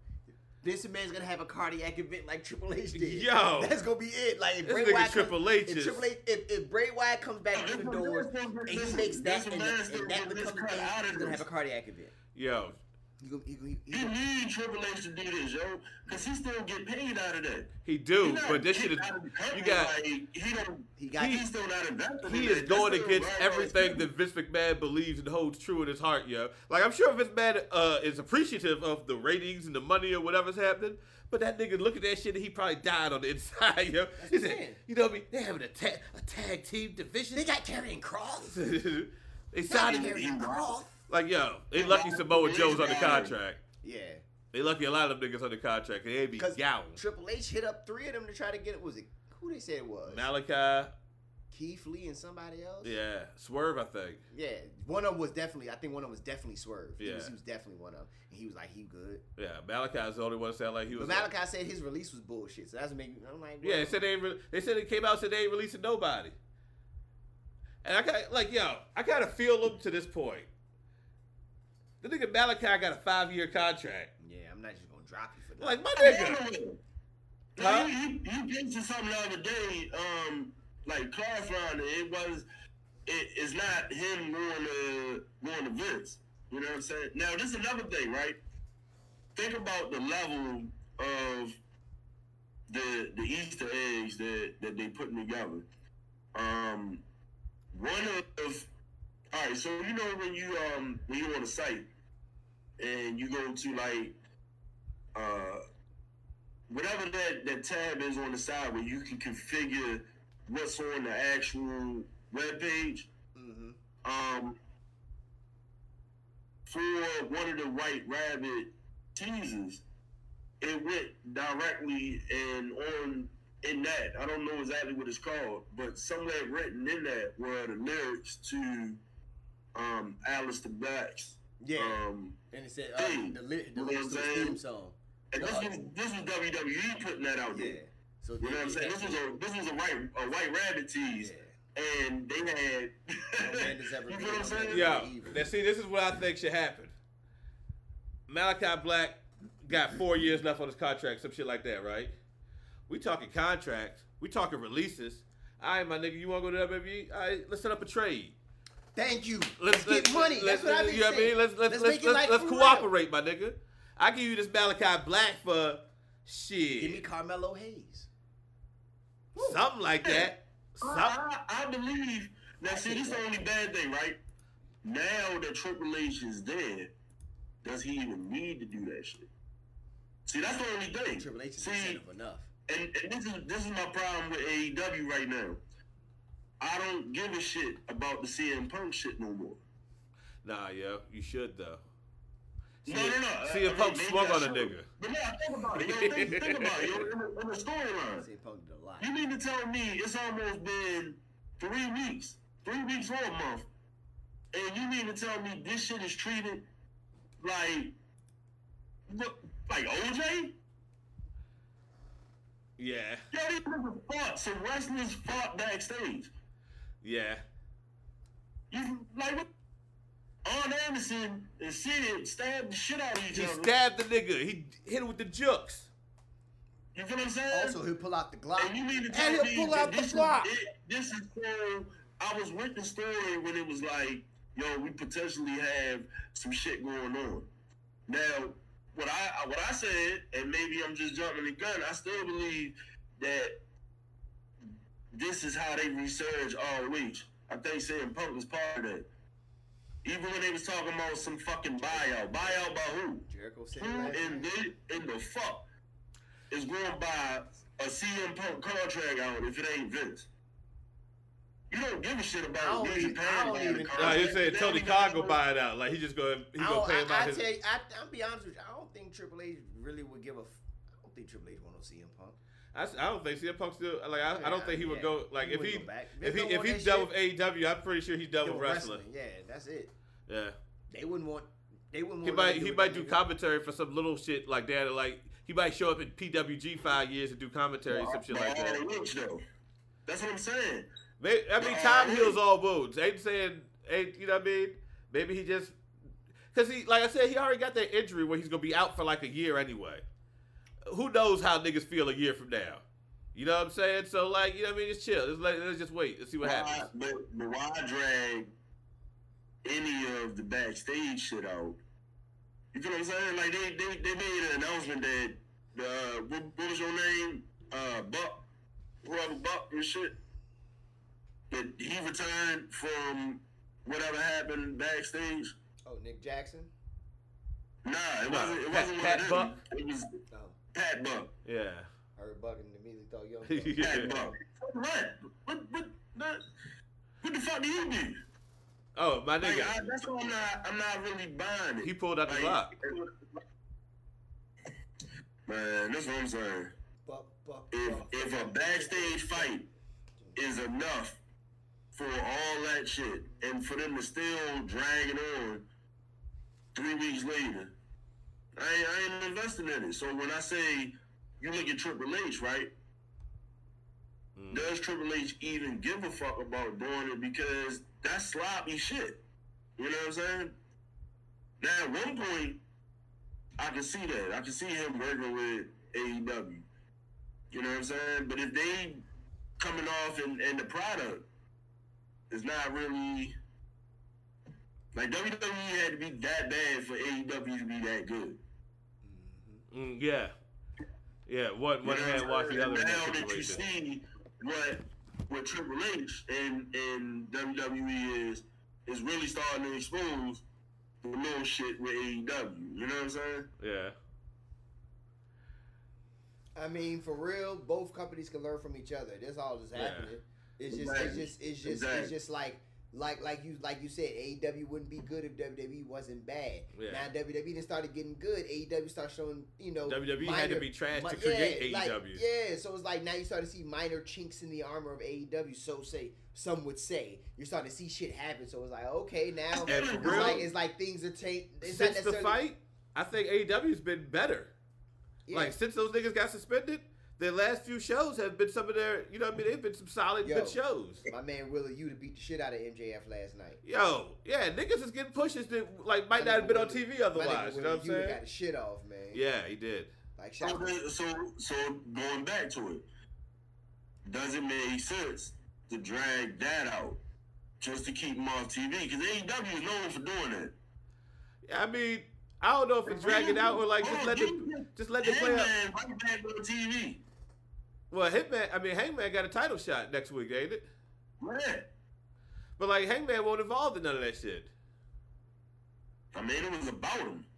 [SPEAKER 2] Vincent Man's gonna have a cardiac event like Triple H did.
[SPEAKER 1] Yo.
[SPEAKER 2] that's gonna be it. Like if
[SPEAKER 1] This
[SPEAKER 2] Bray
[SPEAKER 1] nigga
[SPEAKER 2] Wyatt,
[SPEAKER 1] Triple H
[SPEAKER 2] comes, if
[SPEAKER 1] is-
[SPEAKER 2] Triple H, if, if Bray Wyatt comes back through the doors and he makes that, and, the, and that becomes a thing, he's gonna have a cardiac event.
[SPEAKER 1] Yo,
[SPEAKER 2] He gonna, he gonna, he
[SPEAKER 3] you
[SPEAKER 2] gonna,
[SPEAKER 3] need Triple H to do this, yo, because he still get paid out of that.
[SPEAKER 1] he
[SPEAKER 3] He
[SPEAKER 1] do,
[SPEAKER 3] not
[SPEAKER 1] but this
[SPEAKER 3] kicked
[SPEAKER 1] shit is
[SPEAKER 3] out of the company,
[SPEAKER 1] you got.
[SPEAKER 3] like, he don't
[SPEAKER 2] He got-
[SPEAKER 3] he's still not invested.
[SPEAKER 1] He
[SPEAKER 3] in
[SPEAKER 1] is
[SPEAKER 3] it.
[SPEAKER 1] going
[SPEAKER 3] That's
[SPEAKER 1] against
[SPEAKER 3] still right,
[SPEAKER 1] everything
[SPEAKER 3] right.
[SPEAKER 1] that Vince McMahon believes and holds true in his heart, yo. Like I'm sure Vince McMahon uh, is appreciative of the ratings and the money or whatever's happening, but that nigga look at that shit and he probably died on the inside, yo. He
[SPEAKER 2] what
[SPEAKER 1] said,
[SPEAKER 2] I'm saying.
[SPEAKER 1] you know what I mean? They having a tag a tag team division.
[SPEAKER 2] they got carrying Cross.
[SPEAKER 1] they
[SPEAKER 2] Not
[SPEAKER 1] signed
[SPEAKER 2] Terry
[SPEAKER 3] He-
[SPEAKER 2] Cross.
[SPEAKER 1] like yo, they lucky Samoa Joe's on the contract.
[SPEAKER 2] Yeah,
[SPEAKER 1] They lucky a lot of them niggas on the contract. and They be
[SPEAKER 2] because
[SPEAKER 1] yowling.
[SPEAKER 2] Triple H hit up three of them to try to get it. Was it who they said it was?
[SPEAKER 1] Malachi,
[SPEAKER 2] Keith Lee and somebody else.
[SPEAKER 1] yeah, Swerve, I think.
[SPEAKER 2] yeah. One of them was definitely. I think one of them was definitely Swerve. He, was,
[SPEAKER 1] Yeah.
[SPEAKER 2] he was definitely one of them. And he was like, he good.
[SPEAKER 1] Yeah, Malachi's the only one that sound like he was.
[SPEAKER 2] But Malachi said his release was bullshit. So that's making. I'm like,
[SPEAKER 1] Yeah,
[SPEAKER 2] well,
[SPEAKER 1] they said they ain't re- they said it came out said they ain't releasing nobody. And I got like yo, I gotta feel them to this point. The nigga Malachi got a five year contract.
[SPEAKER 2] yeah, I'm not just gonna drop you for that.
[SPEAKER 1] Like my nigga,
[SPEAKER 3] Anyway,
[SPEAKER 1] Huh?
[SPEAKER 3] You, you, you mentioned something the other day, um, like clarifying it. It was, it, it's not him going to going to Vince. You know what I'm saying? Now, this is another thing, right? Think about the level of the the Easter eggs that that they putting together. Um, one of all right, so you know when you um when you on a site and you go to like uh whatever that that tab is on the side where you can configure what's on the actual web page.
[SPEAKER 2] Mm-hmm.
[SPEAKER 3] Um, for one of the White Rabbit teasers, it went directly and on in that. I don't know exactly what it's called, but somewhere written in that were the lyrics to um, Alice the Black's.
[SPEAKER 2] Yeah.
[SPEAKER 3] Um,
[SPEAKER 2] and it said uh,
[SPEAKER 3] Hey,
[SPEAKER 2] the, li- the
[SPEAKER 3] you know
[SPEAKER 2] lyrics
[SPEAKER 3] what
[SPEAKER 2] to the
[SPEAKER 3] I'm saying?
[SPEAKER 2] theme song.
[SPEAKER 3] and this
[SPEAKER 2] Nah.
[SPEAKER 3] was this was WWE putting that out
[SPEAKER 2] Yeah.
[SPEAKER 3] there.
[SPEAKER 2] So
[SPEAKER 3] You know what I'm saying? This was a this was a white a white rabbit tease, and they had.
[SPEAKER 2] Amanda's ever
[SPEAKER 3] you
[SPEAKER 2] been
[SPEAKER 3] know what I'm
[SPEAKER 2] on that.
[SPEAKER 3] saying?
[SPEAKER 1] Yeah.
[SPEAKER 2] Evil.
[SPEAKER 1] Now see, this is what I think should happen. Malachi Black got four years left on his contract, some shit like that, right? We talking contracts. We talking releases. All right, my nigga, you want to go to WWE? E? All right, let's set up a trade.
[SPEAKER 2] Thank you.
[SPEAKER 1] Let's,
[SPEAKER 2] Let's,
[SPEAKER 1] let's-
[SPEAKER 2] get money.
[SPEAKER 1] let's-
[SPEAKER 2] That's what I been
[SPEAKER 1] you know what I mean?
[SPEAKER 2] saying.
[SPEAKER 1] Let's let's let's
[SPEAKER 2] make
[SPEAKER 1] let's,
[SPEAKER 2] it like
[SPEAKER 1] let's
[SPEAKER 2] for real.
[SPEAKER 1] cooperate, my nigga. I give you this Malachi Black for shit,
[SPEAKER 2] Give me Carmelo Hayes.
[SPEAKER 1] something like that. Some-
[SPEAKER 3] I, I, I believe. Now, see, this is the only bad thing, right? Now that Triple H is there, does he even need to do that shit? See, that's the only thing.
[SPEAKER 2] Triple H is
[SPEAKER 3] see,
[SPEAKER 2] incentive enough.
[SPEAKER 3] and, and this is this is my problem with AEW right now. I don't give a shit about the CM Punk shit no more.
[SPEAKER 1] Nah, yo, you should though.
[SPEAKER 3] No, no, no.
[SPEAKER 1] See a
[SPEAKER 3] I- I
[SPEAKER 1] punk
[SPEAKER 3] mean,
[SPEAKER 1] smoke
[SPEAKER 3] maybe I
[SPEAKER 1] on a
[SPEAKER 3] should.
[SPEAKER 1] nigga.
[SPEAKER 3] But now think about it. Yo, think, think about it. Yo, in the- in the storyline.
[SPEAKER 2] CM Punk did a lot.
[SPEAKER 3] You mean to tell me it's almost been three weeks, three weeks or a month, and you mean to tell me this shit is treated like, look, like OJ?
[SPEAKER 1] Yeah,
[SPEAKER 3] Yo, these niggas fought. Some wrestlers fought backstage.
[SPEAKER 1] yeah.
[SPEAKER 3] You like what? Arn Anderson and Sid stabbed the shit out of each
[SPEAKER 1] He
[SPEAKER 3] other.
[SPEAKER 1] stabbed the nigga. He hit him with the jooks.
[SPEAKER 3] you feel what I'm saying?
[SPEAKER 2] Also, he'll pull out the Glock.
[SPEAKER 3] And you mean to
[SPEAKER 2] And
[SPEAKER 3] tell me
[SPEAKER 2] he'll pull
[SPEAKER 3] that
[SPEAKER 2] out the
[SPEAKER 3] this is-
[SPEAKER 2] Glock.
[SPEAKER 3] it- This is so. I was with the story when it was like, yo, we potentially have some shit going on. Now, what I what I said, and maybe I'm just jumping the gun. I still believe that this is how they resurge all reach. I think saying Punk was part of that. Even when they was talking about some fucking buyout, buyout by who?
[SPEAKER 2] Jericho said
[SPEAKER 3] Who
[SPEAKER 2] last
[SPEAKER 3] in
[SPEAKER 2] night.
[SPEAKER 3] the, in the fuck is going by a CM Punk contract out if it ain't Vince? You don't give a shit
[SPEAKER 2] I
[SPEAKER 3] about
[SPEAKER 2] don't
[SPEAKER 3] New
[SPEAKER 2] even- I
[SPEAKER 3] Japan
[SPEAKER 2] don't
[SPEAKER 3] buying the
[SPEAKER 2] even-
[SPEAKER 1] Nah,
[SPEAKER 3] contract.
[SPEAKER 1] you saying
[SPEAKER 3] They
[SPEAKER 1] Tony
[SPEAKER 3] don't
[SPEAKER 1] Khan
[SPEAKER 3] even-
[SPEAKER 1] gonna buy it out. Like he just gonna he
[SPEAKER 2] I
[SPEAKER 1] gonna
[SPEAKER 2] don't,
[SPEAKER 1] pay him
[SPEAKER 2] Oh, I, I
[SPEAKER 1] out his.
[SPEAKER 2] tell you, I, I'll be honest with you. I don't think Triple H really would give a. F- I don't think Triple H want to see him Punk.
[SPEAKER 1] I, s- I don't think CM Punk still like I, I don't think he would
[SPEAKER 2] Yeah,
[SPEAKER 1] go like
[SPEAKER 2] he
[SPEAKER 1] if
[SPEAKER 2] wouldn't
[SPEAKER 1] he
[SPEAKER 2] go back.
[SPEAKER 1] if he
[SPEAKER 2] Vince
[SPEAKER 1] if
[SPEAKER 2] don't
[SPEAKER 1] he's
[SPEAKER 2] want
[SPEAKER 1] done
[SPEAKER 2] that
[SPEAKER 1] with AEW, I'm pretty sure he's done
[SPEAKER 2] Yo,
[SPEAKER 1] with wrestling.
[SPEAKER 2] Yeah, that's it.
[SPEAKER 1] Yeah,
[SPEAKER 2] They wouldn't want. They wouldn't
[SPEAKER 1] he
[SPEAKER 2] want. nothing
[SPEAKER 1] might
[SPEAKER 2] to
[SPEAKER 1] he
[SPEAKER 2] with
[SPEAKER 1] might
[SPEAKER 2] that
[SPEAKER 1] do
[SPEAKER 2] nigga.
[SPEAKER 1] commentary for some little shit like that. Or like he might show up in PWG five years and do commentary and some shit
[SPEAKER 3] But
[SPEAKER 1] like
[SPEAKER 3] all
[SPEAKER 1] that.
[SPEAKER 3] the rich, though. That's what I'm saying.
[SPEAKER 1] May I mean,
[SPEAKER 3] But
[SPEAKER 1] time
[SPEAKER 3] all
[SPEAKER 1] heals
[SPEAKER 3] right.
[SPEAKER 1] all wounds. Ain't saying, ain't you know what I mean? Maybe he just, cause he, like I said, he already got that injury where he's gonna be out for like a year anyway. Who knows how niggas feel a year from now? You know what I'm saying? So like, you know what I mean? Just chill. Just let, let's just wait. Let's see what
[SPEAKER 3] Why-
[SPEAKER 1] happens.
[SPEAKER 3] But, but why drag any of the backstage shit out? You feel what I'm saying? Like they they, they made an announcement that uh, what, what was your name? Uh, Buck, brother Buck and shit. That he returned from whatever happened backstage.
[SPEAKER 2] Oh, Nick Jackson.
[SPEAKER 3] Nah, it
[SPEAKER 1] Nah,
[SPEAKER 3] wasn't. It
[SPEAKER 1] Pat-
[SPEAKER 3] wasn't
[SPEAKER 1] Pat
[SPEAKER 3] one of them.
[SPEAKER 1] Buck?
[SPEAKER 3] It was
[SPEAKER 2] Oh,
[SPEAKER 3] Pat Buck.
[SPEAKER 1] Yeah.
[SPEAKER 2] I heard bugging and immediately thought yo.
[SPEAKER 3] Pat
[SPEAKER 1] yeah.
[SPEAKER 3] Buck. What? What? What? What? What the fuck do you do?
[SPEAKER 1] Oh my
[SPEAKER 3] Like,
[SPEAKER 1] nigga,
[SPEAKER 3] I, that's why I'm not. I'm not really buying it.
[SPEAKER 1] he pulled out the block.
[SPEAKER 3] Man, that's what I'm saying.
[SPEAKER 2] Buck, buck,
[SPEAKER 3] If
[SPEAKER 2] buck.
[SPEAKER 3] if a backstage fight is enough for all that shit, and for them to still drag it on three weeks later, I ain't, I ain't investing in it. So when I say you look at Triple H, right?
[SPEAKER 1] Mm.
[SPEAKER 3] Does Triple H even give a fuck about doing it? Because that's sloppy shit. You know what I'm saying? Now at one point, I can see that. I can see him working with AEW. You know what I'm saying? But if they coming off and, and the product is not really Like WWE had to be that bad for AEW to be that good.
[SPEAKER 2] Mm-hmm.
[SPEAKER 1] Mm, yeah. Yeah, one one
[SPEAKER 3] You know what
[SPEAKER 1] hand
[SPEAKER 3] I'm
[SPEAKER 1] wash the
[SPEAKER 3] saying?
[SPEAKER 1] other in that
[SPEAKER 3] And Now that you
[SPEAKER 1] situation.
[SPEAKER 3] see what what Triple H and and WWE is is really starting to expose the little shit with AEW. You know what I'm saying?
[SPEAKER 1] Yeah.
[SPEAKER 2] I mean, for real, both companies can learn from each other. That's all that's
[SPEAKER 1] Yeah.
[SPEAKER 2] happening. It's just, it's
[SPEAKER 3] Exactly.
[SPEAKER 2] just, it's just, it's
[SPEAKER 3] Exactly.
[SPEAKER 2] just like, like, like you, like you said, AEW wouldn't be good if WWE wasn't bad.
[SPEAKER 1] Yeah.
[SPEAKER 2] Now WWE then started getting good. AEW started showing, you know,
[SPEAKER 1] WWE E had to be trash to
[SPEAKER 2] mi-
[SPEAKER 1] create E
[SPEAKER 2] like,
[SPEAKER 1] AEW.
[SPEAKER 2] yeah, so it's like now you start to see minor chinks in the armor of AEW. So say some would say you're starting to see shit happen. So it's like okay, now
[SPEAKER 1] And
[SPEAKER 2] it's
[SPEAKER 1] for real,
[SPEAKER 2] like it's like things are taint. It's not
[SPEAKER 1] since the
[SPEAKER 2] necessarily-
[SPEAKER 1] fight, I think AEW's been better.
[SPEAKER 2] yeah.
[SPEAKER 1] Like since those niggas got suspended, their last few shows have been some of their, you know what I mean? They've been some solid
[SPEAKER 2] Yo.
[SPEAKER 1] good shows.
[SPEAKER 2] my man Willie, you to beat the shit out of MJF last night.
[SPEAKER 1] Yo, yeah, niggas is getting pushes that like might
[SPEAKER 2] My
[SPEAKER 1] not have been
[SPEAKER 2] nigga
[SPEAKER 1] on
[SPEAKER 2] Willie-
[SPEAKER 1] TV
[SPEAKER 2] my
[SPEAKER 1] otherwise.
[SPEAKER 2] nigga
[SPEAKER 1] You know what I'm
[SPEAKER 2] Willie,
[SPEAKER 1] saying?
[SPEAKER 2] done Got the shit off, man.
[SPEAKER 1] Yeah, he did.
[SPEAKER 2] Like shout
[SPEAKER 3] So,
[SPEAKER 2] out.
[SPEAKER 3] they- so, so going back to it, does it make sense to drag that out just to keep them off TV? Because AEW E is known for doing that.
[SPEAKER 1] I mean, I don't know if it's dragging out or like just
[SPEAKER 3] Hold
[SPEAKER 1] let
[SPEAKER 3] on,
[SPEAKER 1] the
[SPEAKER 3] give-
[SPEAKER 1] just let the play out.
[SPEAKER 3] Hangman right back on TV.
[SPEAKER 1] Well, Hitman, I mean Hangman got a title shot next week, ain't it?
[SPEAKER 3] Man,
[SPEAKER 1] But like Hangman won't involved in none of that shit.
[SPEAKER 3] I mean, it was about him.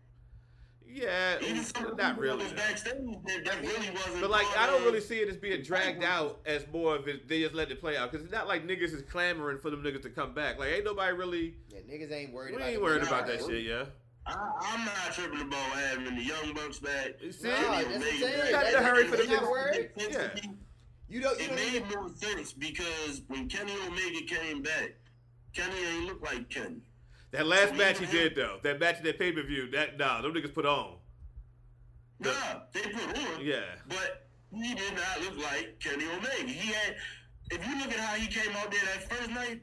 [SPEAKER 1] Yeah,
[SPEAKER 3] Even some of the
[SPEAKER 1] not
[SPEAKER 3] people
[SPEAKER 1] really.
[SPEAKER 3] that was
[SPEAKER 1] though.
[SPEAKER 3] backstage that, that really wasn't.
[SPEAKER 1] But like,
[SPEAKER 3] part
[SPEAKER 1] I don't
[SPEAKER 3] of-
[SPEAKER 1] really see it as being dragged out as more of it. They just let it play out because it's not like niggas is clamoring for them niggas to come back. Like, ain't nobody really.
[SPEAKER 2] Yeah, niggas ain't worried
[SPEAKER 1] We
[SPEAKER 2] about
[SPEAKER 1] ain't
[SPEAKER 2] the
[SPEAKER 1] worried
[SPEAKER 2] Bucks,
[SPEAKER 1] about that
[SPEAKER 2] bro.
[SPEAKER 1] shit, yeah.
[SPEAKER 3] I, I'm not tripping about having the Young Bucks back.
[SPEAKER 1] See,
[SPEAKER 2] No, that's what I'm
[SPEAKER 3] Amazing.
[SPEAKER 2] saying.
[SPEAKER 1] Not in
[SPEAKER 2] That-
[SPEAKER 1] a hurry for the
[SPEAKER 2] you're not
[SPEAKER 1] niggas-
[SPEAKER 2] worried.
[SPEAKER 1] Yeah.
[SPEAKER 2] You don't. You
[SPEAKER 3] It
[SPEAKER 2] don't even,
[SPEAKER 3] made more sense because when Kenny Omega came back, Kenny ain't look like Kenny.
[SPEAKER 1] That last
[SPEAKER 3] We
[SPEAKER 1] match he
[SPEAKER 3] ain't
[SPEAKER 1] did though, that match in that pay per view, that nah, them niggas put on.
[SPEAKER 3] Nah, they put on.
[SPEAKER 1] Yeah.
[SPEAKER 3] But he did not look like Kenny Omega. He had, if you look at how he came out there that first night,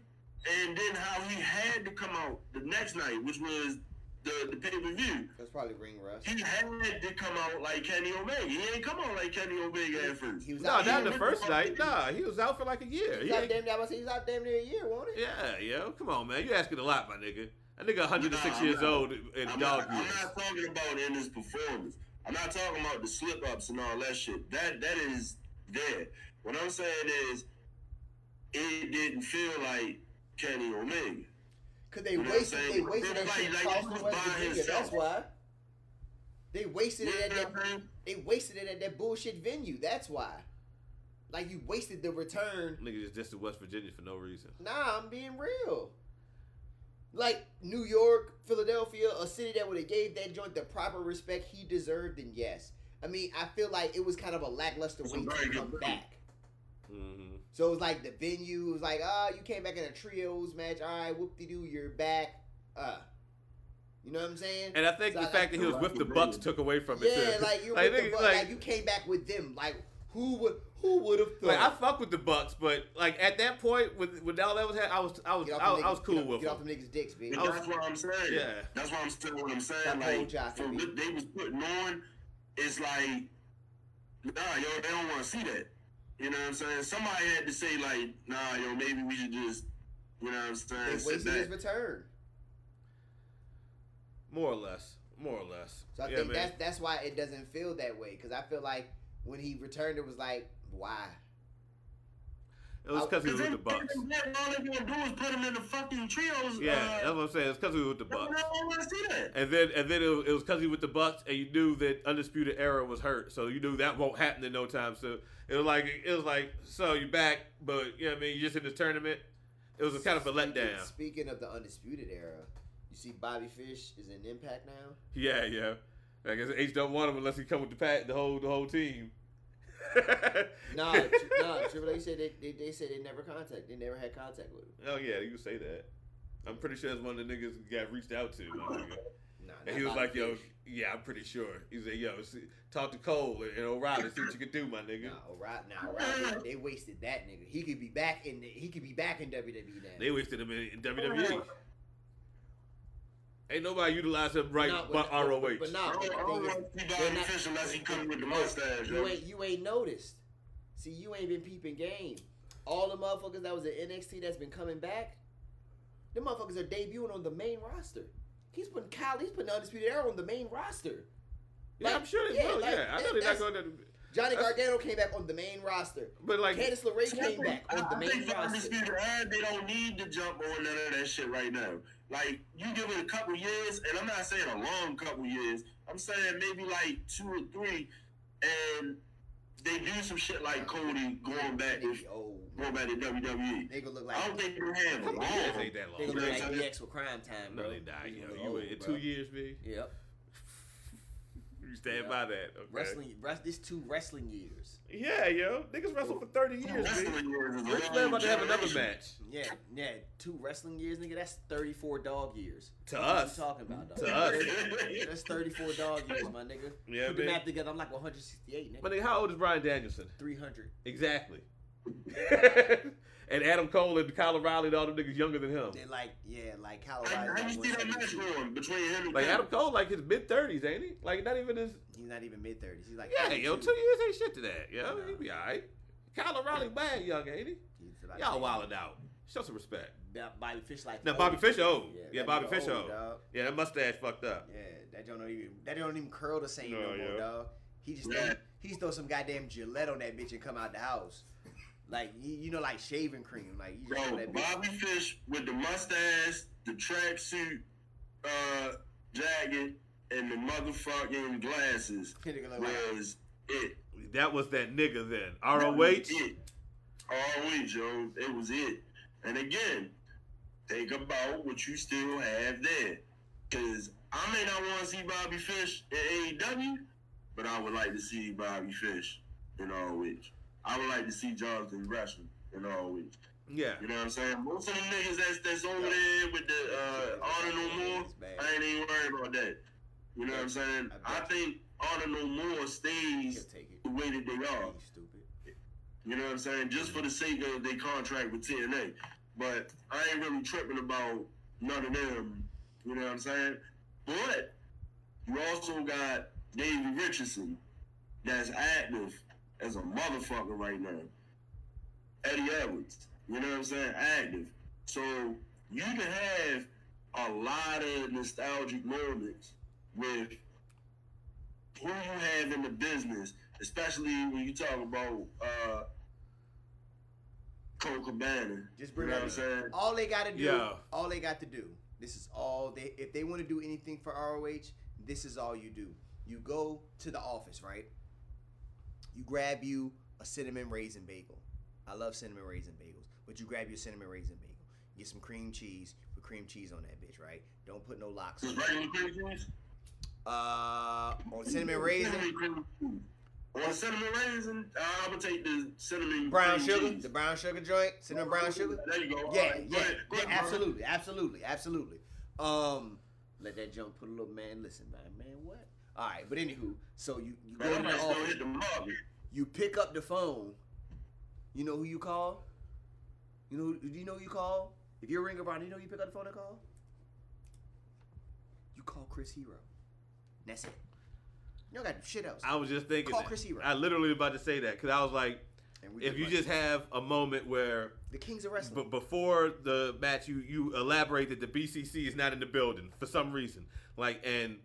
[SPEAKER 3] and then how he had to come out the next night, which was the, the pay per view.
[SPEAKER 2] that's probably ring rust.
[SPEAKER 3] He had to come out like Kenny Omega. He ain't come out like Kenny Omega at first.
[SPEAKER 2] He was
[SPEAKER 1] No,
[SPEAKER 2] out.
[SPEAKER 1] not
[SPEAKER 2] Damn,
[SPEAKER 1] the
[SPEAKER 2] near-
[SPEAKER 1] first night. Nah, he was out for like a year.
[SPEAKER 2] he
[SPEAKER 1] He
[SPEAKER 2] was out
[SPEAKER 1] ain't-
[SPEAKER 2] damn near. I was saying he was out damn near a year, won't it?
[SPEAKER 1] yeah, yo, come on, man. You asking a lot, my nigga. That nigga 106
[SPEAKER 3] Nah,
[SPEAKER 1] years
[SPEAKER 3] I'm not-
[SPEAKER 1] old and dog
[SPEAKER 3] I'm not, I'm
[SPEAKER 1] years.
[SPEAKER 3] not talking about in his performance. I'm not talking about the slip ups and all that shit. That that is there. What I'm saying is, it didn't feel like Kenny Omega.
[SPEAKER 2] Cause they
[SPEAKER 3] You know
[SPEAKER 2] wasted.
[SPEAKER 3] what I'm
[SPEAKER 2] They
[SPEAKER 3] saying?
[SPEAKER 2] wasted that
[SPEAKER 3] Everybody
[SPEAKER 2] shit.
[SPEAKER 3] like
[SPEAKER 2] Charleston,
[SPEAKER 3] this
[SPEAKER 2] West
[SPEAKER 3] by
[SPEAKER 2] Virginia.
[SPEAKER 3] himself.
[SPEAKER 2] That's why. They wasted
[SPEAKER 3] You
[SPEAKER 2] it at
[SPEAKER 3] know
[SPEAKER 2] that.
[SPEAKER 3] what I'm saying?
[SPEAKER 2] They wasted it at that bullshit venue. That's why. Like you wasted the return
[SPEAKER 1] Nigga just dissed West Virginia for no reason.
[SPEAKER 2] Nah, I'm being real. Like New York, Philadelphia, a city that would have gave that joint the proper respect he deserved, and yes, I mean I feel like it was kind of a lackluster
[SPEAKER 3] It's a
[SPEAKER 2] way
[SPEAKER 3] very
[SPEAKER 2] to
[SPEAKER 3] good
[SPEAKER 2] come
[SPEAKER 3] point.
[SPEAKER 2] back.
[SPEAKER 1] hmm
[SPEAKER 2] So it was like the venue it was like, ah, you came back in a trios match. All right, whoop de doo, you're back. Uh, you know what I'm saying?
[SPEAKER 1] And I think
[SPEAKER 2] So
[SPEAKER 1] the
[SPEAKER 2] I-
[SPEAKER 1] fact that he was
[SPEAKER 3] I
[SPEAKER 1] with the
[SPEAKER 3] agree.
[SPEAKER 1] Bucks took away from it.
[SPEAKER 2] yeah,
[SPEAKER 1] too.
[SPEAKER 2] like you're with the,
[SPEAKER 1] nigga,
[SPEAKER 2] Bucks, like, you came back with them. Like who would who would have thought?
[SPEAKER 1] Like I fuck with the Bucks, but like at that point with with all that was happening, I was I was
[SPEAKER 2] Get off
[SPEAKER 1] I,
[SPEAKER 2] them
[SPEAKER 1] I was
[SPEAKER 2] niggas-
[SPEAKER 1] cool
[SPEAKER 2] get off-
[SPEAKER 1] with
[SPEAKER 2] get
[SPEAKER 1] him.
[SPEAKER 2] off them niggas' dicks, bitch.
[SPEAKER 3] And
[SPEAKER 1] I was-
[SPEAKER 3] that's what I'm saying.
[SPEAKER 1] yeah.
[SPEAKER 3] That's what I'm saying. What I'm
[SPEAKER 2] Stop
[SPEAKER 3] saying,
[SPEAKER 2] cold
[SPEAKER 3] like
[SPEAKER 2] jocking
[SPEAKER 3] for
[SPEAKER 2] me.
[SPEAKER 3] what they was putting on, it's like, nah, yo, they don't want to see that. You know what I'm saying? Somebody had to say like, nah, yo, maybe we should just, you know what I'm
[SPEAKER 2] They
[SPEAKER 3] saying? sit
[SPEAKER 2] wasted his
[SPEAKER 3] back.
[SPEAKER 2] return.
[SPEAKER 1] More or less, more or less.
[SPEAKER 2] So I
[SPEAKER 1] yeah,
[SPEAKER 2] think
[SPEAKER 1] man.
[SPEAKER 2] that's that's why it doesn't feel that way because I feel like when he returned, it was like, why?
[SPEAKER 1] it was because he was with the
[SPEAKER 3] Because
[SPEAKER 1] Bucks.
[SPEAKER 3] then- then All they're gonna do is put him in the fucking trios.
[SPEAKER 1] Yeah, that's
[SPEAKER 3] uh,
[SPEAKER 1] what I'm saying. It's because he was with the
[SPEAKER 3] that's
[SPEAKER 1] Bucks.
[SPEAKER 3] I want to see that.
[SPEAKER 1] And then and then it was, it was cause he with the Bucks, and you knew that Undisputed Era was hurt, so you knew that won't happen in no time. So it was like it was like so you back, but you know what I mean. You just in the tournament. It was a kind of a letdown.
[SPEAKER 2] Speaking of the undisputed era, you see Bobby Fish is in Impact now.
[SPEAKER 1] Yeah, yeah. I guess H don't want him unless he come with the pack, the whole the whole team.
[SPEAKER 2] No, tr- no, Triple H said they, they they said they never contact, they never had contact with him.
[SPEAKER 1] Oh yeah, you say that. I'm pretty sure that's one of the niggas who got reached out to. my nigga.
[SPEAKER 2] Nah,
[SPEAKER 1] And
[SPEAKER 2] not
[SPEAKER 1] he was
[SPEAKER 2] Bobby
[SPEAKER 1] like, "Yo,
[SPEAKER 2] Fish.
[SPEAKER 1] yeah, I'm pretty sure." He said, "Yo, see, talk to Cole and O'Reilly, see what you can do, my nigga."
[SPEAKER 2] Nah, O'Reilly, nah, O'Reilly, they, they wasted that nigga. He could be back in, the, he could be back in WWE now.
[SPEAKER 1] They wasted him in, in WWE. Ain't nobody utilized him right
[SPEAKER 2] Nah,
[SPEAKER 1] but ROH.
[SPEAKER 2] But, but nah,
[SPEAKER 3] I
[SPEAKER 2] but the
[SPEAKER 3] don't, I don't
[SPEAKER 2] thing is,
[SPEAKER 3] want to see
[SPEAKER 2] they're
[SPEAKER 3] Bobby
[SPEAKER 2] not-
[SPEAKER 3] Fish unless he comes with the mustache.
[SPEAKER 2] You
[SPEAKER 3] yo.
[SPEAKER 2] ain't you ain't noticed. See, you ain't been peeping game. All the motherfuckers that was at NXT that's been coming back, Them motherfuckers are debuting on the main roster. He's putting Kyle, he's putting Undisputed Era on the main roster.
[SPEAKER 1] Yeah,
[SPEAKER 2] Like,
[SPEAKER 1] I'm sure they
[SPEAKER 2] yeah,
[SPEAKER 1] will.
[SPEAKER 2] like,
[SPEAKER 1] yeah, I know they're
[SPEAKER 2] that-
[SPEAKER 1] not
[SPEAKER 2] that's-
[SPEAKER 1] going to.
[SPEAKER 2] Johnny
[SPEAKER 1] That's-
[SPEAKER 2] Gargano came back on the main roster.
[SPEAKER 1] But like,
[SPEAKER 2] Candice LeRae came back
[SPEAKER 3] I,
[SPEAKER 2] on the
[SPEAKER 3] I
[SPEAKER 2] main
[SPEAKER 3] think for
[SPEAKER 2] roster.
[SPEAKER 3] Undisputed Era, they don't need to jump on none of that shit right now. Like, you give it a couple years, and I'm not saying a long couple years. I'm saying maybe like two or three, and they do some shit like Cody going back,
[SPEAKER 2] Nigga, oh,
[SPEAKER 3] going back to WWE.
[SPEAKER 2] they gonna look
[SPEAKER 3] I don't
[SPEAKER 2] like
[SPEAKER 3] think they have
[SPEAKER 1] how many years ain't
[SPEAKER 3] long.
[SPEAKER 1] that long?
[SPEAKER 2] they gonna
[SPEAKER 3] Yeah,
[SPEAKER 2] look like
[SPEAKER 3] so-
[SPEAKER 2] DX with Crime Time.
[SPEAKER 1] No,
[SPEAKER 2] bro.
[SPEAKER 1] they not.
[SPEAKER 2] They
[SPEAKER 1] Yo,
[SPEAKER 2] look
[SPEAKER 1] you
[SPEAKER 2] old,
[SPEAKER 1] in
[SPEAKER 2] bro.
[SPEAKER 1] two years, man.
[SPEAKER 2] Yep.
[SPEAKER 1] You stand
[SPEAKER 2] Yeah.
[SPEAKER 1] by that. Okay.
[SPEAKER 2] Wrestling. Rest, this two wrestling years.
[SPEAKER 1] Yeah, yo, niggas wrestled for thirty years,
[SPEAKER 3] That's
[SPEAKER 1] man.
[SPEAKER 3] the years is a
[SPEAKER 1] Rich
[SPEAKER 3] long
[SPEAKER 1] Man about to have another
[SPEAKER 3] generation.
[SPEAKER 1] match.
[SPEAKER 2] Yeah, yeah. Two wrestling years, nigga. That's thirty-four dog years.
[SPEAKER 1] To
[SPEAKER 2] What
[SPEAKER 1] us.
[SPEAKER 2] you talking about? Dog?
[SPEAKER 1] To us.
[SPEAKER 2] That's thirty-four dog years, my nigga.
[SPEAKER 1] Yeah,
[SPEAKER 2] Put the
[SPEAKER 1] man.
[SPEAKER 2] math together. I'm like 168, nigga.
[SPEAKER 1] But nigga, how old is Brian Danielson?
[SPEAKER 2] 300.
[SPEAKER 1] Exactly. and Adam Cole and Kyle O'Reilly and all them niggas younger than him.
[SPEAKER 2] They like, yeah, like Colorado.
[SPEAKER 3] How, how you see that match going between him and
[SPEAKER 1] Like Adam
[SPEAKER 3] Kevin?
[SPEAKER 1] Cole, like his mid thirties, ain't he? Like not even his.
[SPEAKER 2] He's not even mid 30s. He's like,
[SPEAKER 1] Yeah, yo,
[SPEAKER 2] 32.
[SPEAKER 1] two years ain't shit to that. Yo,
[SPEAKER 2] Nah.
[SPEAKER 1] he be all right. Kyle O'Reilly, bad young, ain't he?
[SPEAKER 2] He's about
[SPEAKER 1] Y'all
[SPEAKER 2] 30.
[SPEAKER 1] wildin' out. Show some respect.
[SPEAKER 2] Bo- Bobby Fish like
[SPEAKER 1] Now
[SPEAKER 2] old.
[SPEAKER 1] Bobby Fisher, old. Yeah,
[SPEAKER 2] that
[SPEAKER 1] Bobby
[SPEAKER 2] nigga
[SPEAKER 1] Fisher,
[SPEAKER 2] old,
[SPEAKER 1] old.
[SPEAKER 2] dog.
[SPEAKER 1] Yeah, that mustache fucked up.
[SPEAKER 2] Yeah, that don't even that don't even curl the same no,
[SPEAKER 1] No,
[SPEAKER 2] more,
[SPEAKER 1] yeah.
[SPEAKER 2] dog. He just
[SPEAKER 3] Yeah.
[SPEAKER 2] throw, he just throw some goddamn Gillette on that bitch and come out the house, like you, you know, like shaving cream, like you just throw
[SPEAKER 3] Bro,
[SPEAKER 2] that bitch.
[SPEAKER 3] Bobby Fish with the mustache, the tracksuit, uh, jacket, and the motherfucking glasses
[SPEAKER 2] Nigga look like,
[SPEAKER 3] was it.
[SPEAKER 1] That was that nigga then.
[SPEAKER 3] That
[SPEAKER 1] ROH.
[SPEAKER 3] was it. ROH, Joe. It was it. And again, think about what you still have there. Because I may not want to see Bobby Fish at AEW, but I would like to see Bobby Fish in ROH. I would like to see Jonathan Gresham in ROH.
[SPEAKER 1] Yeah.
[SPEAKER 3] You know what I'm saying? Most of the niggas that's that's over there with the uh, honor no more,
[SPEAKER 2] It's bad.
[SPEAKER 3] I ain't even worried about that. You know what I'm saying? I think honor no more
[SPEAKER 2] He'll
[SPEAKER 3] stays
[SPEAKER 2] take it.
[SPEAKER 3] the way that they are.
[SPEAKER 2] You stupid.
[SPEAKER 3] You know what I'm saying? Just for the sake of their contract with TNA. But I ain't really tripping about none of them. You know what I'm saying? But you also got Davey Richardson that's active as a motherfucker right now. Eddie Edwards. You know what I'm saying? Active. So you can have a lot of nostalgic moments with who you have in the business, especially when you talk about uh Cole Cabana.
[SPEAKER 2] Just
[SPEAKER 3] You
[SPEAKER 2] bring
[SPEAKER 3] know
[SPEAKER 2] up
[SPEAKER 3] what I'm saying?
[SPEAKER 2] all they got to do.
[SPEAKER 1] Yeah.
[SPEAKER 2] All they got to do. This is all they. If they want to do anything for ROH, this is all you do. You go to the office, right? You grab you a cinnamon raisin bagel. I love cinnamon raisin bagels, but you grab your cinnamon raisin bagel. Get some cream cheese. Put cream cheese on that bitch, right? Don't put no locks on.
[SPEAKER 3] Just
[SPEAKER 2] it.
[SPEAKER 3] regular cream cheese?
[SPEAKER 2] Uh, on cinnamon raisin,
[SPEAKER 3] Cinnamon cream cheese. Or cinnamon raisin? Uh, I'm gonna take the cinnamon
[SPEAKER 2] brown
[SPEAKER 3] cream
[SPEAKER 2] sugar,
[SPEAKER 3] cheese.
[SPEAKER 2] the brown sugar joint, cinnamon brown sugar.
[SPEAKER 3] There you go.
[SPEAKER 2] Yeah,
[SPEAKER 3] Alright,
[SPEAKER 2] yeah,
[SPEAKER 3] go ahead, go
[SPEAKER 2] yeah,
[SPEAKER 3] ahead, bro.
[SPEAKER 2] absolutely, absolutely, absolutely. Um, let that jump put a little man. Listen, man, man, what? All right, but anywho, so you you go
[SPEAKER 3] Man,
[SPEAKER 2] to
[SPEAKER 3] I'm
[SPEAKER 2] the
[SPEAKER 3] just gonna
[SPEAKER 2] office,
[SPEAKER 3] hit the mug.
[SPEAKER 2] you pick up the phone. You know who you call? You know who- do you know who you call? If you're a ringer Brown, you know who you pick up the phone and call. You call Chris Hero. That's it. You don't got to do shit else.
[SPEAKER 1] I was just thinking.
[SPEAKER 2] Call
[SPEAKER 1] that.
[SPEAKER 2] Chris Hero.
[SPEAKER 1] I literally was about to say that because I was like,
[SPEAKER 2] And we
[SPEAKER 1] if
[SPEAKER 2] good
[SPEAKER 1] you
[SPEAKER 2] money.
[SPEAKER 1] just have a moment where,
[SPEAKER 2] the kings of
[SPEAKER 1] b-
[SPEAKER 2] wrestling.
[SPEAKER 1] before the match, you you elaborate that the BCC is not in the building for some reason, like and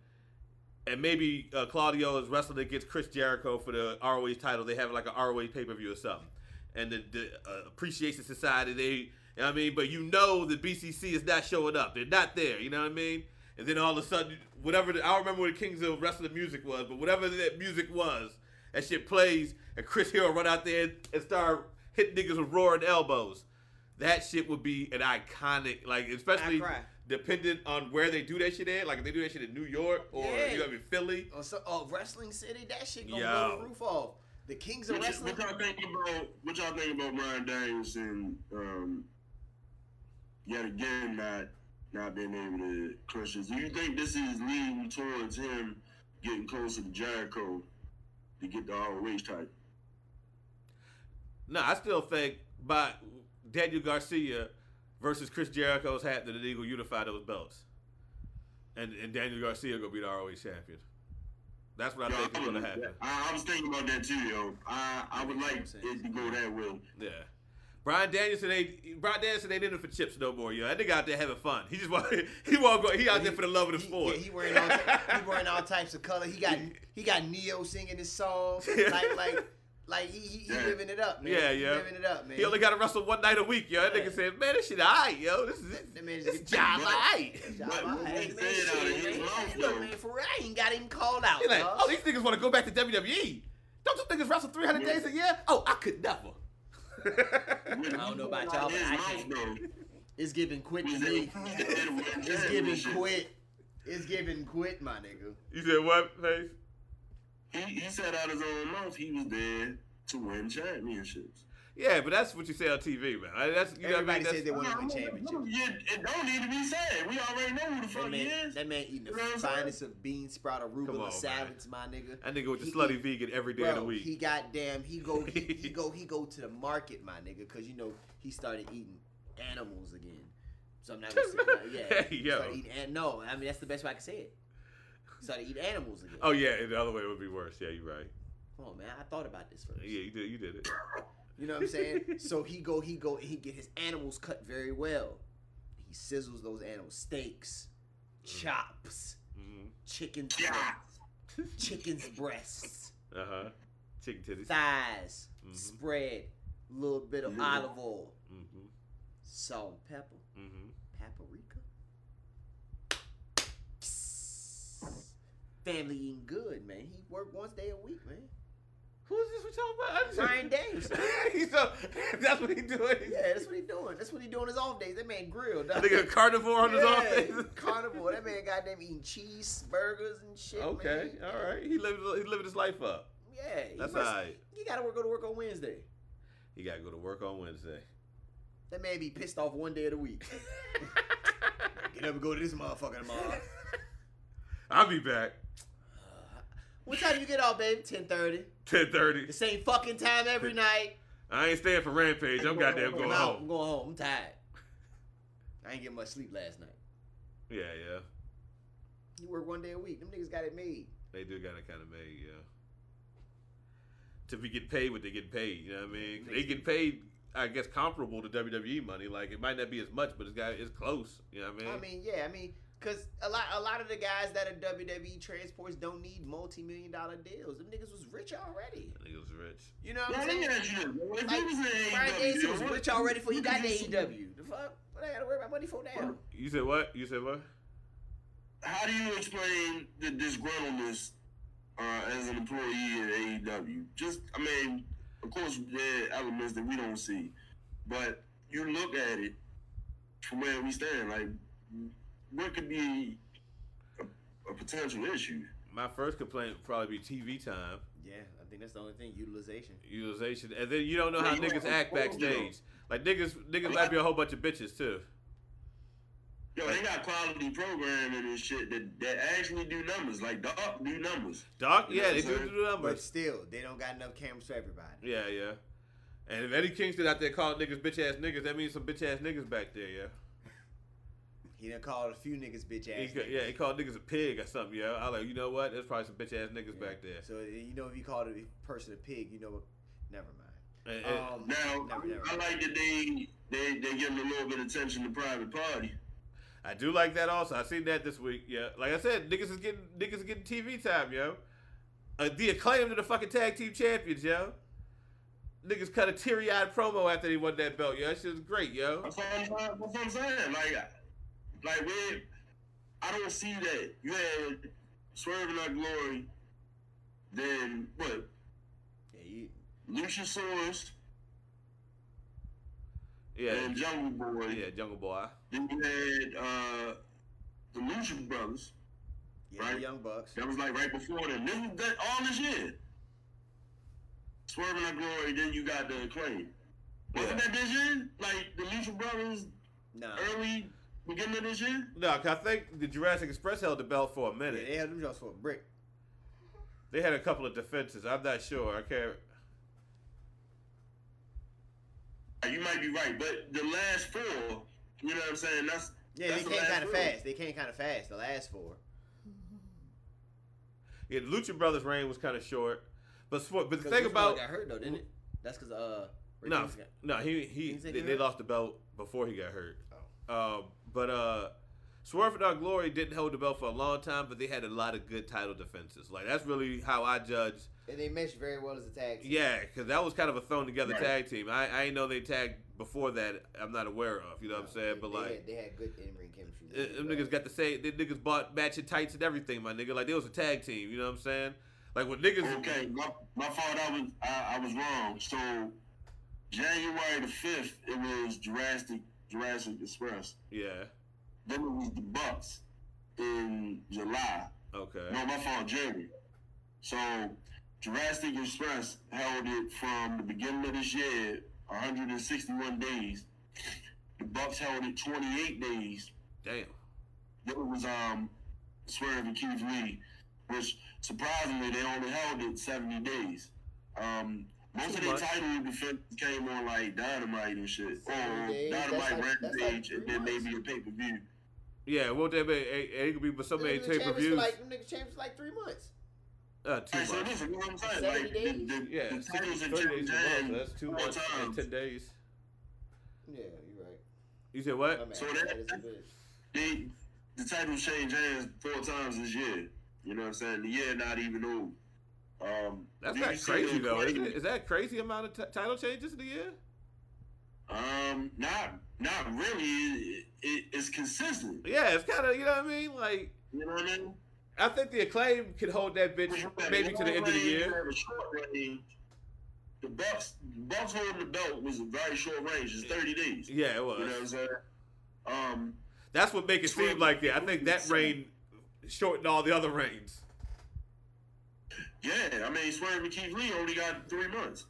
[SPEAKER 1] and maybe uh, Claudio is wrestling against Chris Jericho for the ROH title. They have like a ROH pay per view or something, and the, the uh, Appreciation Society. They, you know what I mean, but you know the BCC is not showing up. They're not there. You know what I mean. And then all of a sudden, whatever the, I don't remember what Kings of Wrestling music was, but whatever that music was, that shit plays, and Chris Hero run out there and start hitting niggas with roaring elbows. That shit would be an iconic, like especially
[SPEAKER 2] cry.
[SPEAKER 1] dependent on where they do that shit at. Like if they do that shit in New York or
[SPEAKER 2] Yeah.
[SPEAKER 1] you know, in Philly.
[SPEAKER 2] Or so, oh, wrestling city, that shit gonna
[SPEAKER 1] Yo.
[SPEAKER 2] blow the roof off. The kings of
[SPEAKER 3] What, y'all-
[SPEAKER 2] wrestling.
[SPEAKER 3] what y'all think about what y'all think about Brian Daniels and um, yet again not not being able to crush this? Do you think this is leading towards him getting closer to Jericho to get the ROH title?
[SPEAKER 1] No, I still think by Daniel Garcia versus Chris Jericho's hat that the Eagle unify those belts, and and Daniel Garcia gonna be the ROH champion. That's what I
[SPEAKER 3] Yo,
[SPEAKER 1] think is gonna happen.
[SPEAKER 3] I, I was thinking about that too, yo. I I would like
[SPEAKER 2] Makes no sense.
[SPEAKER 3] it to go that way.
[SPEAKER 1] Yeah, Brian Danielson ain't Brian Danielson ain't in it for chips no more, yo. That nigga out there having fun. He just want he want go, he out there for the love of the
[SPEAKER 2] He-
[SPEAKER 1] sport.
[SPEAKER 2] Yeah, he wearing all he wearing all types of color. He got he got Neo singing his song. Like like like he, he, he
[SPEAKER 3] Yeah.
[SPEAKER 2] living it up, man.
[SPEAKER 1] Yeah,
[SPEAKER 2] He
[SPEAKER 1] yeah.
[SPEAKER 2] living it up, man.
[SPEAKER 1] He only got to wrestle one night a week, yo. That
[SPEAKER 2] Yeah.
[SPEAKER 1] nigga said, man, this shit alright, yo. This is
[SPEAKER 2] That man
[SPEAKER 1] this
[SPEAKER 2] just-
[SPEAKER 1] job alright.
[SPEAKER 2] Job,
[SPEAKER 3] But
[SPEAKER 2] all
[SPEAKER 3] we
[SPEAKER 2] right,
[SPEAKER 3] ain't
[SPEAKER 2] man,
[SPEAKER 3] saying out of
[SPEAKER 2] shit,
[SPEAKER 3] his
[SPEAKER 2] man.
[SPEAKER 3] mouth,
[SPEAKER 2] Look,
[SPEAKER 3] though.
[SPEAKER 2] man, for real, I ain't got him called out.
[SPEAKER 1] He like,
[SPEAKER 2] dawg.
[SPEAKER 1] oh, these niggas want to go back to WWE. Don't you niggas wrestle 300 days a year? Oh, I could never.
[SPEAKER 3] I
[SPEAKER 2] don't know about y'all, but I can't. it's giving quit to me. It's giving quit. It's giving quit, my nigga.
[SPEAKER 1] you said what, face?
[SPEAKER 3] He, he said out his own mouth he was there to win championships.
[SPEAKER 1] Yeah, but that's what you say on TV, man. I- That's you know what I
[SPEAKER 2] Everybody
[SPEAKER 1] mean?
[SPEAKER 2] said they
[SPEAKER 1] That's-
[SPEAKER 2] want to win
[SPEAKER 3] No,
[SPEAKER 2] championships.
[SPEAKER 3] you- it don't need to be said. We already know who the fuck
[SPEAKER 2] That
[SPEAKER 3] he
[SPEAKER 2] man,
[SPEAKER 3] is.
[SPEAKER 2] that man eating
[SPEAKER 3] You know what
[SPEAKER 2] the
[SPEAKER 3] I'm
[SPEAKER 2] finest of bean sprout
[SPEAKER 1] Come on,
[SPEAKER 2] arugula
[SPEAKER 1] man.
[SPEAKER 2] salads, my nigga.
[SPEAKER 1] that nigga with the
[SPEAKER 2] He-
[SPEAKER 1] slutty vegan every day of the
[SPEAKER 2] Bro,
[SPEAKER 1] week.
[SPEAKER 2] He goddamn, he go, he, he go, he go to the market, my nigga, because you know he started eating animals again. So I'm not gonna say, yeah,
[SPEAKER 1] Hey,
[SPEAKER 2] he started
[SPEAKER 1] yo.
[SPEAKER 2] Eating, an- no, I mean that's the best way I can say it. Started eating animals again.
[SPEAKER 1] oh yeah, and the other way would be worse. Yeah, you're right.
[SPEAKER 2] Come on, man, I thought about this first.
[SPEAKER 1] Yeah, you did. You did it.
[SPEAKER 2] You know what I'm saying? so he go, he go, and he get his animals cut very well. He sizzles those animals, steaks,
[SPEAKER 1] Mm.
[SPEAKER 2] chops,
[SPEAKER 1] hmm
[SPEAKER 2] chicken's
[SPEAKER 3] Yeah.
[SPEAKER 2] chicken's breasts.
[SPEAKER 1] Uh huh. Chicken titties.
[SPEAKER 2] thighs,
[SPEAKER 1] Mhm.
[SPEAKER 2] spread, little bit of
[SPEAKER 3] Mhm.
[SPEAKER 2] olive oil,
[SPEAKER 1] Mm-hmm.
[SPEAKER 2] salt and pepper,
[SPEAKER 1] Mm-hmm.
[SPEAKER 2] paprika. Family eating good, man. He worked once day a week, man.
[SPEAKER 1] Who's this we talking about? I just-
[SPEAKER 2] Brian Danielson.
[SPEAKER 1] He's so, that's what he doing.
[SPEAKER 2] Yeah, that's what he doing. That's what he doing his off days. That man grilled. dog.
[SPEAKER 1] Nigga carnivore on his off
[SPEAKER 2] yeah,
[SPEAKER 1] days.
[SPEAKER 2] carnivore. That man goddamn eating cheese, burgers, and shit.
[SPEAKER 1] Okay,
[SPEAKER 2] man.
[SPEAKER 1] all right. He living he living his life up.
[SPEAKER 2] Yeah, he
[SPEAKER 1] That's
[SPEAKER 2] must-
[SPEAKER 1] alright.
[SPEAKER 2] He gotta work, go to work on Wednesday.
[SPEAKER 1] He got to go to work on Wednesday.
[SPEAKER 2] That man be pissed off one day of the week. Get up and go to this motherfucker tomorrow.
[SPEAKER 1] I'll be back.
[SPEAKER 2] Uh, What time you get off, baby? Ten thirty.
[SPEAKER 1] Ten thirty.
[SPEAKER 2] The same fucking time every night.
[SPEAKER 1] I ain't staying for Rampage. I'm goddamn
[SPEAKER 2] I'm
[SPEAKER 1] going
[SPEAKER 2] out.
[SPEAKER 1] home.
[SPEAKER 2] I'm going home. I'm tired. I ain't getting much sleep last night.
[SPEAKER 1] Yeah, yeah.
[SPEAKER 2] You work one day a week. Them niggas got it made.
[SPEAKER 1] They do got it kind of made, yeah. To be getting paid what they get paid, you know what I mean? 'Cause They get paid, I guess, comparable to WWE money. Like it might not be as much, but it's got it's close. You know what I mean?
[SPEAKER 2] I mean, yeah, I mean, cause a lot, a lot of the guys that are WWE transports don't need multi-million dollar deals. Them niggas was rich already.
[SPEAKER 1] That nigga was rich.
[SPEAKER 2] You know what
[SPEAKER 3] Now,
[SPEAKER 2] I'm
[SPEAKER 3] let me
[SPEAKER 2] saying?
[SPEAKER 3] ask you this. bro. If he was in E AEW,
[SPEAKER 2] Brian Danielson was
[SPEAKER 3] what-
[SPEAKER 2] rich already before he
[SPEAKER 3] what
[SPEAKER 2] got to E
[SPEAKER 3] did you see?
[SPEAKER 2] AEW. The fuck? What I gotta worry about money for now?
[SPEAKER 1] You said what? You said what?
[SPEAKER 3] How do you explain the disgruntledness uh, as an employee at AEW? Just, I mean, of course, there are elements that we don't see, but you look at it from where we stand. Like, what could be a, a potential issue?
[SPEAKER 1] My first complaint would probably be TV time
[SPEAKER 2] Yeah, I think that's the only thing. Utilization.
[SPEAKER 1] utilization, and then you don't know how
[SPEAKER 3] Yeah, you
[SPEAKER 1] niggas
[SPEAKER 3] don't
[SPEAKER 1] act
[SPEAKER 3] control, you know.
[SPEAKER 1] backstage. Like niggas, niggas might be a whole bunch of bitches too.
[SPEAKER 3] Yo, they got quality programming and shit that, that actually do numbers. Like, the up do numbers.
[SPEAKER 1] Doc,
[SPEAKER 3] You know
[SPEAKER 1] yeah,
[SPEAKER 3] what
[SPEAKER 1] they
[SPEAKER 3] I'm
[SPEAKER 1] do
[SPEAKER 3] saying?
[SPEAKER 1] do
[SPEAKER 2] But
[SPEAKER 1] numbers.
[SPEAKER 2] still, they don't got enough cameras for everybody.
[SPEAKER 1] Yeah, yeah. And if Eddie Kingston out there calling niggas bitch ass niggas, that means some bitch ass niggas back there, yeah.
[SPEAKER 2] He done called a few niggas bitch
[SPEAKER 1] He,
[SPEAKER 2] ass.
[SPEAKER 1] ca-
[SPEAKER 2] niggas.
[SPEAKER 1] yeah, he called niggas a pig or something. Yeah, I like you know what? There's probably some bitch ass niggas back there.
[SPEAKER 2] So eh, you know if you called a person a pig, you know, never mind.
[SPEAKER 1] And- and-
[SPEAKER 2] Um,
[SPEAKER 3] Now,
[SPEAKER 2] never, never.
[SPEAKER 3] I like that they, they, they give them a little bit of attention to private party.
[SPEAKER 1] I do like that also. I seen that this week. Yeah, like I said, niggas is getting niggas is getting TV time, yo. Uh, the acclaim to the fucking tag team champions, yo. Niggas cut a teary eyed promo after they won that belt, yo. That shit was great, yo.
[SPEAKER 3] That's what I'm, saying- that's what I'm saying. Like, I- like we, I don't see that. You had Swerve in Our Glory, then what?
[SPEAKER 2] Yeah, you,
[SPEAKER 3] Luchasaurus
[SPEAKER 1] Yeah,
[SPEAKER 3] and Jungle Boy.
[SPEAKER 2] Um,
[SPEAKER 1] yeah, Jungle Boy.
[SPEAKER 3] Then you had uh, the Lucha Brothers.
[SPEAKER 2] yeah,
[SPEAKER 3] Right.
[SPEAKER 2] the Young Bucks.
[SPEAKER 3] That was like right before them. This was that, all this year. Swerve in Our Glory. Then you got the Acclaim. Wasn't
[SPEAKER 1] Yeah.
[SPEAKER 3] that this year? Like the Lucha Brothers
[SPEAKER 2] Nah,
[SPEAKER 3] early beginning of this year.
[SPEAKER 1] No, 'cause I think the Jurassic Express held the belt for a
[SPEAKER 2] yeah,
[SPEAKER 1] minute.
[SPEAKER 2] they had them just for a brick.
[SPEAKER 1] They had a couple of defenses. I'm not sure. I can't.
[SPEAKER 3] You might be right, but the last four, you know what I'm saying? That's
[SPEAKER 2] Yeah,
[SPEAKER 3] that's
[SPEAKER 2] they
[SPEAKER 3] the
[SPEAKER 2] came
[SPEAKER 3] last
[SPEAKER 2] kind of
[SPEAKER 3] four.
[SPEAKER 2] fast. They came kind of fast. The last four.
[SPEAKER 1] Yeah, the Lucha Brothers' reign was kind of short. But sw- but the
[SPEAKER 2] 'Cause
[SPEAKER 1] thing
[SPEAKER 2] which one
[SPEAKER 1] about
[SPEAKER 2] got hurt though, didn't it? That's because uh, Or
[SPEAKER 1] No,
[SPEAKER 2] Dean's got-
[SPEAKER 1] no, he he
[SPEAKER 2] Dean's
[SPEAKER 1] they,
[SPEAKER 2] got
[SPEAKER 1] they
[SPEAKER 2] hurt?
[SPEAKER 1] lost the belt before he got hurt. Um, but uh, Swerve and Our Glory didn't hold the belt for a long time, but they had a lot of good title defenses. Like that's really how I judge.
[SPEAKER 2] and they meshed very well as a tag. team.
[SPEAKER 1] Yeah, because that was kind of a thrown together
[SPEAKER 3] Right.
[SPEAKER 1] tag team. I I ain't know they tagged before that. I'm not aware of. You know what I'm saying?
[SPEAKER 2] They-
[SPEAKER 1] But
[SPEAKER 2] they
[SPEAKER 1] like.
[SPEAKER 2] had, they had good in ring chemistry.
[SPEAKER 1] Uh, Them niggas got the same. Them niggas bought matching tights and everything, my nigga. Like they was a tag team. You know what I'm saying? Like when niggas.
[SPEAKER 3] Okay, my, my fault. I was I, I was wrong. So January the fifth, it was Jurassic Jurassic Express.
[SPEAKER 1] Yeah.
[SPEAKER 3] Then it was the Bucks in July.
[SPEAKER 1] Okay.
[SPEAKER 3] No, my fault, Jerry. So Jurassic Express held it from the beginning of this year, 161 days. The Bucks held it 28 days.
[SPEAKER 1] Damn.
[SPEAKER 3] Then it was um Swerve and Keith Lee, which surprisingly they only held it 70 days. Um, most
[SPEAKER 1] Too
[SPEAKER 3] of their
[SPEAKER 1] much.
[SPEAKER 3] title defenses came on like Dynamite and shit, or
[SPEAKER 2] 70 days, that's
[SPEAKER 3] Dynamite
[SPEAKER 2] like- that's like
[SPEAKER 3] Rampage, and
[SPEAKER 2] three
[SPEAKER 3] then
[SPEAKER 2] months.
[SPEAKER 3] maybe a pay per view.
[SPEAKER 1] Yeah. Well, that be? It, it could be but so
[SPEAKER 2] Them
[SPEAKER 1] many
[SPEAKER 2] niggas
[SPEAKER 1] pay per
[SPEAKER 2] champions for
[SPEAKER 1] views.
[SPEAKER 2] Like them niggas champions for like three months.
[SPEAKER 1] Uh, too
[SPEAKER 3] Right, so
[SPEAKER 1] much.
[SPEAKER 3] listen, you know what I'm saying?
[SPEAKER 2] 70
[SPEAKER 3] Like the, the,
[SPEAKER 2] days?
[SPEAKER 1] Yeah,
[SPEAKER 3] the
[SPEAKER 1] it's thirty
[SPEAKER 3] titles
[SPEAKER 1] days
[SPEAKER 3] have
[SPEAKER 1] in a row,
[SPEAKER 3] changed hands
[SPEAKER 1] so that's two
[SPEAKER 3] four
[SPEAKER 1] months and
[SPEAKER 3] times.
[SPEAKER 1] ten days.
[SPEAKER 2] Yeah, you're right.
[SPEAKER 1] You said
[SPEAKER 2] My
[SPEAKER 1] what?
[SPEAKER 2] man,
[SPEAKER 3] So
[SPEAKER 2] that,
[SPEAKER 3] that-
[SPEAKER 2] is a good.
[SPEAKER 3] They the titles changed hands four times this year. You know what I'm saying? The year not even old. Um,
[SPEAKER 1] That's
[SPEAKER 3] do you
[SPEAKER 1] not
[SPEAKER 3] see
[SPEAKER 1] crazy
[SPEAKER 3] the
[SPEAKER 1] though. Is,
[SPEAKER 3] equation?
[SPEAKER 1] it? is that crazy amount of t- title changes in a year?
[SPEAKER 3] Um, not not really. It, it, it's consistent.
[SPEAKER 1] Yeah, it's kind of you know what I mean. Like
[SPEAKER 3] You know what I mean?
[SPEAKER 1] I think the acclaim could hold that bitch maybe to the end of the
[SPEAKER 3] You
[SPEAKER 1] year.
[SPEAKER 3] have a short range. The Bucks, Bucks holding the belt was a very short range. It's thirty days.
[SPEAKER 1] Yeah, it
[SPEAKER 3] You know what
[SPEAKER 1] was.
[SPEAKER 3] I'm saying? Um,
[SPEAKER 1] That's what make it seem
[SPEAKER 3] Twelve-
[SPEAKER 1] like that. I think that
[SPEAKER 3] seven.
[SPEAKER 1] reign shortened all the other reigns.
[SPEAKER 3] yeah. I mean, Swerve and Keith Lee only got three months.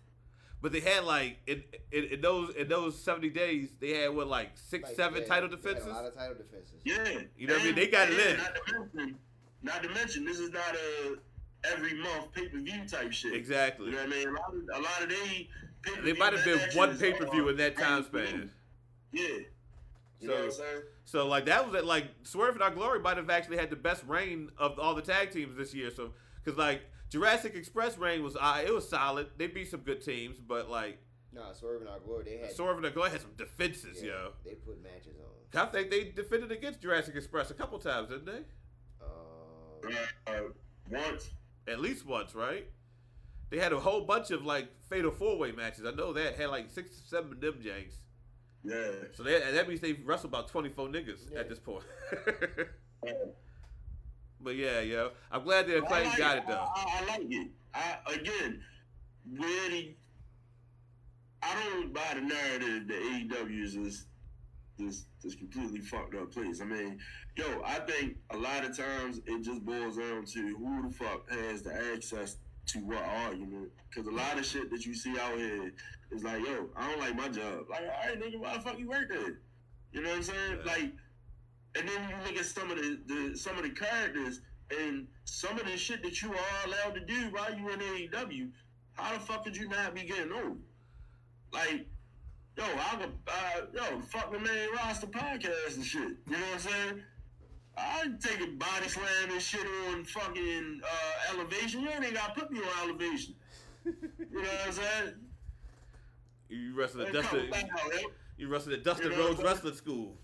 [SPEAKER 1] But they had like in, in, in those in those seventy days they had what like six
[SPEAKER 2] Like,
[SPEAKER 1] seven
[SPEAKER 2] yeah,
[SPEAKER 1] title
[SPEAKER 2] they had
[SPEAKER 1] defenses.
[SPEAKER 2] A lot of title defenses.
[SPEAKER 3] Yeah.
[SPEAKER 1] You know what I mean? They got it in.
[SPEAKER 3] Not to mention, not to mention, this is not a every month pay per view type shit. You
[SPEAKER 1] Exactly.
[SPEAKER 3] know what I mean? A lot of, a lot of they.
[SPEAKER 1] They might have been one pay per view in that time span.
[SPEAKER 3] Yeah. You know what I'm
[SPEAKER 1] So-
[SPEAKER 3] saying?
[SPEAKER 1] So like that was it. Like Swerve and Our Glory might have actually had the best reign of all the tag teams this year. So because like Jurassic Express reign was uh, it was solid. They beat some good teams, but like
[SPEAKER 2] Nah, Swerve and Our Glory, they had.
[SPEAKER 1] Swerve and Our Glory had some defenses,
[SPEAKER 2] yeah,
[SPEAKER 1] yo.
[SPEAKER 2] They put matches on.
[SPEAKER 1] I think they defended against Jurassic Express a couple times, didn't they?
[SPEAKER 2] Um,
[SPEAKER 3] Uh, once.
[SPEAKER 1] At least once, right? They had a whole bunch of like fatal four way matches. I know that had like six, seven of them janks.
[SPEAKER 3] Yeah.
[SPEAKER 1] So that that means they've wrestled about twenty four niggas
[SPEAKER 2] Yeah.
[SPEAKER 1] at this point.
[SPEAKER 3] Yeah.
[SPEAKER 1] but yeah, yo, I'm glad the
[SPEAKER 3] I
[SPEAKER 1] acclaim
[SPEAKER 3] like
[SPEAKER 1] got it though.
[SPEAKER 3] I, I, I like it. I again, really, I don't buy the narrative that AEW is this this this completely fucked up place. I mean, yo, I think a lot of times it just boils down to who the fuck has the access to what argument. Because a lot of shit that you see out here is like, yo, I don't like my job. Like, all right, nigga, why the fuck you work there? You know what I'm saying?
[SPEAKER 1] Yeah.
[SPEAKER 3] Like, and then you look at some of the, the some of the characters and some of the shit that you are allowed to do while you in AEW. How the fuck could you not be getting old? Like, yo, I would, uh, yo, fuck the main roster podcast and shit. You know what I'm saying? I take a body slam and shit on fucking uh, elevation. You ain't even gotta put me on elevation. you know what I'm saying?
[SPEAKER 1] You wrestled at
[SPEAKER 3] Hey, come
[SPEAKER 1] Dustin.
[SPEAKER 3] back, yo.
[SPEAKER 1] You wrestled at Dustin
[SPEAKER 3] You know
[SPEAKER 1] Rhodes
[SPEAKER 3] what I'm
[SPEAKER 1] Wrestling School.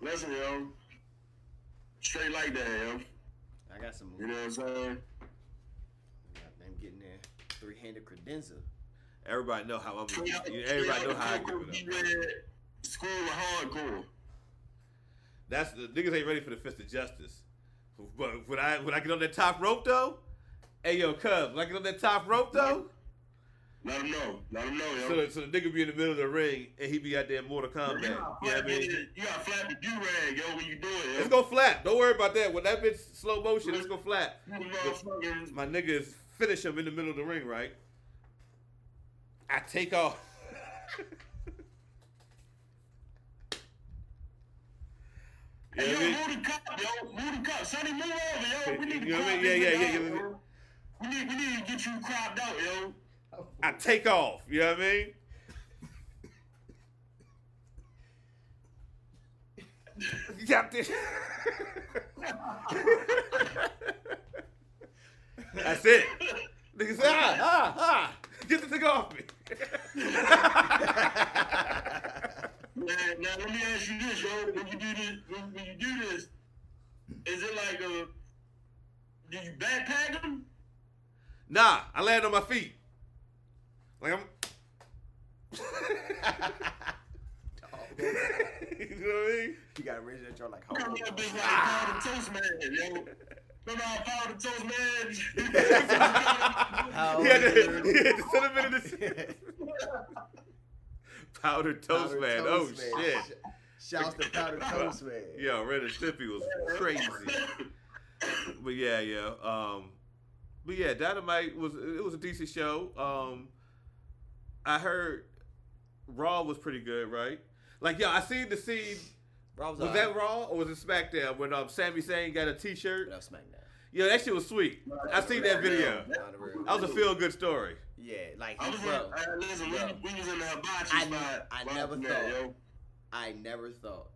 [SPEAKER 3] Listen, yo. Straight like that, yo.
[SPEAKER 2] I got some.
[SPEAKER 3] You know what I'm saying?
[SPEAKER 2] I'm getting there. Three-handed credenza.
[SPEAKER 1] Everybody know how I'm.
[SPEAKER 3] Straight like-
[SPEAKER 1] Everybody
[SPEAKER 3] straight
[SPEAKER 1] know
[SPEAKER 3] like
[SPEAKER 1] how I
[SPEAKER 3] Coco
[SPEAKER 1] give it up.
[SPEAKER 3] D. Red, School of hardcore.
[SPEAKER 1] That's the niggas ain't ready for the fist of justice. But when I when I get on that top rope though, hey yo, Cub, when I get on that top rope though,
[SPEAKER 3] Let them know. Let them know, yo.
[SPEAKER 1] so, so the nigga be in the middle of the ring and he be out there in Mortal Kombat.
[SPEAKER 3] you,
[SPEAKER 1] You know
[SPEAKER 3] gotta
[SPEAKER 1] what I
[SPEAKER 3] flap
[SPEAKER 1] mean?
[SPEAKER 3] your- you gotta flap the do-rag, yo, when you do it, yo.
[SPEAKER 1] It's gonna flap. Don't worry about that. When that bitch slow motion, it's gonna flap.
[SPEAKER 3] You motherfucking-
[SPEAKER 1] My niggas finish him in the middle of the ring, right? I take off. You know
[SPEAKER 3] Hey,
[SPEAKER 1] what
[SPEAKER 3] yo,
[SPEAKER 1] I mean?
[SPEAKER 3] move the cup, yo. Move the cup. Sonny, move over, yo. We need to
[SPEAKER 1] You know what I mean?
[SPEAKER 3] crop
[SPEAKER 1] Yeah,
[SPEAKER 3] this
[SPEAKER 1] yeah,
[SPEAKER 3] nigga
[SPEAKER 1] yeah,
[SPEAKER 3] out,
[SPEAKER 1] yeah.
[SPEAKER 3] yo. We need, we need to get you cropped out, yo.
[SPEAKER 1] I take off. You know what I mean? You got this. That's it. Niggas, ah, ah, ah. Get the thing off me.
[SPEAKER 3] Now, now let me ask you this, yo. When you do this, when, when you do this, is it like a? Do you backpack them?
[SPEAKER 1] nah, I land on my feet. Like I'm.
[SPEAKER 2] Oh.
[SPEAKER 1] you know what I mean?
[SPEAKER 2] You gotta raise that jaw like,
[SPEAKER 3] Come
[SPEAKER 2] hold
[SPEAKER 3] here,
[SPEAKER 2] on.
[SPEAKER 3] big like
[SPEAKER 1] Ah.
[SPEAKER 3] powder toast man, yo. Remember how powder toast man?
[SPEAKER 2] How
[SPEAKER 1] he, had
[SPEAKER 2] old
[SPEAKER 1] to,
[SPEAKER 2] are you?
[SPEAKER 1] he had to cinnamon in his powdered toast
[SPEAKER 2] Powdered
[SPEAKER 1] man.
[SPEAKER 2] Toast
[SPEAKER 1] oh
[SPEAKER 2] Man.
[SPEAKER 1] shit!
[SPEAKER 2] Sh- Shouts to Powder Toast Man.
[SPEAKER 1] Yo, Ren and Stimpy was crazy. but yeah, yeah. Um, but yeah, Dynamite was it was a decent show. Um, I heard Raw was pretty good, right? Like yo, I seen the scene.
[SPEAKER 2] Raw
[SPEAKER 1] Was that Raw or was it SmackDown when um Sami Zayn got a T-shirt?
[SPEAKER 2] No, SmackDown.
[SPEAKER 1] Yo, that shit was sweet. I seen that video.
[SPEAKER 2] Nah, the real-
[SPEAKER 1] That was a feel good story.
[SPEAKER 2] Yeah, like,
[SPEAKER 3] I was in,
[SPEAKER 2] bro,
[SPEAKER 3] I, listen, we,
[SPEAKER 2] Bro.
[SPEAKER 3] we was in the hibachi
[SPEAKER 2] I-
[SPEAKER 3] spot.
[SPEAKER 2] I
[SPEAKER 3] watching
[SPEAKER 2] never
[SPEAKER 3] that,
[SPEAKER 2] thought.
[SPEAKER 3] yo.
[SPEAKER 2] I never thought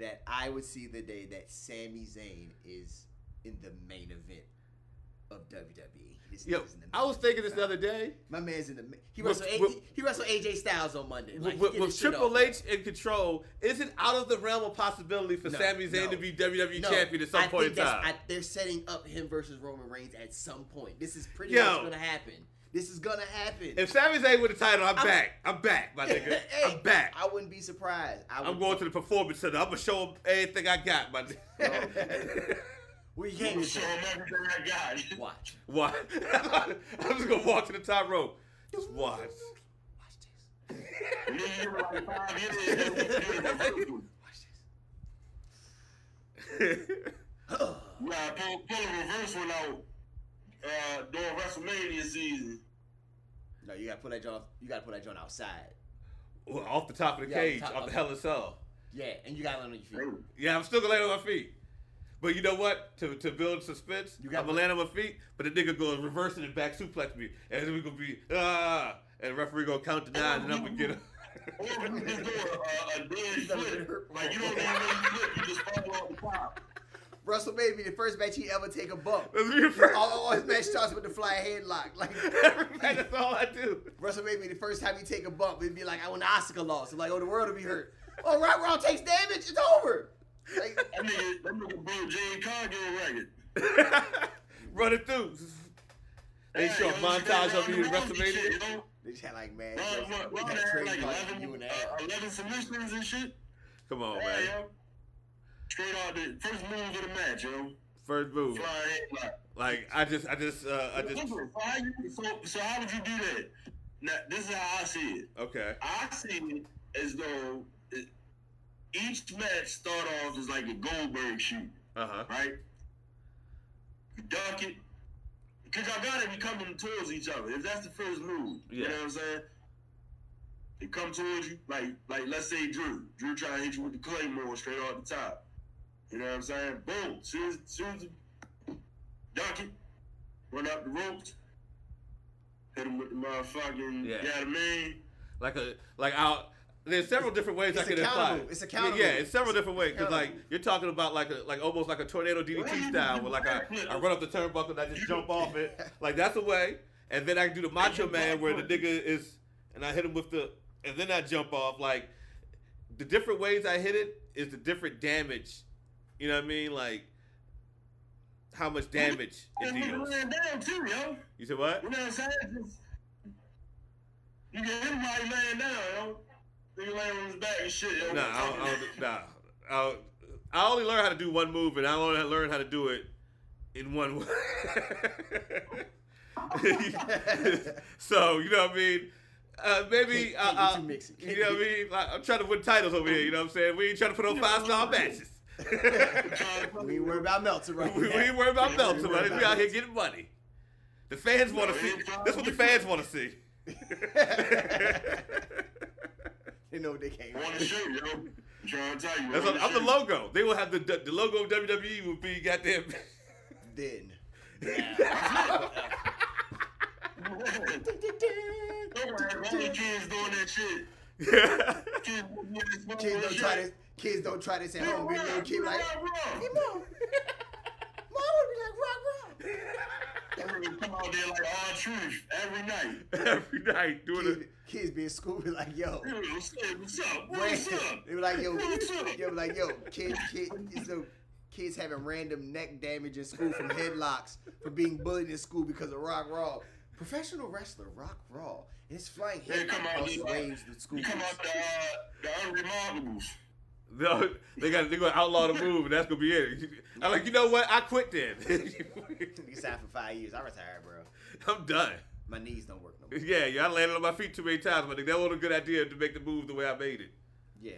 [SPEAKER 2] that I would see the day that Sami Zayn is in the main event of E. WWE. This
[SPEAKER 1] Yo,
[SPEAKER 2] nigga's in the main
[SPEAKER 1] I was thinking this
[SPEAKER 2] event.
[SPEAKER 1] the other day.
[SPEAKER 2] My man's in the. ma- He
[SPEAKER 1] With-
[SPEAKER 2] wrestled. A-
[SPEAKER 1] with-
[SPEAKER 2] he wrestled AJ Styles on Monday. Like, he
[SPEAKER 1] with,
[SPEAKER 2] did
[SPEAKER 1] with
[SPEAKER 2] his shit
[SPEAKER 1] Triple
[SPEAKER 2] off.
[SPEAKER 1] H in control, is it out of the realm of possibility for
[SPEAKER 2] No,
[SPEAKER 1] Sami Zayn
[SPEAKER 2] no.
[SPEAKER 1] to be WWE
[SPEAKER 2] No,
[SPEAKER 1] champion at some
[SPEAKER 2] I
[SPEAKER 1] point in
[SPEAKER 2] think that's-
[SPEAKER 1] time?
[SPEAKER 2] I- they're setting up him versus Roman Reigns at some point. This is pretty
[SPEAKER 1] Yo.
[SPEAKER 2] much gonna happen. This is gonna happen.
[SPEAKER 1] if Sami Zayn win the title, I'm,
[SPEAKER 2] I'm-
[SPEAKER 1] back. I'm back, my nigga.
[SPEAKER 2] Hey,
[SPEAKER 1] I'm back.
[SPEAKER 2] I wouldn't be surprised. I
[SPEAKER 1] I'm
[SPEAKER 2] would,
[SPEAKER 1] going to the performance center. I'm gonna show him everything I got, my
[SPEAKER 2] Oh,
[SPEAKER 1] nigga.
[SPEAKER 2] Where you
[SPEAKER 3] You
[SPEAKER 2] came
[SPEAKER 3] was showing
[SPEAKER 2] from?
[SPEAKER 3] everything I got.
[SPEAKER 2] Watch.
[SPEAKER 1] Why? I'm just gonna walk to the top rope. Just watch.
[SPEAKER 2] Watch this.
[SPEAKER 3] And then you were like five years ago.
[SPEAKER 2] Watch this.
[SPEAKER 3] Nah, pull, pull a reverse one out uh, during WrestleMania season.
[SPEAKER 2] No, you gotta put that joint. You gotta put that joint outside.
[SPEAKER 1] Well, off the top of the
[SPEAKER 2] Yeah, off the
[SPEAKER 1] cage,
[SPEAKER 2] top
[SPEAKER 1] off
[SPEAKER 2] of
[SPEAKER 1] the
[SPEAKER 2] it.
[SPEAKER 1] hell itself.
[SPEAKER 2] Yeah, and you gotta land on your feet.
[SPEAKER 1] Yeah, I'm still gonna land on my feet. But you know what? To to build suspense,
[SPEAKER 2] You
[SPEAKER 1] you
[SPEAKER 2] got-
[SPEAKER 1] got I'm gonna land on my feet, but the nigga gonna reverse it and back suplex me. And then we gonna be, ah! And the referee gonna count to nine and I'm gonna get up.
[SPEAKER 3] Or we can just do uh, a, a, a dead
[SPEAKER 2] He's never been
[SPEAKER 3] flip.
[SPEAKER 2] hurt
[SPEAKER 3] Like, you don't even know you flip, you just fall off the top.
[SPEAKER 2] Russell may be the first match he ever take a bump.
[SPEAKER 1] That's me first.
[SPEAKER 2] all, all his match starts with the flying headlock. Like
[SPEAKER 1] That's all I do.
[SPEAKER 2] Russell may be the first time you take a bump, it'd be like I want an Oscar loss. I'm like, oh, the world will be hurt. Oh, right, Raw takes damage. It's over. Like,
[SPEAKER 3] That nigga, that nigga broke Jay Cargill record.
[SPEAKER 1] Run it through. They
[SPEAKER 3] Yeah,
[SPEAKER 1] show a
[SPEAKER 3] yo, you got
[SPEAKER 1] montage of you in
[SPEAKER 3] Ronda Rousey shit,
[SPEAKER 1] WrestleMania.
[SPEAKER 3] you know?
[SPEAKER 2] they just had like, man,
[SPEAKER 3] Ronda-
[SPEAKER 2] we
[SPEAKER 3] Ronda
[SPEAKER 2] got
[SPEAKER 3] had
[SPEAKER 2] trade
[SPEAKER 3] like
[SPEAKER 2] like
[SPEAKER 3] 11,
[SPEAKER 2] you and
[SPEAKER 3] uh,
[SPEAKER 2] that.
[SPEAKER 3] 11 submissions and shit.
[SPEAKER 1] Come on,
[SPEAKER 3] Yeah,
[SPEAKER 1] Oh, man.
[SPEAKER 3] yo. Straight out the first move of the match, yo.
[SPEAKER 1] First move.
[SPEAKER 3] Flying headlock.
[SPEAKER 1] Like I just, I just, uh, I just.
[SPEAKER 3] so, how you, so, so how would you do that? Now, this is how I see it.
[SPEAKER 1] Okay.
[SPEAKER 3] I see it as though it, each match start off as like a Goldberg shoot,
[SPEAKER 1] Uh huh.
[SPEAKER 3] right? You dunk it. Because y'all got to be coming towards each other. If that's the first move, you
[SPEAKER 1] Yeah.
[SPEAKER 3] know what I'm saying? They come towards you, like, like let's say Drew. Drew trying to hit you with the claymore straight off the top. You know what I'm saying? Boom. Soon as, soon as dunk it, run up the ropes, hit him with the motherfucking,
[SPEAKER 1] Yeah.
[SPEAKER 3] you know what I mean?
[SPEAKER 1] like a like I'll there's several different ways
[SPEAKER 2] It's
[SPEAKER 1] I can
[SPEAKER 2] a counter
[SPEAKER 1] apply. it.
[SPEAKER 2] move. It's a counter
[SPEAKER 1] Yeah, yeah,
[SPEAKER 2] move.
[SPEAKER 1] it's several different ways because
[SPEAKER 2] counter
[SPEAKER 1] like
[SPEAKER 2] move.
[SPEAKER 1] you're talking about like a like almost like a tornado DDT style where like I, I run up the turnbuckle and I just jump off it. Like that's a way, and then I can do the Macho Man where the nigga is and I hit him with the and then I jump off. Like the different ways I hit it is the different damage. You know what I mean? Like how much damage it
[SPEAKER 3] And
[SPEAKER 1] deals.
[SPEAKER 3] laying down too, yo.
[SPEAKER 1] You said what?
[SPEAKER 3] You know what I'm saying? Just- You get him while he laying down, yo. Nigga laying on his back and shit, yo.
[SPEAKER 1] No, I don't, I don't, nah. I, I only learned how to do one move, and I only learned how to do it in one way. so you know what I mean. Uh, maybe
[SPEAKER 2] Can't-
[SPEAKER 1] I-
[SPEAKER 2] can't get
[SPEAKER 1] I-
[SPEAKER 2] too mixy. Can't
[SPEAKER 1] you know what I
[SPEAKER 2] get-
[SPEAKER 1] mean. Like, I'm trying to win titles over here. You know what I'm saying. We ain't trying to put on five star matches.
[SPEAKER 2] We ain't worried about Meltzer right
[SPEAKER 1] we, we
[SPEAKER 2] now.
[SPEAKER 1] ain't worried about belts.
[SPEAKER 2] worried
[SPEAKER 1] We
[SPEAKER 2] about
[SPEAKER 1] out here
[SPEAKER 2] belts.
[SPEAKER 1] getting money. The fans want to see. That's what the fans want to see.
[SPEAKER 2] They know what they came.
[SPEAKER 3] Want a shirt, yo. I'm trying to tell you.
[SPEAKER 1] That's what,
[SPEAKER 3] want a
[SPEAKER 1] I'm the
[SPEAKER 3] shirt.
[SPEAKER 1] logo. They will have the the logo of WWE will be goddamn.
[SPEAKER 2] Then.
[SPEAKER 3] Don't worry, all the kids doing that shit. Kids,
[SPEAKER 2] Kids don't try this. Kids don't try this at home. Big little kid like,
[SPEAKER 3] Rock, rock.
[SPEAKER 2] Mom. Mom would be like, rock, rock.
[SPEAKER 3] That nigga come out there like our truth every night.
[SPEAKER 1] every night doing
[SPEAKER 2] Kids,
[SPEAKER 1] it.
[SPEAKER 2] kids be in school be like, yo.
[SPEAKER 3] You know what I'm saying? What's up? What's up?
[SPEAKER 2] they be like, yo,
[SPEAKER 3] What's up?
[SPEAKER 2] yo, be like, yo, kid, kid, it's no kids having random neck damage in school from headlocks for being bullied in school because of Rock Raw. Professional wrestler Rock Raw and his flying
[SPEAKER 3] They
[SPEAKER 2] headlock
[SPEAKER 3] come out
[SPEAKER 2] across
[SPEAKER 3] these
[SPEAKER 2] the waves the school.
[SPEAKER 3] You come out the, uh, the unremarkables.
[SPEAKER 1] No, they got they're gonna outlaw the move, and that's gonna be it. I'm like, you know what? I quit then.
[SPEAKER 2] You signed for five years. I retired, bro.
[SPEAKER 1] I'm done.
[SPEAKER 2] My knees don't work no more.
[SPEAKER 1] Yeah, yeah, I landed on my feet too many times, but that wasn't a good idea to make the move the way I made it.
[SPEAKER 2] Yeah.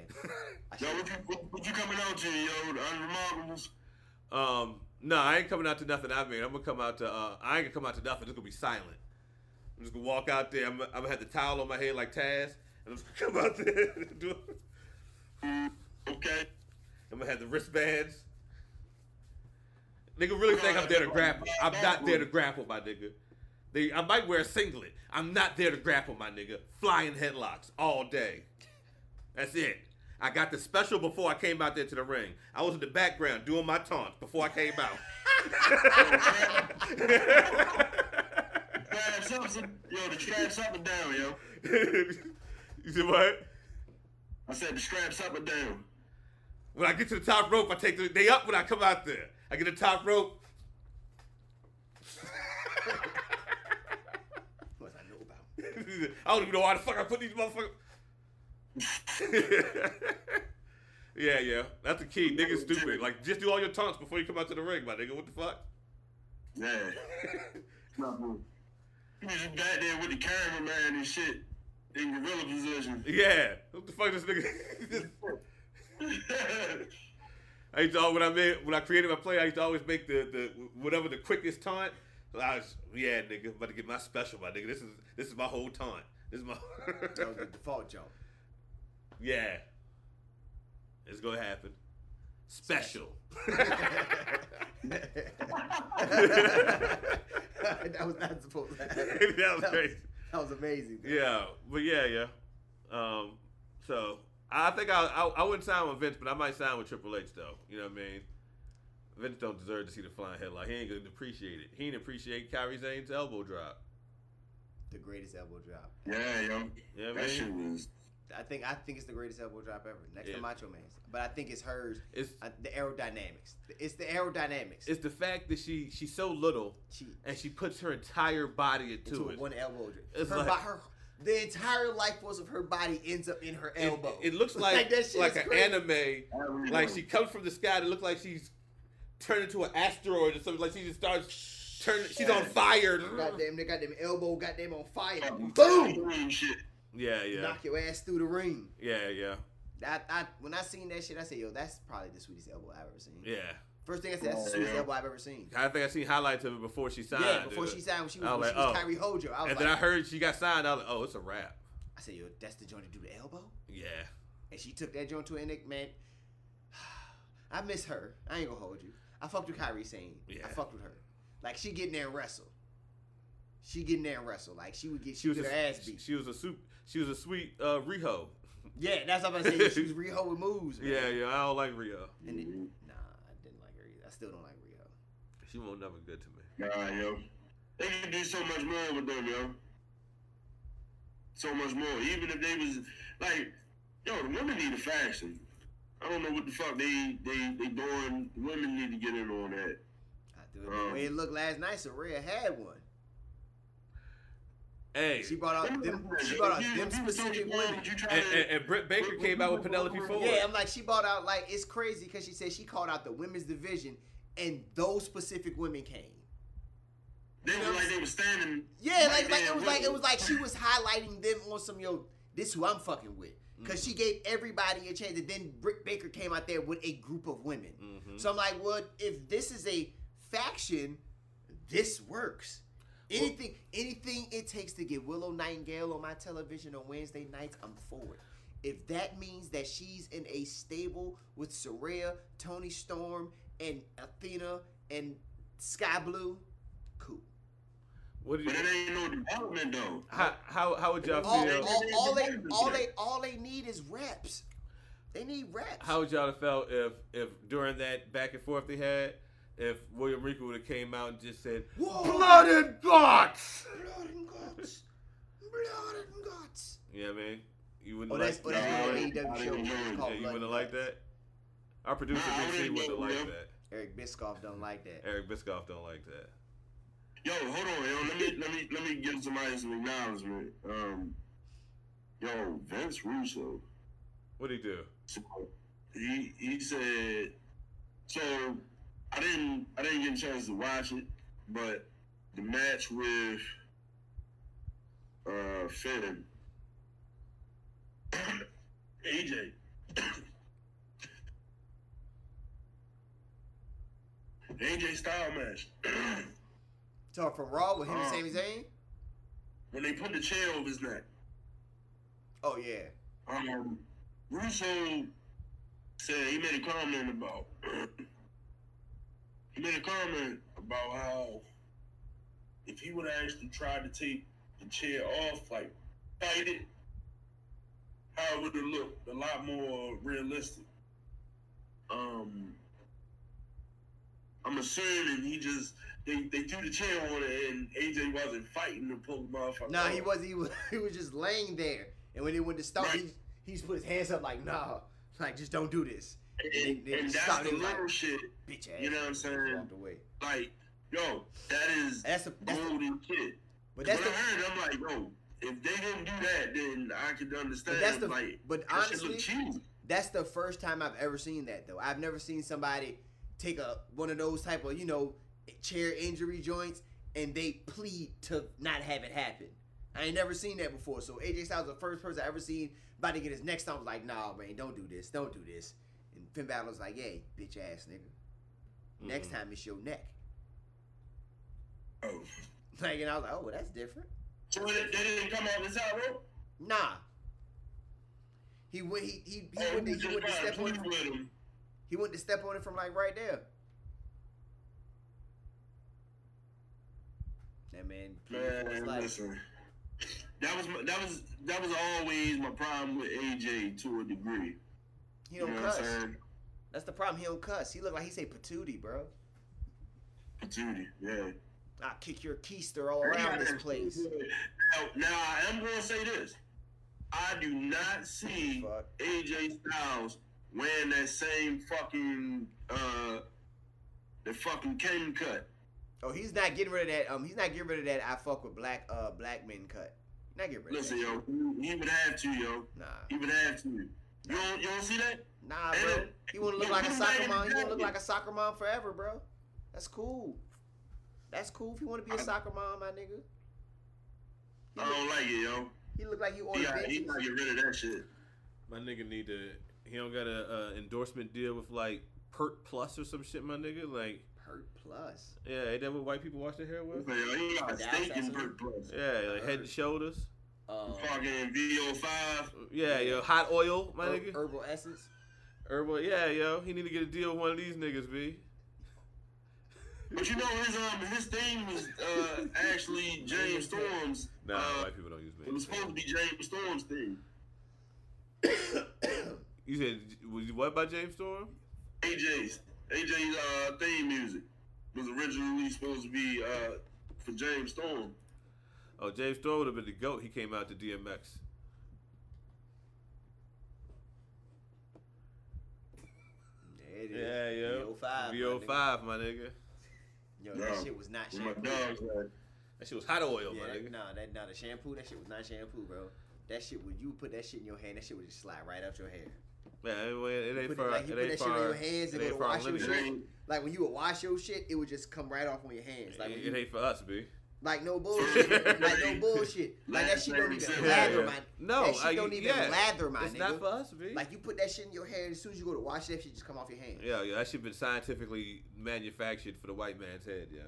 [SPEAKER 2] I
[SPEAKER 3] Yo,
[SPEAKER 2] should-
[SPEAKER 3] what you, what, what you coming out to, yo? The unremarkables?
[SPEAKER 1] Um, no, I ain't coming out to nothing I made. I'm gonna come out to uh, I ain't gonna come out to nothing. It's gonna be silent. I'm just gonna walk out there. I'm, I'm gonna have the towel on my head like Taz, and I'm just gonna come out there. and do it.
[SPEAKER 3] Mm, okay.
[SPEAKER 1] I'm gonna have the wristbands. Nigga really think I'm there to grapple. I'm not there to grapple, my nigga. They, I might wear a singlet. I'm not there to grapple, my nigga. Flying headlocks all day. That's it. I got the special before I came out there to the ring. I was in the background doing my taunts before I came out.
[SPEAKER 3] Traps up, some, yo, the straps up and down, yo.
[SPEAKER 1] you said what?
[SPEAKER 3] I said the straps up and down.
[SPEAKER 1] When I get to the top rope, I take the they up when I come out there. I get the top rope.
[SPEAKER 2] What I know about.
[SPEAKER 1] I don't even know why the fuck I put these motherfuckers. yeah, yeah. That's the key. Niggas stupid. Like, just do all your taunts before you come out to the ring, my nigga. What the fuck?
[SPEAKER 3] Yeah. Not good. You was just back there with the cameraman and shit in gorilla position.
[SPEAKER 1] Yeah. What the fuck this nigga? I used to always, when I made when I created my play, I used to always make the, the whatever the quickest taunt. So I was yeah, nigga, I'm about to get my special, my nigga. This is this is my whole taunt. This is my
[SPEAKER 2] That was the default jump.
[SPEAKER 1] Yeah. It's gonna happen. Special.
[SPEAKER 2] that was not supposed to happen.
[SPEAKER 1] that was crazy.
[SPEAKER 2] That was amazing. though.
[SPEAKER 1] Yeah, but yeah, yeah. Um, so I think I, I I wouldn't sign with Vince, but I might sign with Triple H though. You know what I mean? Vince don't deserve to see the flying headlock. He ain't gonna appreciate it. He didn't appreciate Kyrie Zane's elbow drop.
[SPEAKER 2] The greatest elbow drop.
[SPEAKER 3] yeah, yo.
[SPEAKER 1] You know what I
[SPEAKER 3] That
[SPEAKER 1] mean?
[SPEAKER 3] shit was.
[SPEAKER 2] I think I think it's the greatest elbow drop ever, next
[SPEAKER 1] Yeah.
[SPEAKER 2] to Macho Man's. But I think it's hers.
[SPEAKER 1] It's
[SPEAKER 2] I, the aerodynamics. It's the aerodynamics.
[SPEAKER 1] it's the fact that she she's so little
[SPEAKER 2] she
[SPEAKER 1] and she puts her entire body into,
[SPEAKER 2] into
[SPEAKER 1] it.
[SPEAKER 2] one elbow. drop.
[SPEAKER 1] It's
[SPEAKER 2] her,
[SPEAKER 1] like-
[SPEAKER 2] bo- her the entire life force of her body ends up in her
[SPEAKER 1] It-
[SPEAKER 2] elbow.
[SPEAKER 1] It, looks like
[SPEAKER 2] that shit
[SPEAKER 1] like
[SPEAKER 2] is
[SPEAKER 1] an
[SPEAKER 2] crazy.
[SPEAKER 1] anime Like she comes from the sky, it looks like she's turned into an asteroid or something. Like she just starts turning. She's on fire.
[SPEAKER 2] Goddamn, they got them elbow, goddamn on fire. Boom!
[SPEAKER 3] Boom! Shit.
[SPEAKER 1] Yeah, yeah,
[SPEAKER 2] Knock your ass through the ring.
[SPEAKER 1] yeah, yeah,
[SPEAKER 2] I, I, when I seen that shit, I said, yo, that's probably the sweetest elbow I've ever seen.
[SPEAKER 1] yeah.
[SPEAKER 2] First thing I said, that's the
[SPEAKER 3] Yeah.
[SPEAKER 2] sweetest elbow I've ever seen.
[SPEAKER 1] I think I seen highlights of it before she signed.
[SPEAKER 2] yeah, before
[SPEAKER 1] dude.
[SPEAKER 2] she signed, when she was,
[SPEAKER 1] I was
[SPEAKER 2] when
[SPEAKER 1] like,
[SPEAKER 2] she was
[SPEAKER 1] oh.
[SPEAKER 2] Kyrie Hojo, I was
[SPEAKER 1] and
[SPEAKER 2] like,
[SPEAKER 1] then I heard she got signed. I was like, oh, it's a wrap.
[SPEAKER 2] I said, yo, that's the joint to do the elbow?
[SPEAKER 1] Yeah,
[SPEAKER 2] And she took that joint to an Nick, man. I miss her. I ain't gonna hold you. I fucked with Kyrie Sane.
[SPEAKER 1] Yeah.
[SPEAKER 2] I fucked with her. Like she getting there and wrestle. She getting there and wrestle. Like she would get
[SPEAKER 1] she
[SPEAKER 2] she,
[SPEAKER 1] was
[SPEAKER 2] get
[SPEAKER 1] a,
[SPEAKER 2] her ass
[SPEAKER 1] She,
[SPEAKER 2] beat.
[SPEAKER 1] she was a soup. She was a sweet uh, Riho.
[SPEAKER 2] yeah, that's what I'm saying. She was Riho with moves, man.
[SPEAKER 1] Yeah, yeah. I don't like Rio.
[SPEAKER 2] And then, nah, I didn't like her either. I still don't like Riho.
[SPEAKER 1] She won't never good to me.
[SPEAKER 3] Nah, yo. They can do so much more with them, yo. So much more. Even if they was like, yo, the women need a faction. I don't know what the fuck they they they doing. The women need to get in on that.
[SPEAKER 2] I do it. The way it looked last night, Soraya had one.
[SPEAKER 1] Hey.
[SPEAKER 2] She brought out them she brought out
[SPEAKER 3] You-
[SPEAKER 2] them
[SPEAKER 3] you was doing
[SPEAKER 2] specific
[SPEAKER 3] your
[SPEAKER 2] women.
[SPEAKER 3] own, you try
[SPEAKER 1] and,
[SPEAKER 3] to-
[SPEAKER 1] and, and Britt Baker came out with Penelope Ford.
[SPEAKER 2] Yeah, I'm like, she bought out like it's crazy because she said she called out the women's division, and those specific women came.
[SPEAKER 3] They was like they was standing.
[SPEAKER 2] Yeah,
[SPEAKER 3] right
[SPEAKER 2] like like
[SPEAKER 3] there
[SPEAKER 2] it was
[SPEAKER 3] with
[SPEAKER 2] like it
[SPEAKER 3] them.
[SPEAKER 2] was like she was highlighting them on some yo. This who I'm fucking with
[SPEAKER 1] Mm. Mm-hmm.
[SPEAKER 2] because she gave everybody a chance, and then Britt Baker came out there with a group of women.
[SPEAKER 1] Mm-hmm.
[SPEAKER 2] So I'm like, well, if this is a faction, this works. Anything, anything it takes to get Willow Nightingale on my television on Wednesday nights, I'm for it. If that means that she's in a stable with Soraya, Tony Storm, and Athena and Sky Blue, cool.
[SPEAKER 1] What do you?
[SPEAKER 3] But it ain't no development though.
[SPEAKER 1] How, how how would y'all
[SPEAKER 2] all,
[SPEAKER 1] feel?
[SPEAKER 2] all, all they all they all they need is reps. They need reps.
[SPEAKER 1] How would y'all have felt if if during that back and forth they had, if William Regal would have came out and just said,
[SPEAKER 2] Whoa.
[SPEAKER 1] "Blood and guts."
[SPEAKER 2] Blood and guts. Blood and guts.
[SPEAKER 1] Yeah, I mean, you wouldn't
[SPEAKER 2] Oh,
[SPEAKER 1] like
[SPEAKER 2] that's, oh, that's
[SPEAKER 3] No,
[SPEAKER 2] the
[SPEAKER 3] I
[SPEAKER 2] AEW show.
[SPEAKER 3] didn't
[SPEAKER 2] It's
[SPEAKER 1] yeah, you
[SPEAKER 2] called
[SPEAKER 3] know.
[SPEAKER 2] Blood
[SPEAKER 1] wouldn't
[SPEAKER 2] and
[SPEAKER 1] like
[SPEAKER 2] Guts.
[SPEAKER 1] that. Our producer
[SPEAKER 3] Nah, I
[SPEAKER 1] Big C
[SPEAKER 3] didn't
[SPEAKER 1] wouldn't
[SPEAKER 3] know,
[SPEAKER 1] like
[SPEAKER 3] man.
[SPEAKER 1] that.
[SPEAKER 2] Eric Biscoff don't like that.
[SPEAKER 1] Eric Biscoff don't like that.
[SPEAKER 3] Yo, hold on, yo. Let me let me let me give somebody some acknowledgement. Um, yo, Vince Russo.
[SPEAKER 1] What'd he do?
[SPEAKER 3] So he he said. So I didn't I didn't get a chance to watch it, but the match with uh Finn AJ. AJ style match.
[SPEAKER 2] Talk from Raw with him and
[SPEAKER 3] Uh.
[SPEAKER 2] Sami Zayn.
[SPEAKER 3] when they put the chair over his neck,
[SPEAKER 2] Oh yeah.
[SPEAKER 3] um, Russo said he made a comment about he made a comment about how if he would have actually tried to take the chair off, like fight it, how it would have looked a lot more realistic. Um, I'm assuming he just they, they threw the chair on it and AJ wasn't fighting to pull the motherfucker.
[SPEAKER 2] Nah, he
[SPEAKER 3] off.
[SPEAKER 2] was he was he was just laying there, and when they went to stop, he
[SPEAKER 3] Right.
[SPEAKER 2] he just put his hands up like, nah, like just don't do this.
[SPEAKER 3] And,
[SPEAKER 2] They- they
[SPEAKER 3] and that's
[SPEAKER 2] stopped
[SPEAKER 3] the
[SPEAKER 2] him, like-
[SPEAKER 3] little shit.
[SPEAKER 2] Bitch ass.
[SPEAKER 3] You know what I'm
[SPEAKER 2] Just
[SPEAKER 3] saying?
[SPEAKER 2] Walked away.
[SPEAKER 3] Like, yo, that is
[SPEAKER 2] That's a that's a,
[SPEAKER 3] golden shit.
[SPEAKER 2] but
[SPEAKER 3] But
[SPEAKER 2] that's
[SPEAKER 3] when
[SPEAKER 2] the
[SPEAKER 3] I heard, it, I'm like, yo, if they didn't do that, then I could understand.
[SPEAKER 2] But that's the-
[SPEAKER 3] like,
[SPEAKER 2] but
[SPEAKER 3] that shit look
[SPEAKER 2] honestly-
[SPEAKER 3] cheesy.
[SPEAKER 2] that's the first time I've ever seen that though. I've never seen somebody take a one of those type of you know chair injury joints and they plead to not have it happen. I ain't never seen that before. So AJ Styles was the first person I ever seen about to get his next time was like, nah, man, don't do this, don't do this. And Finn Balor was like, hey, bitch ass nigga. Next
[SPEAKER 1] Mm-hmm.
[SPEAKER 2] time it's your neck.
[SPEAKER 3] Oh.
[SPEAKER 2] Like, and I was like, oh, that's different.
[SPEAKER 3] So they, they didn't come out this album.
[SPEAKER 2] Nah. He went. He he, he
[SPEAKER 3] Oh,
[SPEAKER 2] went. To, he went to step on. It,
[SPEAKER 3] with him.
[SPEAKER 2] he went to step on it from like right there. That man. pleaded for his
[SPEAKER 3] Man,
[SPEAKER 2] life.
[SPEAKER 3] listen. That was my, that was that was always my problem with AJ to a degree.
[SPEAKER 2] He
[SPEAKER 3] You
[SPEAKER 2] don't
[SPEAKER 3] know what
[SPEAKER 2] cuss.
[SPEAKER 3] I'm saying?
[SPEAKER 2] That's the problem. He don't cuss. He look like he say patootie, bro.
[SPEAKER 3] Duty, yeah.
[SPEAKER 2] I'll kick your keister all around this place.
[SPEAKER 3] Now, now I am gonna say this. I do not see
[SPEAKER 2] Fuck.
[SPEAKER 3] AJ Styles wearing that same fucking uh the fucking cane cut.
[SPEAKER 2] Oh, he's not getting rid of that. Um, he's not getting rid of that. I fuck with black uh black men cut. Not getting rid of
[SPEAKER 3] Listen,
[SPEAKER 2] that.
[SPEAKER 3] yo, you- he would have to, yo.
[SPEAKER 2] Nah,
[SPEAKER 3] He would have to. You don't, you don't see that?
[SPEAKER 2] nah,
[SPEAKER 3] And
[SPEAKER 2] bro.
[SPEAKER 3] it-
[SPEAKER 2] He wanna look
[SPEAKER 3] you
[SPEAKER 2] like a
[SPEAKER 3] put him
[SPEAKER 2] soccer
[SPEAKER 3] right
[SPEAKER 2] mom. He
[SPEAKER 3] in
[SPEAKER 2] wanna look
[SPEAKER 3] the
[SPEAKER 2] like a soccer mom forever, bro. That's cool. That's cool if you wanna be a
[SPEAKER 3] I-
[SPEAKER 2] soccer mom, my nigga. He
[SPEAKER 3] I
[SPEAKER 2] look,
[SPEAKER 3] don't like it, yo.
[SPEAKER 2] he look like you on
[SPEAKER 3] He
[SPEAKER 2] the
[SPEAKER 3] got, he
[SPEAKER 2] bench.
[SPEAKER 3] got to get rid of that shit.
[SPEAKER 1] My nigga need to. He don't got a uh, endorsement deal with like Pert Plus or some shit. My nigga, like,
[SPEAKER 2] Hurt plus.
[SPEAKER 1] yeah, ain't that what white people wash their hair with?
[SPEAKER 3] Okay, yo, he got a
[SPEAKER 2] That's
[SPEAKER 3] steak and
[SPEAKER 2] absolutely-
[SPEAKER 3] Burt Plus.
[SPEAKER 1] Yeah, like Head and Shoulders.
[SPEAKER 2] Um,
[SPEAKER 3] Fucking VO5.
[SPEAKER 1] Yeah, yo, hot oil, my
[SPEAKER 2] her-
[SPEAKER 1] nigga.
[SPEAKER 2] herbal essence.
[SPEAKER 1] Herbal, yeah, yo, he need to get a deal with one of these niggas, b.
[SPEAKER 3] But you know his um his thing was uh actually James Storm's.
[SPEAKER 1] Nah,
[SPEAKER 3] uh,
[SPEAKER 1] white people don't use
[SPEAKER 3] it was supposed to
[SPEAKER 1] names.
[SPEAKER 3] be James Storm's thing.
[SPEAKER 1] You said was you what about James Storm?
[SPEAKER 3] AJ's AJ's uh theme music was originally supposed to be uh for James Storm.
[SPEAKER 1] Oh, James Storm would have been the goat. He came out to DMX.
[SPEAKER 2] There it is.
[SPEAKER 1] Yeah, yo,
[SPEAKER 2] VO5.
[SPEAKER 1] VO
[SPEAKER 2] my nigga.
[SPEAKER 1] five, my nigga.
[SPEAKER 2] Yo, that
[SPEAKER 3] Yeah.
[SPEAKER 2] shit was not
[SPEAKER 3] My
[SPEAKER 2] shampoo.
[SPEAKER 3] dogs man.
[SPEAKER 1] That shit was hot oil,
[SPEAKER 2] Yeah,
[SPEAKER 1] my
[SPEAKER 2] that,
[SPEAKER 1] nigga.
[SPEAKER 2] nah, that not a shampoo. That shit was not shampoo, bro. That shit would you put that shit in your hand, that shit would just slide right out your hair.
[SPEAKER 1] Yeah, it, ain't- it ain't
[SPEAKER 2] put
[SPEAKER 1] for
[SPEAKER 2] it, like, you
[SPEAKER 1] it
[SPEAKER 2] put
[SPEAKER 1] ain't
[SPEAKER 2] that
[SPEAKER 1] for
[SPEAKER 2] shit on
[SPEAKER 1] our-
[SPEAKER 2] your hands and
[SPEAKER 1] it
[SPEAKER 2] go
[SPEAKER 1] ain't
[SPEAKER 2] to
[SPEAKER 1] for our
[SPEAKER 2] wash your
[SPEAKER 1] living
[SPEAKER 3] It
[SPEAKER 2] shit.
[SPEAKER 1] room.
[SPEAKER 3] ain't-
[SPEAKER 2] Like when you would wash your shit, it would just come right off on your hands. Like when
[SPEAKER 1] It it
[SPEAKER 2] you,
[SPEAKER 1] ain't for us, b.
[SPEAKER 2] like no bullshit. like no bullshit. Like that shit don't even
[SPEAKER 3] Yeah,
[SPEAKER 2] lather
[SPEAKER 1] yeah.
[SPEAKER 2] my
[SPEAKER 1] No,
[SPEAKER 2] that shit
[SPEAKER 1] I-
[SPEAKER 2] don't even
[SPEAKER 1] yeah.
[SPEAKER 2] lather my
[SPEAKER 1] It's
[SPEAKER 2] nigga.
[SPEAKER 1] not for us, b.
[SPEAKER 2] like you put that shit in your hair, and as soon as you go to wash it, that shit just come off your hand.
[SPEAKER 1] Yeah, yeah, that shit been scientifically manufactured for the white man's head, yeah.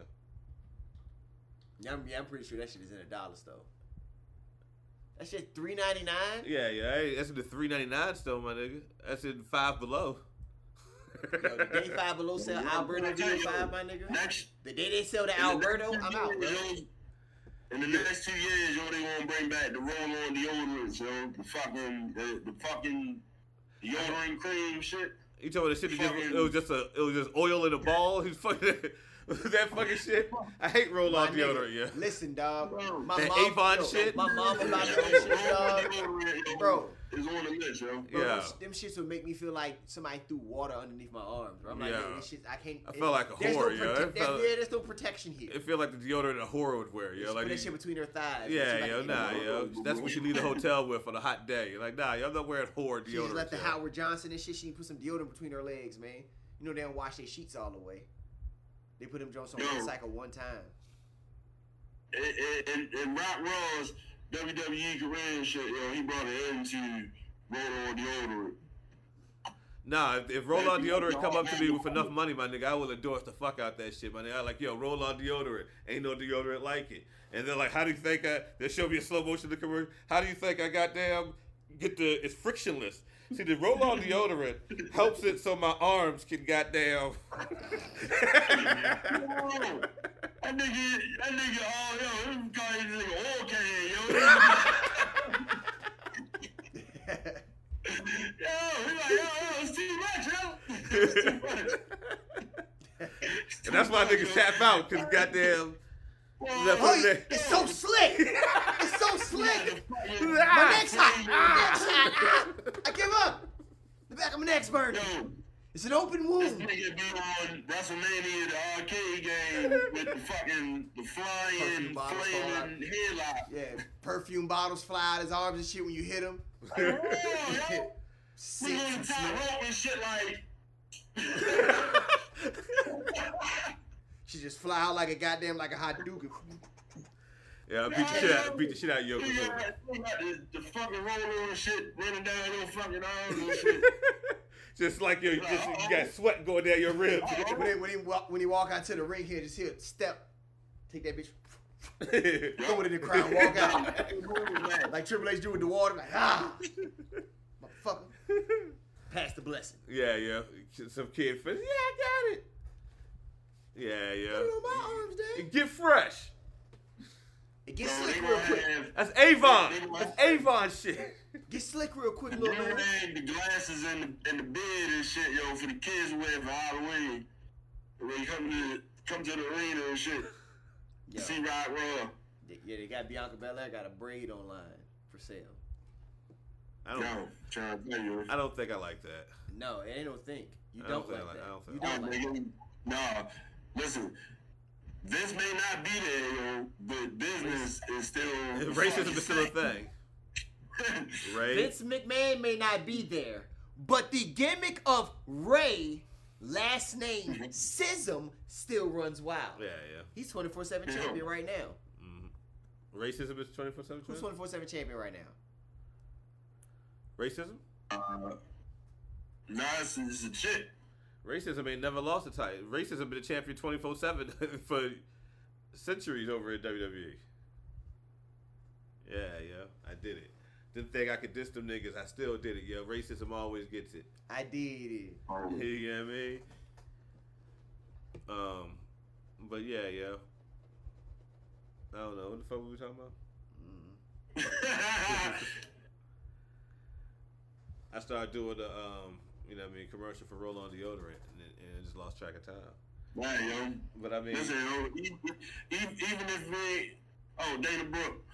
[SPEAKER 2] Yeah, I'm, yeah, I'm pretty sure that shit is in a dollar store. That shit three ninety nine.
[SPEAKER 1] Yeah, yeah, hey, that's in the three ninety nine store, my nigga. That's in five below.
[SPEAKER 2] Yo, the day five below sell Alberto V five, my nigga.
[SPEAKER 3] Next
[SPEAKER 2] The day they sell the
[SPEAKER 3] in the
[SPEAKER 2] Alberto,
[SPEAKER 3] next
[SPEAKER 2] I'm
[SPEAKER 3] two
[SPEAKER 2] out, bro.
[SPEAKER 3] years, yo, In the next two years, yo, they gonna bring back the roll-on deodorant, yo, the fucking, the, the fucking deodorant cream shit.
[SPEAKER 1] You talking about the shit that just, it was just a it was just oil in a ball. He's fucking that fucking shit. I hate roll on
[SPEAKER 2] My
[SPEAKER 1] deodorant.
[SPEAKER 2] nigga,
[SPEAKER 1] Yeah.
[SPEAKER 2] Listen, dog.
[SPEAKER 3] Bro.
[SPEAKER 2] My
[SPEAKER 1] That
[SPEAKER 2] mom,
[SPEAKER 1] Avon
[SPEAKER 2] yo,
[SPEAKER 1] shit?
[SPEAKER 2] My mom about
[SPEAKER 3] Yeah,
[SPEAKER 2] to that shit, dog.
[SPEAKER 3] it's
[SPEAKER 2] Bro.
[SPEAKER 3] on the list, yo.
[SPEAKER 2] Bro,
[SPEAKER 1] Yeah.
[SPEAKER 2] those- them shits would make me feel like somebody threw water underneath my arms. Bro. I'm like,
[SPEAKER 1] Yeah.
[SPEAKER 2] yo, this shit, I can't.
[SPEAKER 1] I felt like a
[SPEAKER 2] there's
[SPEAKER 1] whore,
[SPEAKER 2] no
[SPEAKER 1] yo.
[SPEAKER 2] prote-
[SPEAKER 1] It
[SPEAKER 2] there-
[SPEAKER 1] felt-
[SPEAKER 2] yeah, there's no protection here.
[SPEAKER 1] It feel like the deodorant a whore would wear. Yeah.
[SPEAKER 2] Just
[SPEAKER 1] Like
[SPEAKER 2] put that
[SPEAKER 1] you-
[SPEAKER 2] shit between her thighs. She's
[SPEAKER 1] Yeah,
[SPEAKER 2] like,
[SPEAKER 1] yo,
[SPEAKER 2] "Ain't
[SPEAKER 1] nah,
[SPEAKER 2] no
[SPEAKER 3] room.
[SPEAKER 1] yo. That's what you leave the hotel with on a hot day. You're like, nah, yo, I'm not wearing whore deodorant.
[SPEAKER 2] She just left the
[SPEAKER 1] yo.
[SPEAKER 2] Howard Johnson and shit. She put some deodorant between her legs, man. You know they don't wash their sheets all the way. They put them joints on
[SPEAKER 3] Yo.
[SPEAKER 2] one cycle one time.
[SPEAKER 3] And, and, and Rock Raw's WWE career and shit, yo, he brought it into roll on deodorant.
[SPEAKER 1] Nah, if, if roll on
[SPEAKER 3] Baby,
[SPEAKER 1] deodorant come up to me
[SPEAKER 3] y'all
[SPEAKER 1] with enough money, my nigga, I will endorse the fuck out that shit, my nigga. I like, yo, roll on deodorant. Ain't no deodorant like it. And they're like, how do you think I? They show me a slow motion to commercial. How do you think I goddamn get the? It's frictionless. See, the roll on deodorant helps it so my arms can goddamn.
[SPEAKER 3] Yo, that nigga, that nigga, oh, yo, this guy, this nigga, oil can, yo. yo, he like, yo, yo, it's too much, yo. It's too much.
[SPEAKER 1] and that's why niggas tap out because goddamn.
[SPEAKER 3] Well,
[SPEAKER 2] Oh,
[SPEAKER 1] Yeah.
[SPEAKER 2] it's so slick. It's so slick. My
[SPEAKER 1] Ah.
[SPEAKER 2] neck's hot. My neck's hot. Ah, I give up. The back of my neck's burning.
[SPEAKER 3] Yo,
[SPEAKER 2] It's an open
[SPEAKER 3] This
[SPEAKER 2] wound.
[SPEAKER 3] nigga be on WrestleMania, the arcade game, with the fucking, the flying,
[SPEAKER 2] Fucking bottle
[SPEAKER 3] flaming headlock.
[SPEAKER 2] Yeah, perfume bottles fly out his arms and shit when you hit him.
[SPEAKER 3] Like, whoa, Oh, yo, we
[SPEAKER 2] Sick.
[SPEAKER 3] on the top rope and shit like,
[SPEAKER 2] She just fly out like a goddamn like a hot dude.
[SPEAKER 1] Yeah, I beat the shit out, beat the shit out of
[SPEAKER 3] we got,
[SPEAKER 1] Yokozuna.
[SPEAKER 3] we got the, the fucking roller and shit running down your fucking arms and shit.
[SPEAKER 1] just like you, just, you got sweat going down your ribs.
[SPEAKER 2] When he, when, he walk, when he walk out to the ring here, just hear it step, take that bitch, throw it in the crowd, walk out like Triple H do with the water, like ah, motherfucker, pass the blessing.
[SPEAKER 1] Yeah, yeah. Some kid says, yeah, I got it. Yeah,
[SPEAKER 2] Put it on
[SPEAKER 1] yeah.
[SPEAKER 2] my arms, Dad.
[SPEAKER 1] Get fresh.
[SPEAKER 2] It gets
[SPEAKER 3] So
[SPEAKER 2] slick
[SPEAKER 3] they
[SPEAKER 2] real
[SPEAKER 3] gonna
[SPEAKER 2] quick.
[SPEAKER 3] have,
[SPEAKER 1] That's Avon. That's Avon shit.
[SPEAKER 2] Get slick real quick,
[SPEAKER 3] they
[SPEAKER 2] little man.
[SPEAKER 3] gonna have the glasses and the, and the bed and shit, yo, for the kids to wear for Halloween. When they come to, come to the arena and shit,
[SPEAKER 2] Yo,
[SPEAKER 3] see Rock Raw.
[SPEAKER 2] they- yeah, they got Bianca Belair got a braid online for sale.
[SPEAKER 1] I
[SPEAKER 3] Yo,
[SPEAKER 1] don't.
[SPEAKER 3] trying to tell you.
[SPEAKER 1] I don't think I like that.
[SPEAKER 2] No, it ain't no think. You
[SPEAKER 1] I
[SPEAKER 2] don't,
[SPEAKER 1] don't
[SPEAKER 2] like
[SPEAKER 1] think I like-
[SPEAKER 2] that.
[SPEAKER 1] I don't
[SPEAKER 2] you
[SPEAKER 1] think
[SPEAKER 2] don't like that.
[SPEAKER 3] nigga, nah, listen. This may not be there, yo, but business is still
[SPEAKER 1] Racism is still a thing, right?
[SPEAKER 2] Vince McMahon may not be there, but the gimmick of Ray, last name Sism, still runs wild.
[SPEAKER 1] Yeah, yeah.
[SPEAKER 2] He's 24 7 champion right now.
[SPEAKER 1] Mm-hmm. Racism is twenty four seven.
[SPEAKER 2] Who's 24 7 champion right now?
[SPEAKER 1] Racism.
[SPEAKER 3] Uh, nah, it's, it's a chick.
[SPEAKER 1] Racism ain't never lost a title. Racism been a champion twenty four seven for centuries over at WWE. Yeah, E. yeah, I did it. Didn't think I could diss them niggas. I still did it. Yeah, racism always gets it.
[SPEAKER 2] I did it.
[SPEAKER 1] You know what I mean? Um, but yeah, yeah. I don't know what the fuck were we talking about.
[SPEAKER 2] Mm-hmm.
[SPEAKER 1] I started doing the um, you know, what I mean, commercial for roll-on deodorant, and, it- and I just lost track of time.
[SPEAKER 3] nah, yo.
[SPEAKER 1] But I mean,
[SPEAKER 3] Listen, yo, even, even if we, oh, Dana Brooke,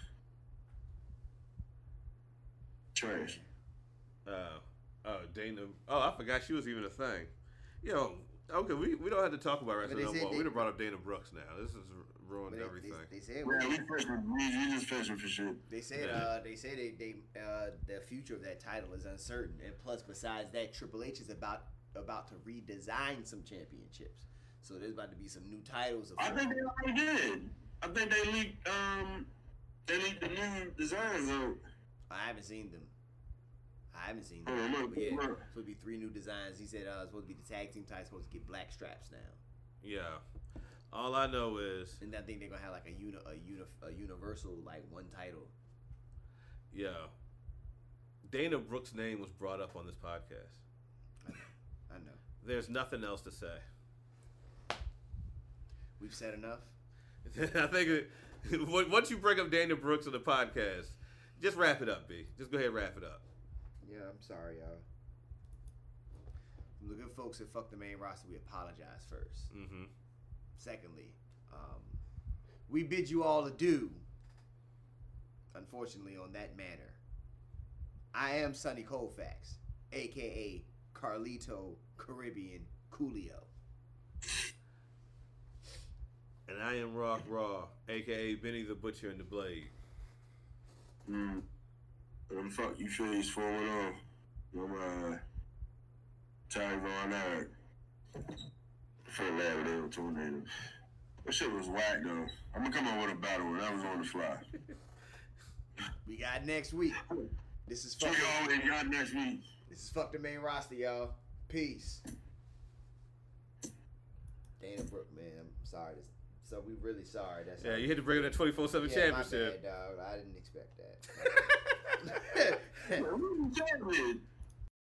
[SPEAKER 3] trash.
[SPEAKER 1] Uh, oh, Dana. Oh, I forgot she was even a thing. Yo, okay, we, we don't have to talk about
[SPEAKER 2] But
[SPEAKER 1] wrestling
[SPEAKER 2] they
[SPEAKER 1] no
[SPEAKER 2] said
[SPEAKER 1] more.
[SPEAKER 2] they-
[SPEAKER 1] We done brought up Dana Brooks now. This has ruined
[SPEAKER 2] But they,
[SPEAKER 1] everything.
[SPEAKER 2] they, they said, uh,
[SPEAKER 3] Yeah, we fishing. We, we just fishing for shit.
[SPEAKER 2] they said,
[SPEAKER 1] Yeah.
[SPEAKER 2] uh, they said they, they, uh, the future of that title is uncertain. And plus, besides that, Triple H is about about to redesign some championships. So there's about to be some new titles.
[SPEAKER 3] I think they already did. I think they leaked. Um, they leaked the new designs out.
[SPEAKER 2] I haven't seen them. I haven't seen
[SPEAKER 3] Oh,
[SPEAKER 2] them.
[SPEAKER 3] look,
[SPEAKER 2] But yeah,
[SPEAKER 3] look.
[SPEAKER 2] supposed to be three new designs. He said uh, it's supposed to be the tag team title supposed to get black straps now,
[SPEAKER 1] yeah. All I know is,
[SPEAKER 2] and I think they're gonna have like a uni, a uni, a universal like one title.
[SPEAKER 1] yeah. Dana Brooks' name was brought up on this podcast.
[SPEAKER 2] I know
[SPEAKER 1] There's nothing else to say.
[SPEAKER 2] we've said enough.
[SPEAKER 1] I think it- on- once you bring up Dana Brooks on the podcast, just wrap it up, B. Just go ahead and wrap it up.
[SPEAKER 2] Yeah, I'm sorry, y'all. From the good folks that fucked the main roster, we apologize first.
[SPEAKER 1] Mm-hmm.
[SPEAKER 2] Secondly, um, we bid you all adieu. Unfortunately, on that manner, I am Sonny Colfax, aka Carlito Caribbean Coolio.
[SPEAKER 1] And I am Rock Raw, aka Benny the Butcher and the Blade.
[SPEAKER 3] Mm. What the fuck you feel falling off? I'm uh, Tyron Eric. For Lauderdale Tornado. That shit was whack though. I'm gonna come up with a battle and that was on the fly.
[SPEAKER 2] We got next week. This is
[SPEAKER 3] So
[SPEAKER 2] fucking,
[SPEAKER 3] you always got next week.
[SPEAKER 2] this is fuck the main roster, y'all. Peace. Dana Brooke, man, I'm sorry. This, so we really sorry. That's
[SPEAKER 1] Yeah, you had to bring up that 24 7
[SPEAKER 2] Yeah, my
[SPEAKER 1] championship.
[SPEAKER 2] bad, dog. I didn't expect that.
[SPEAKER 3] Who was that with?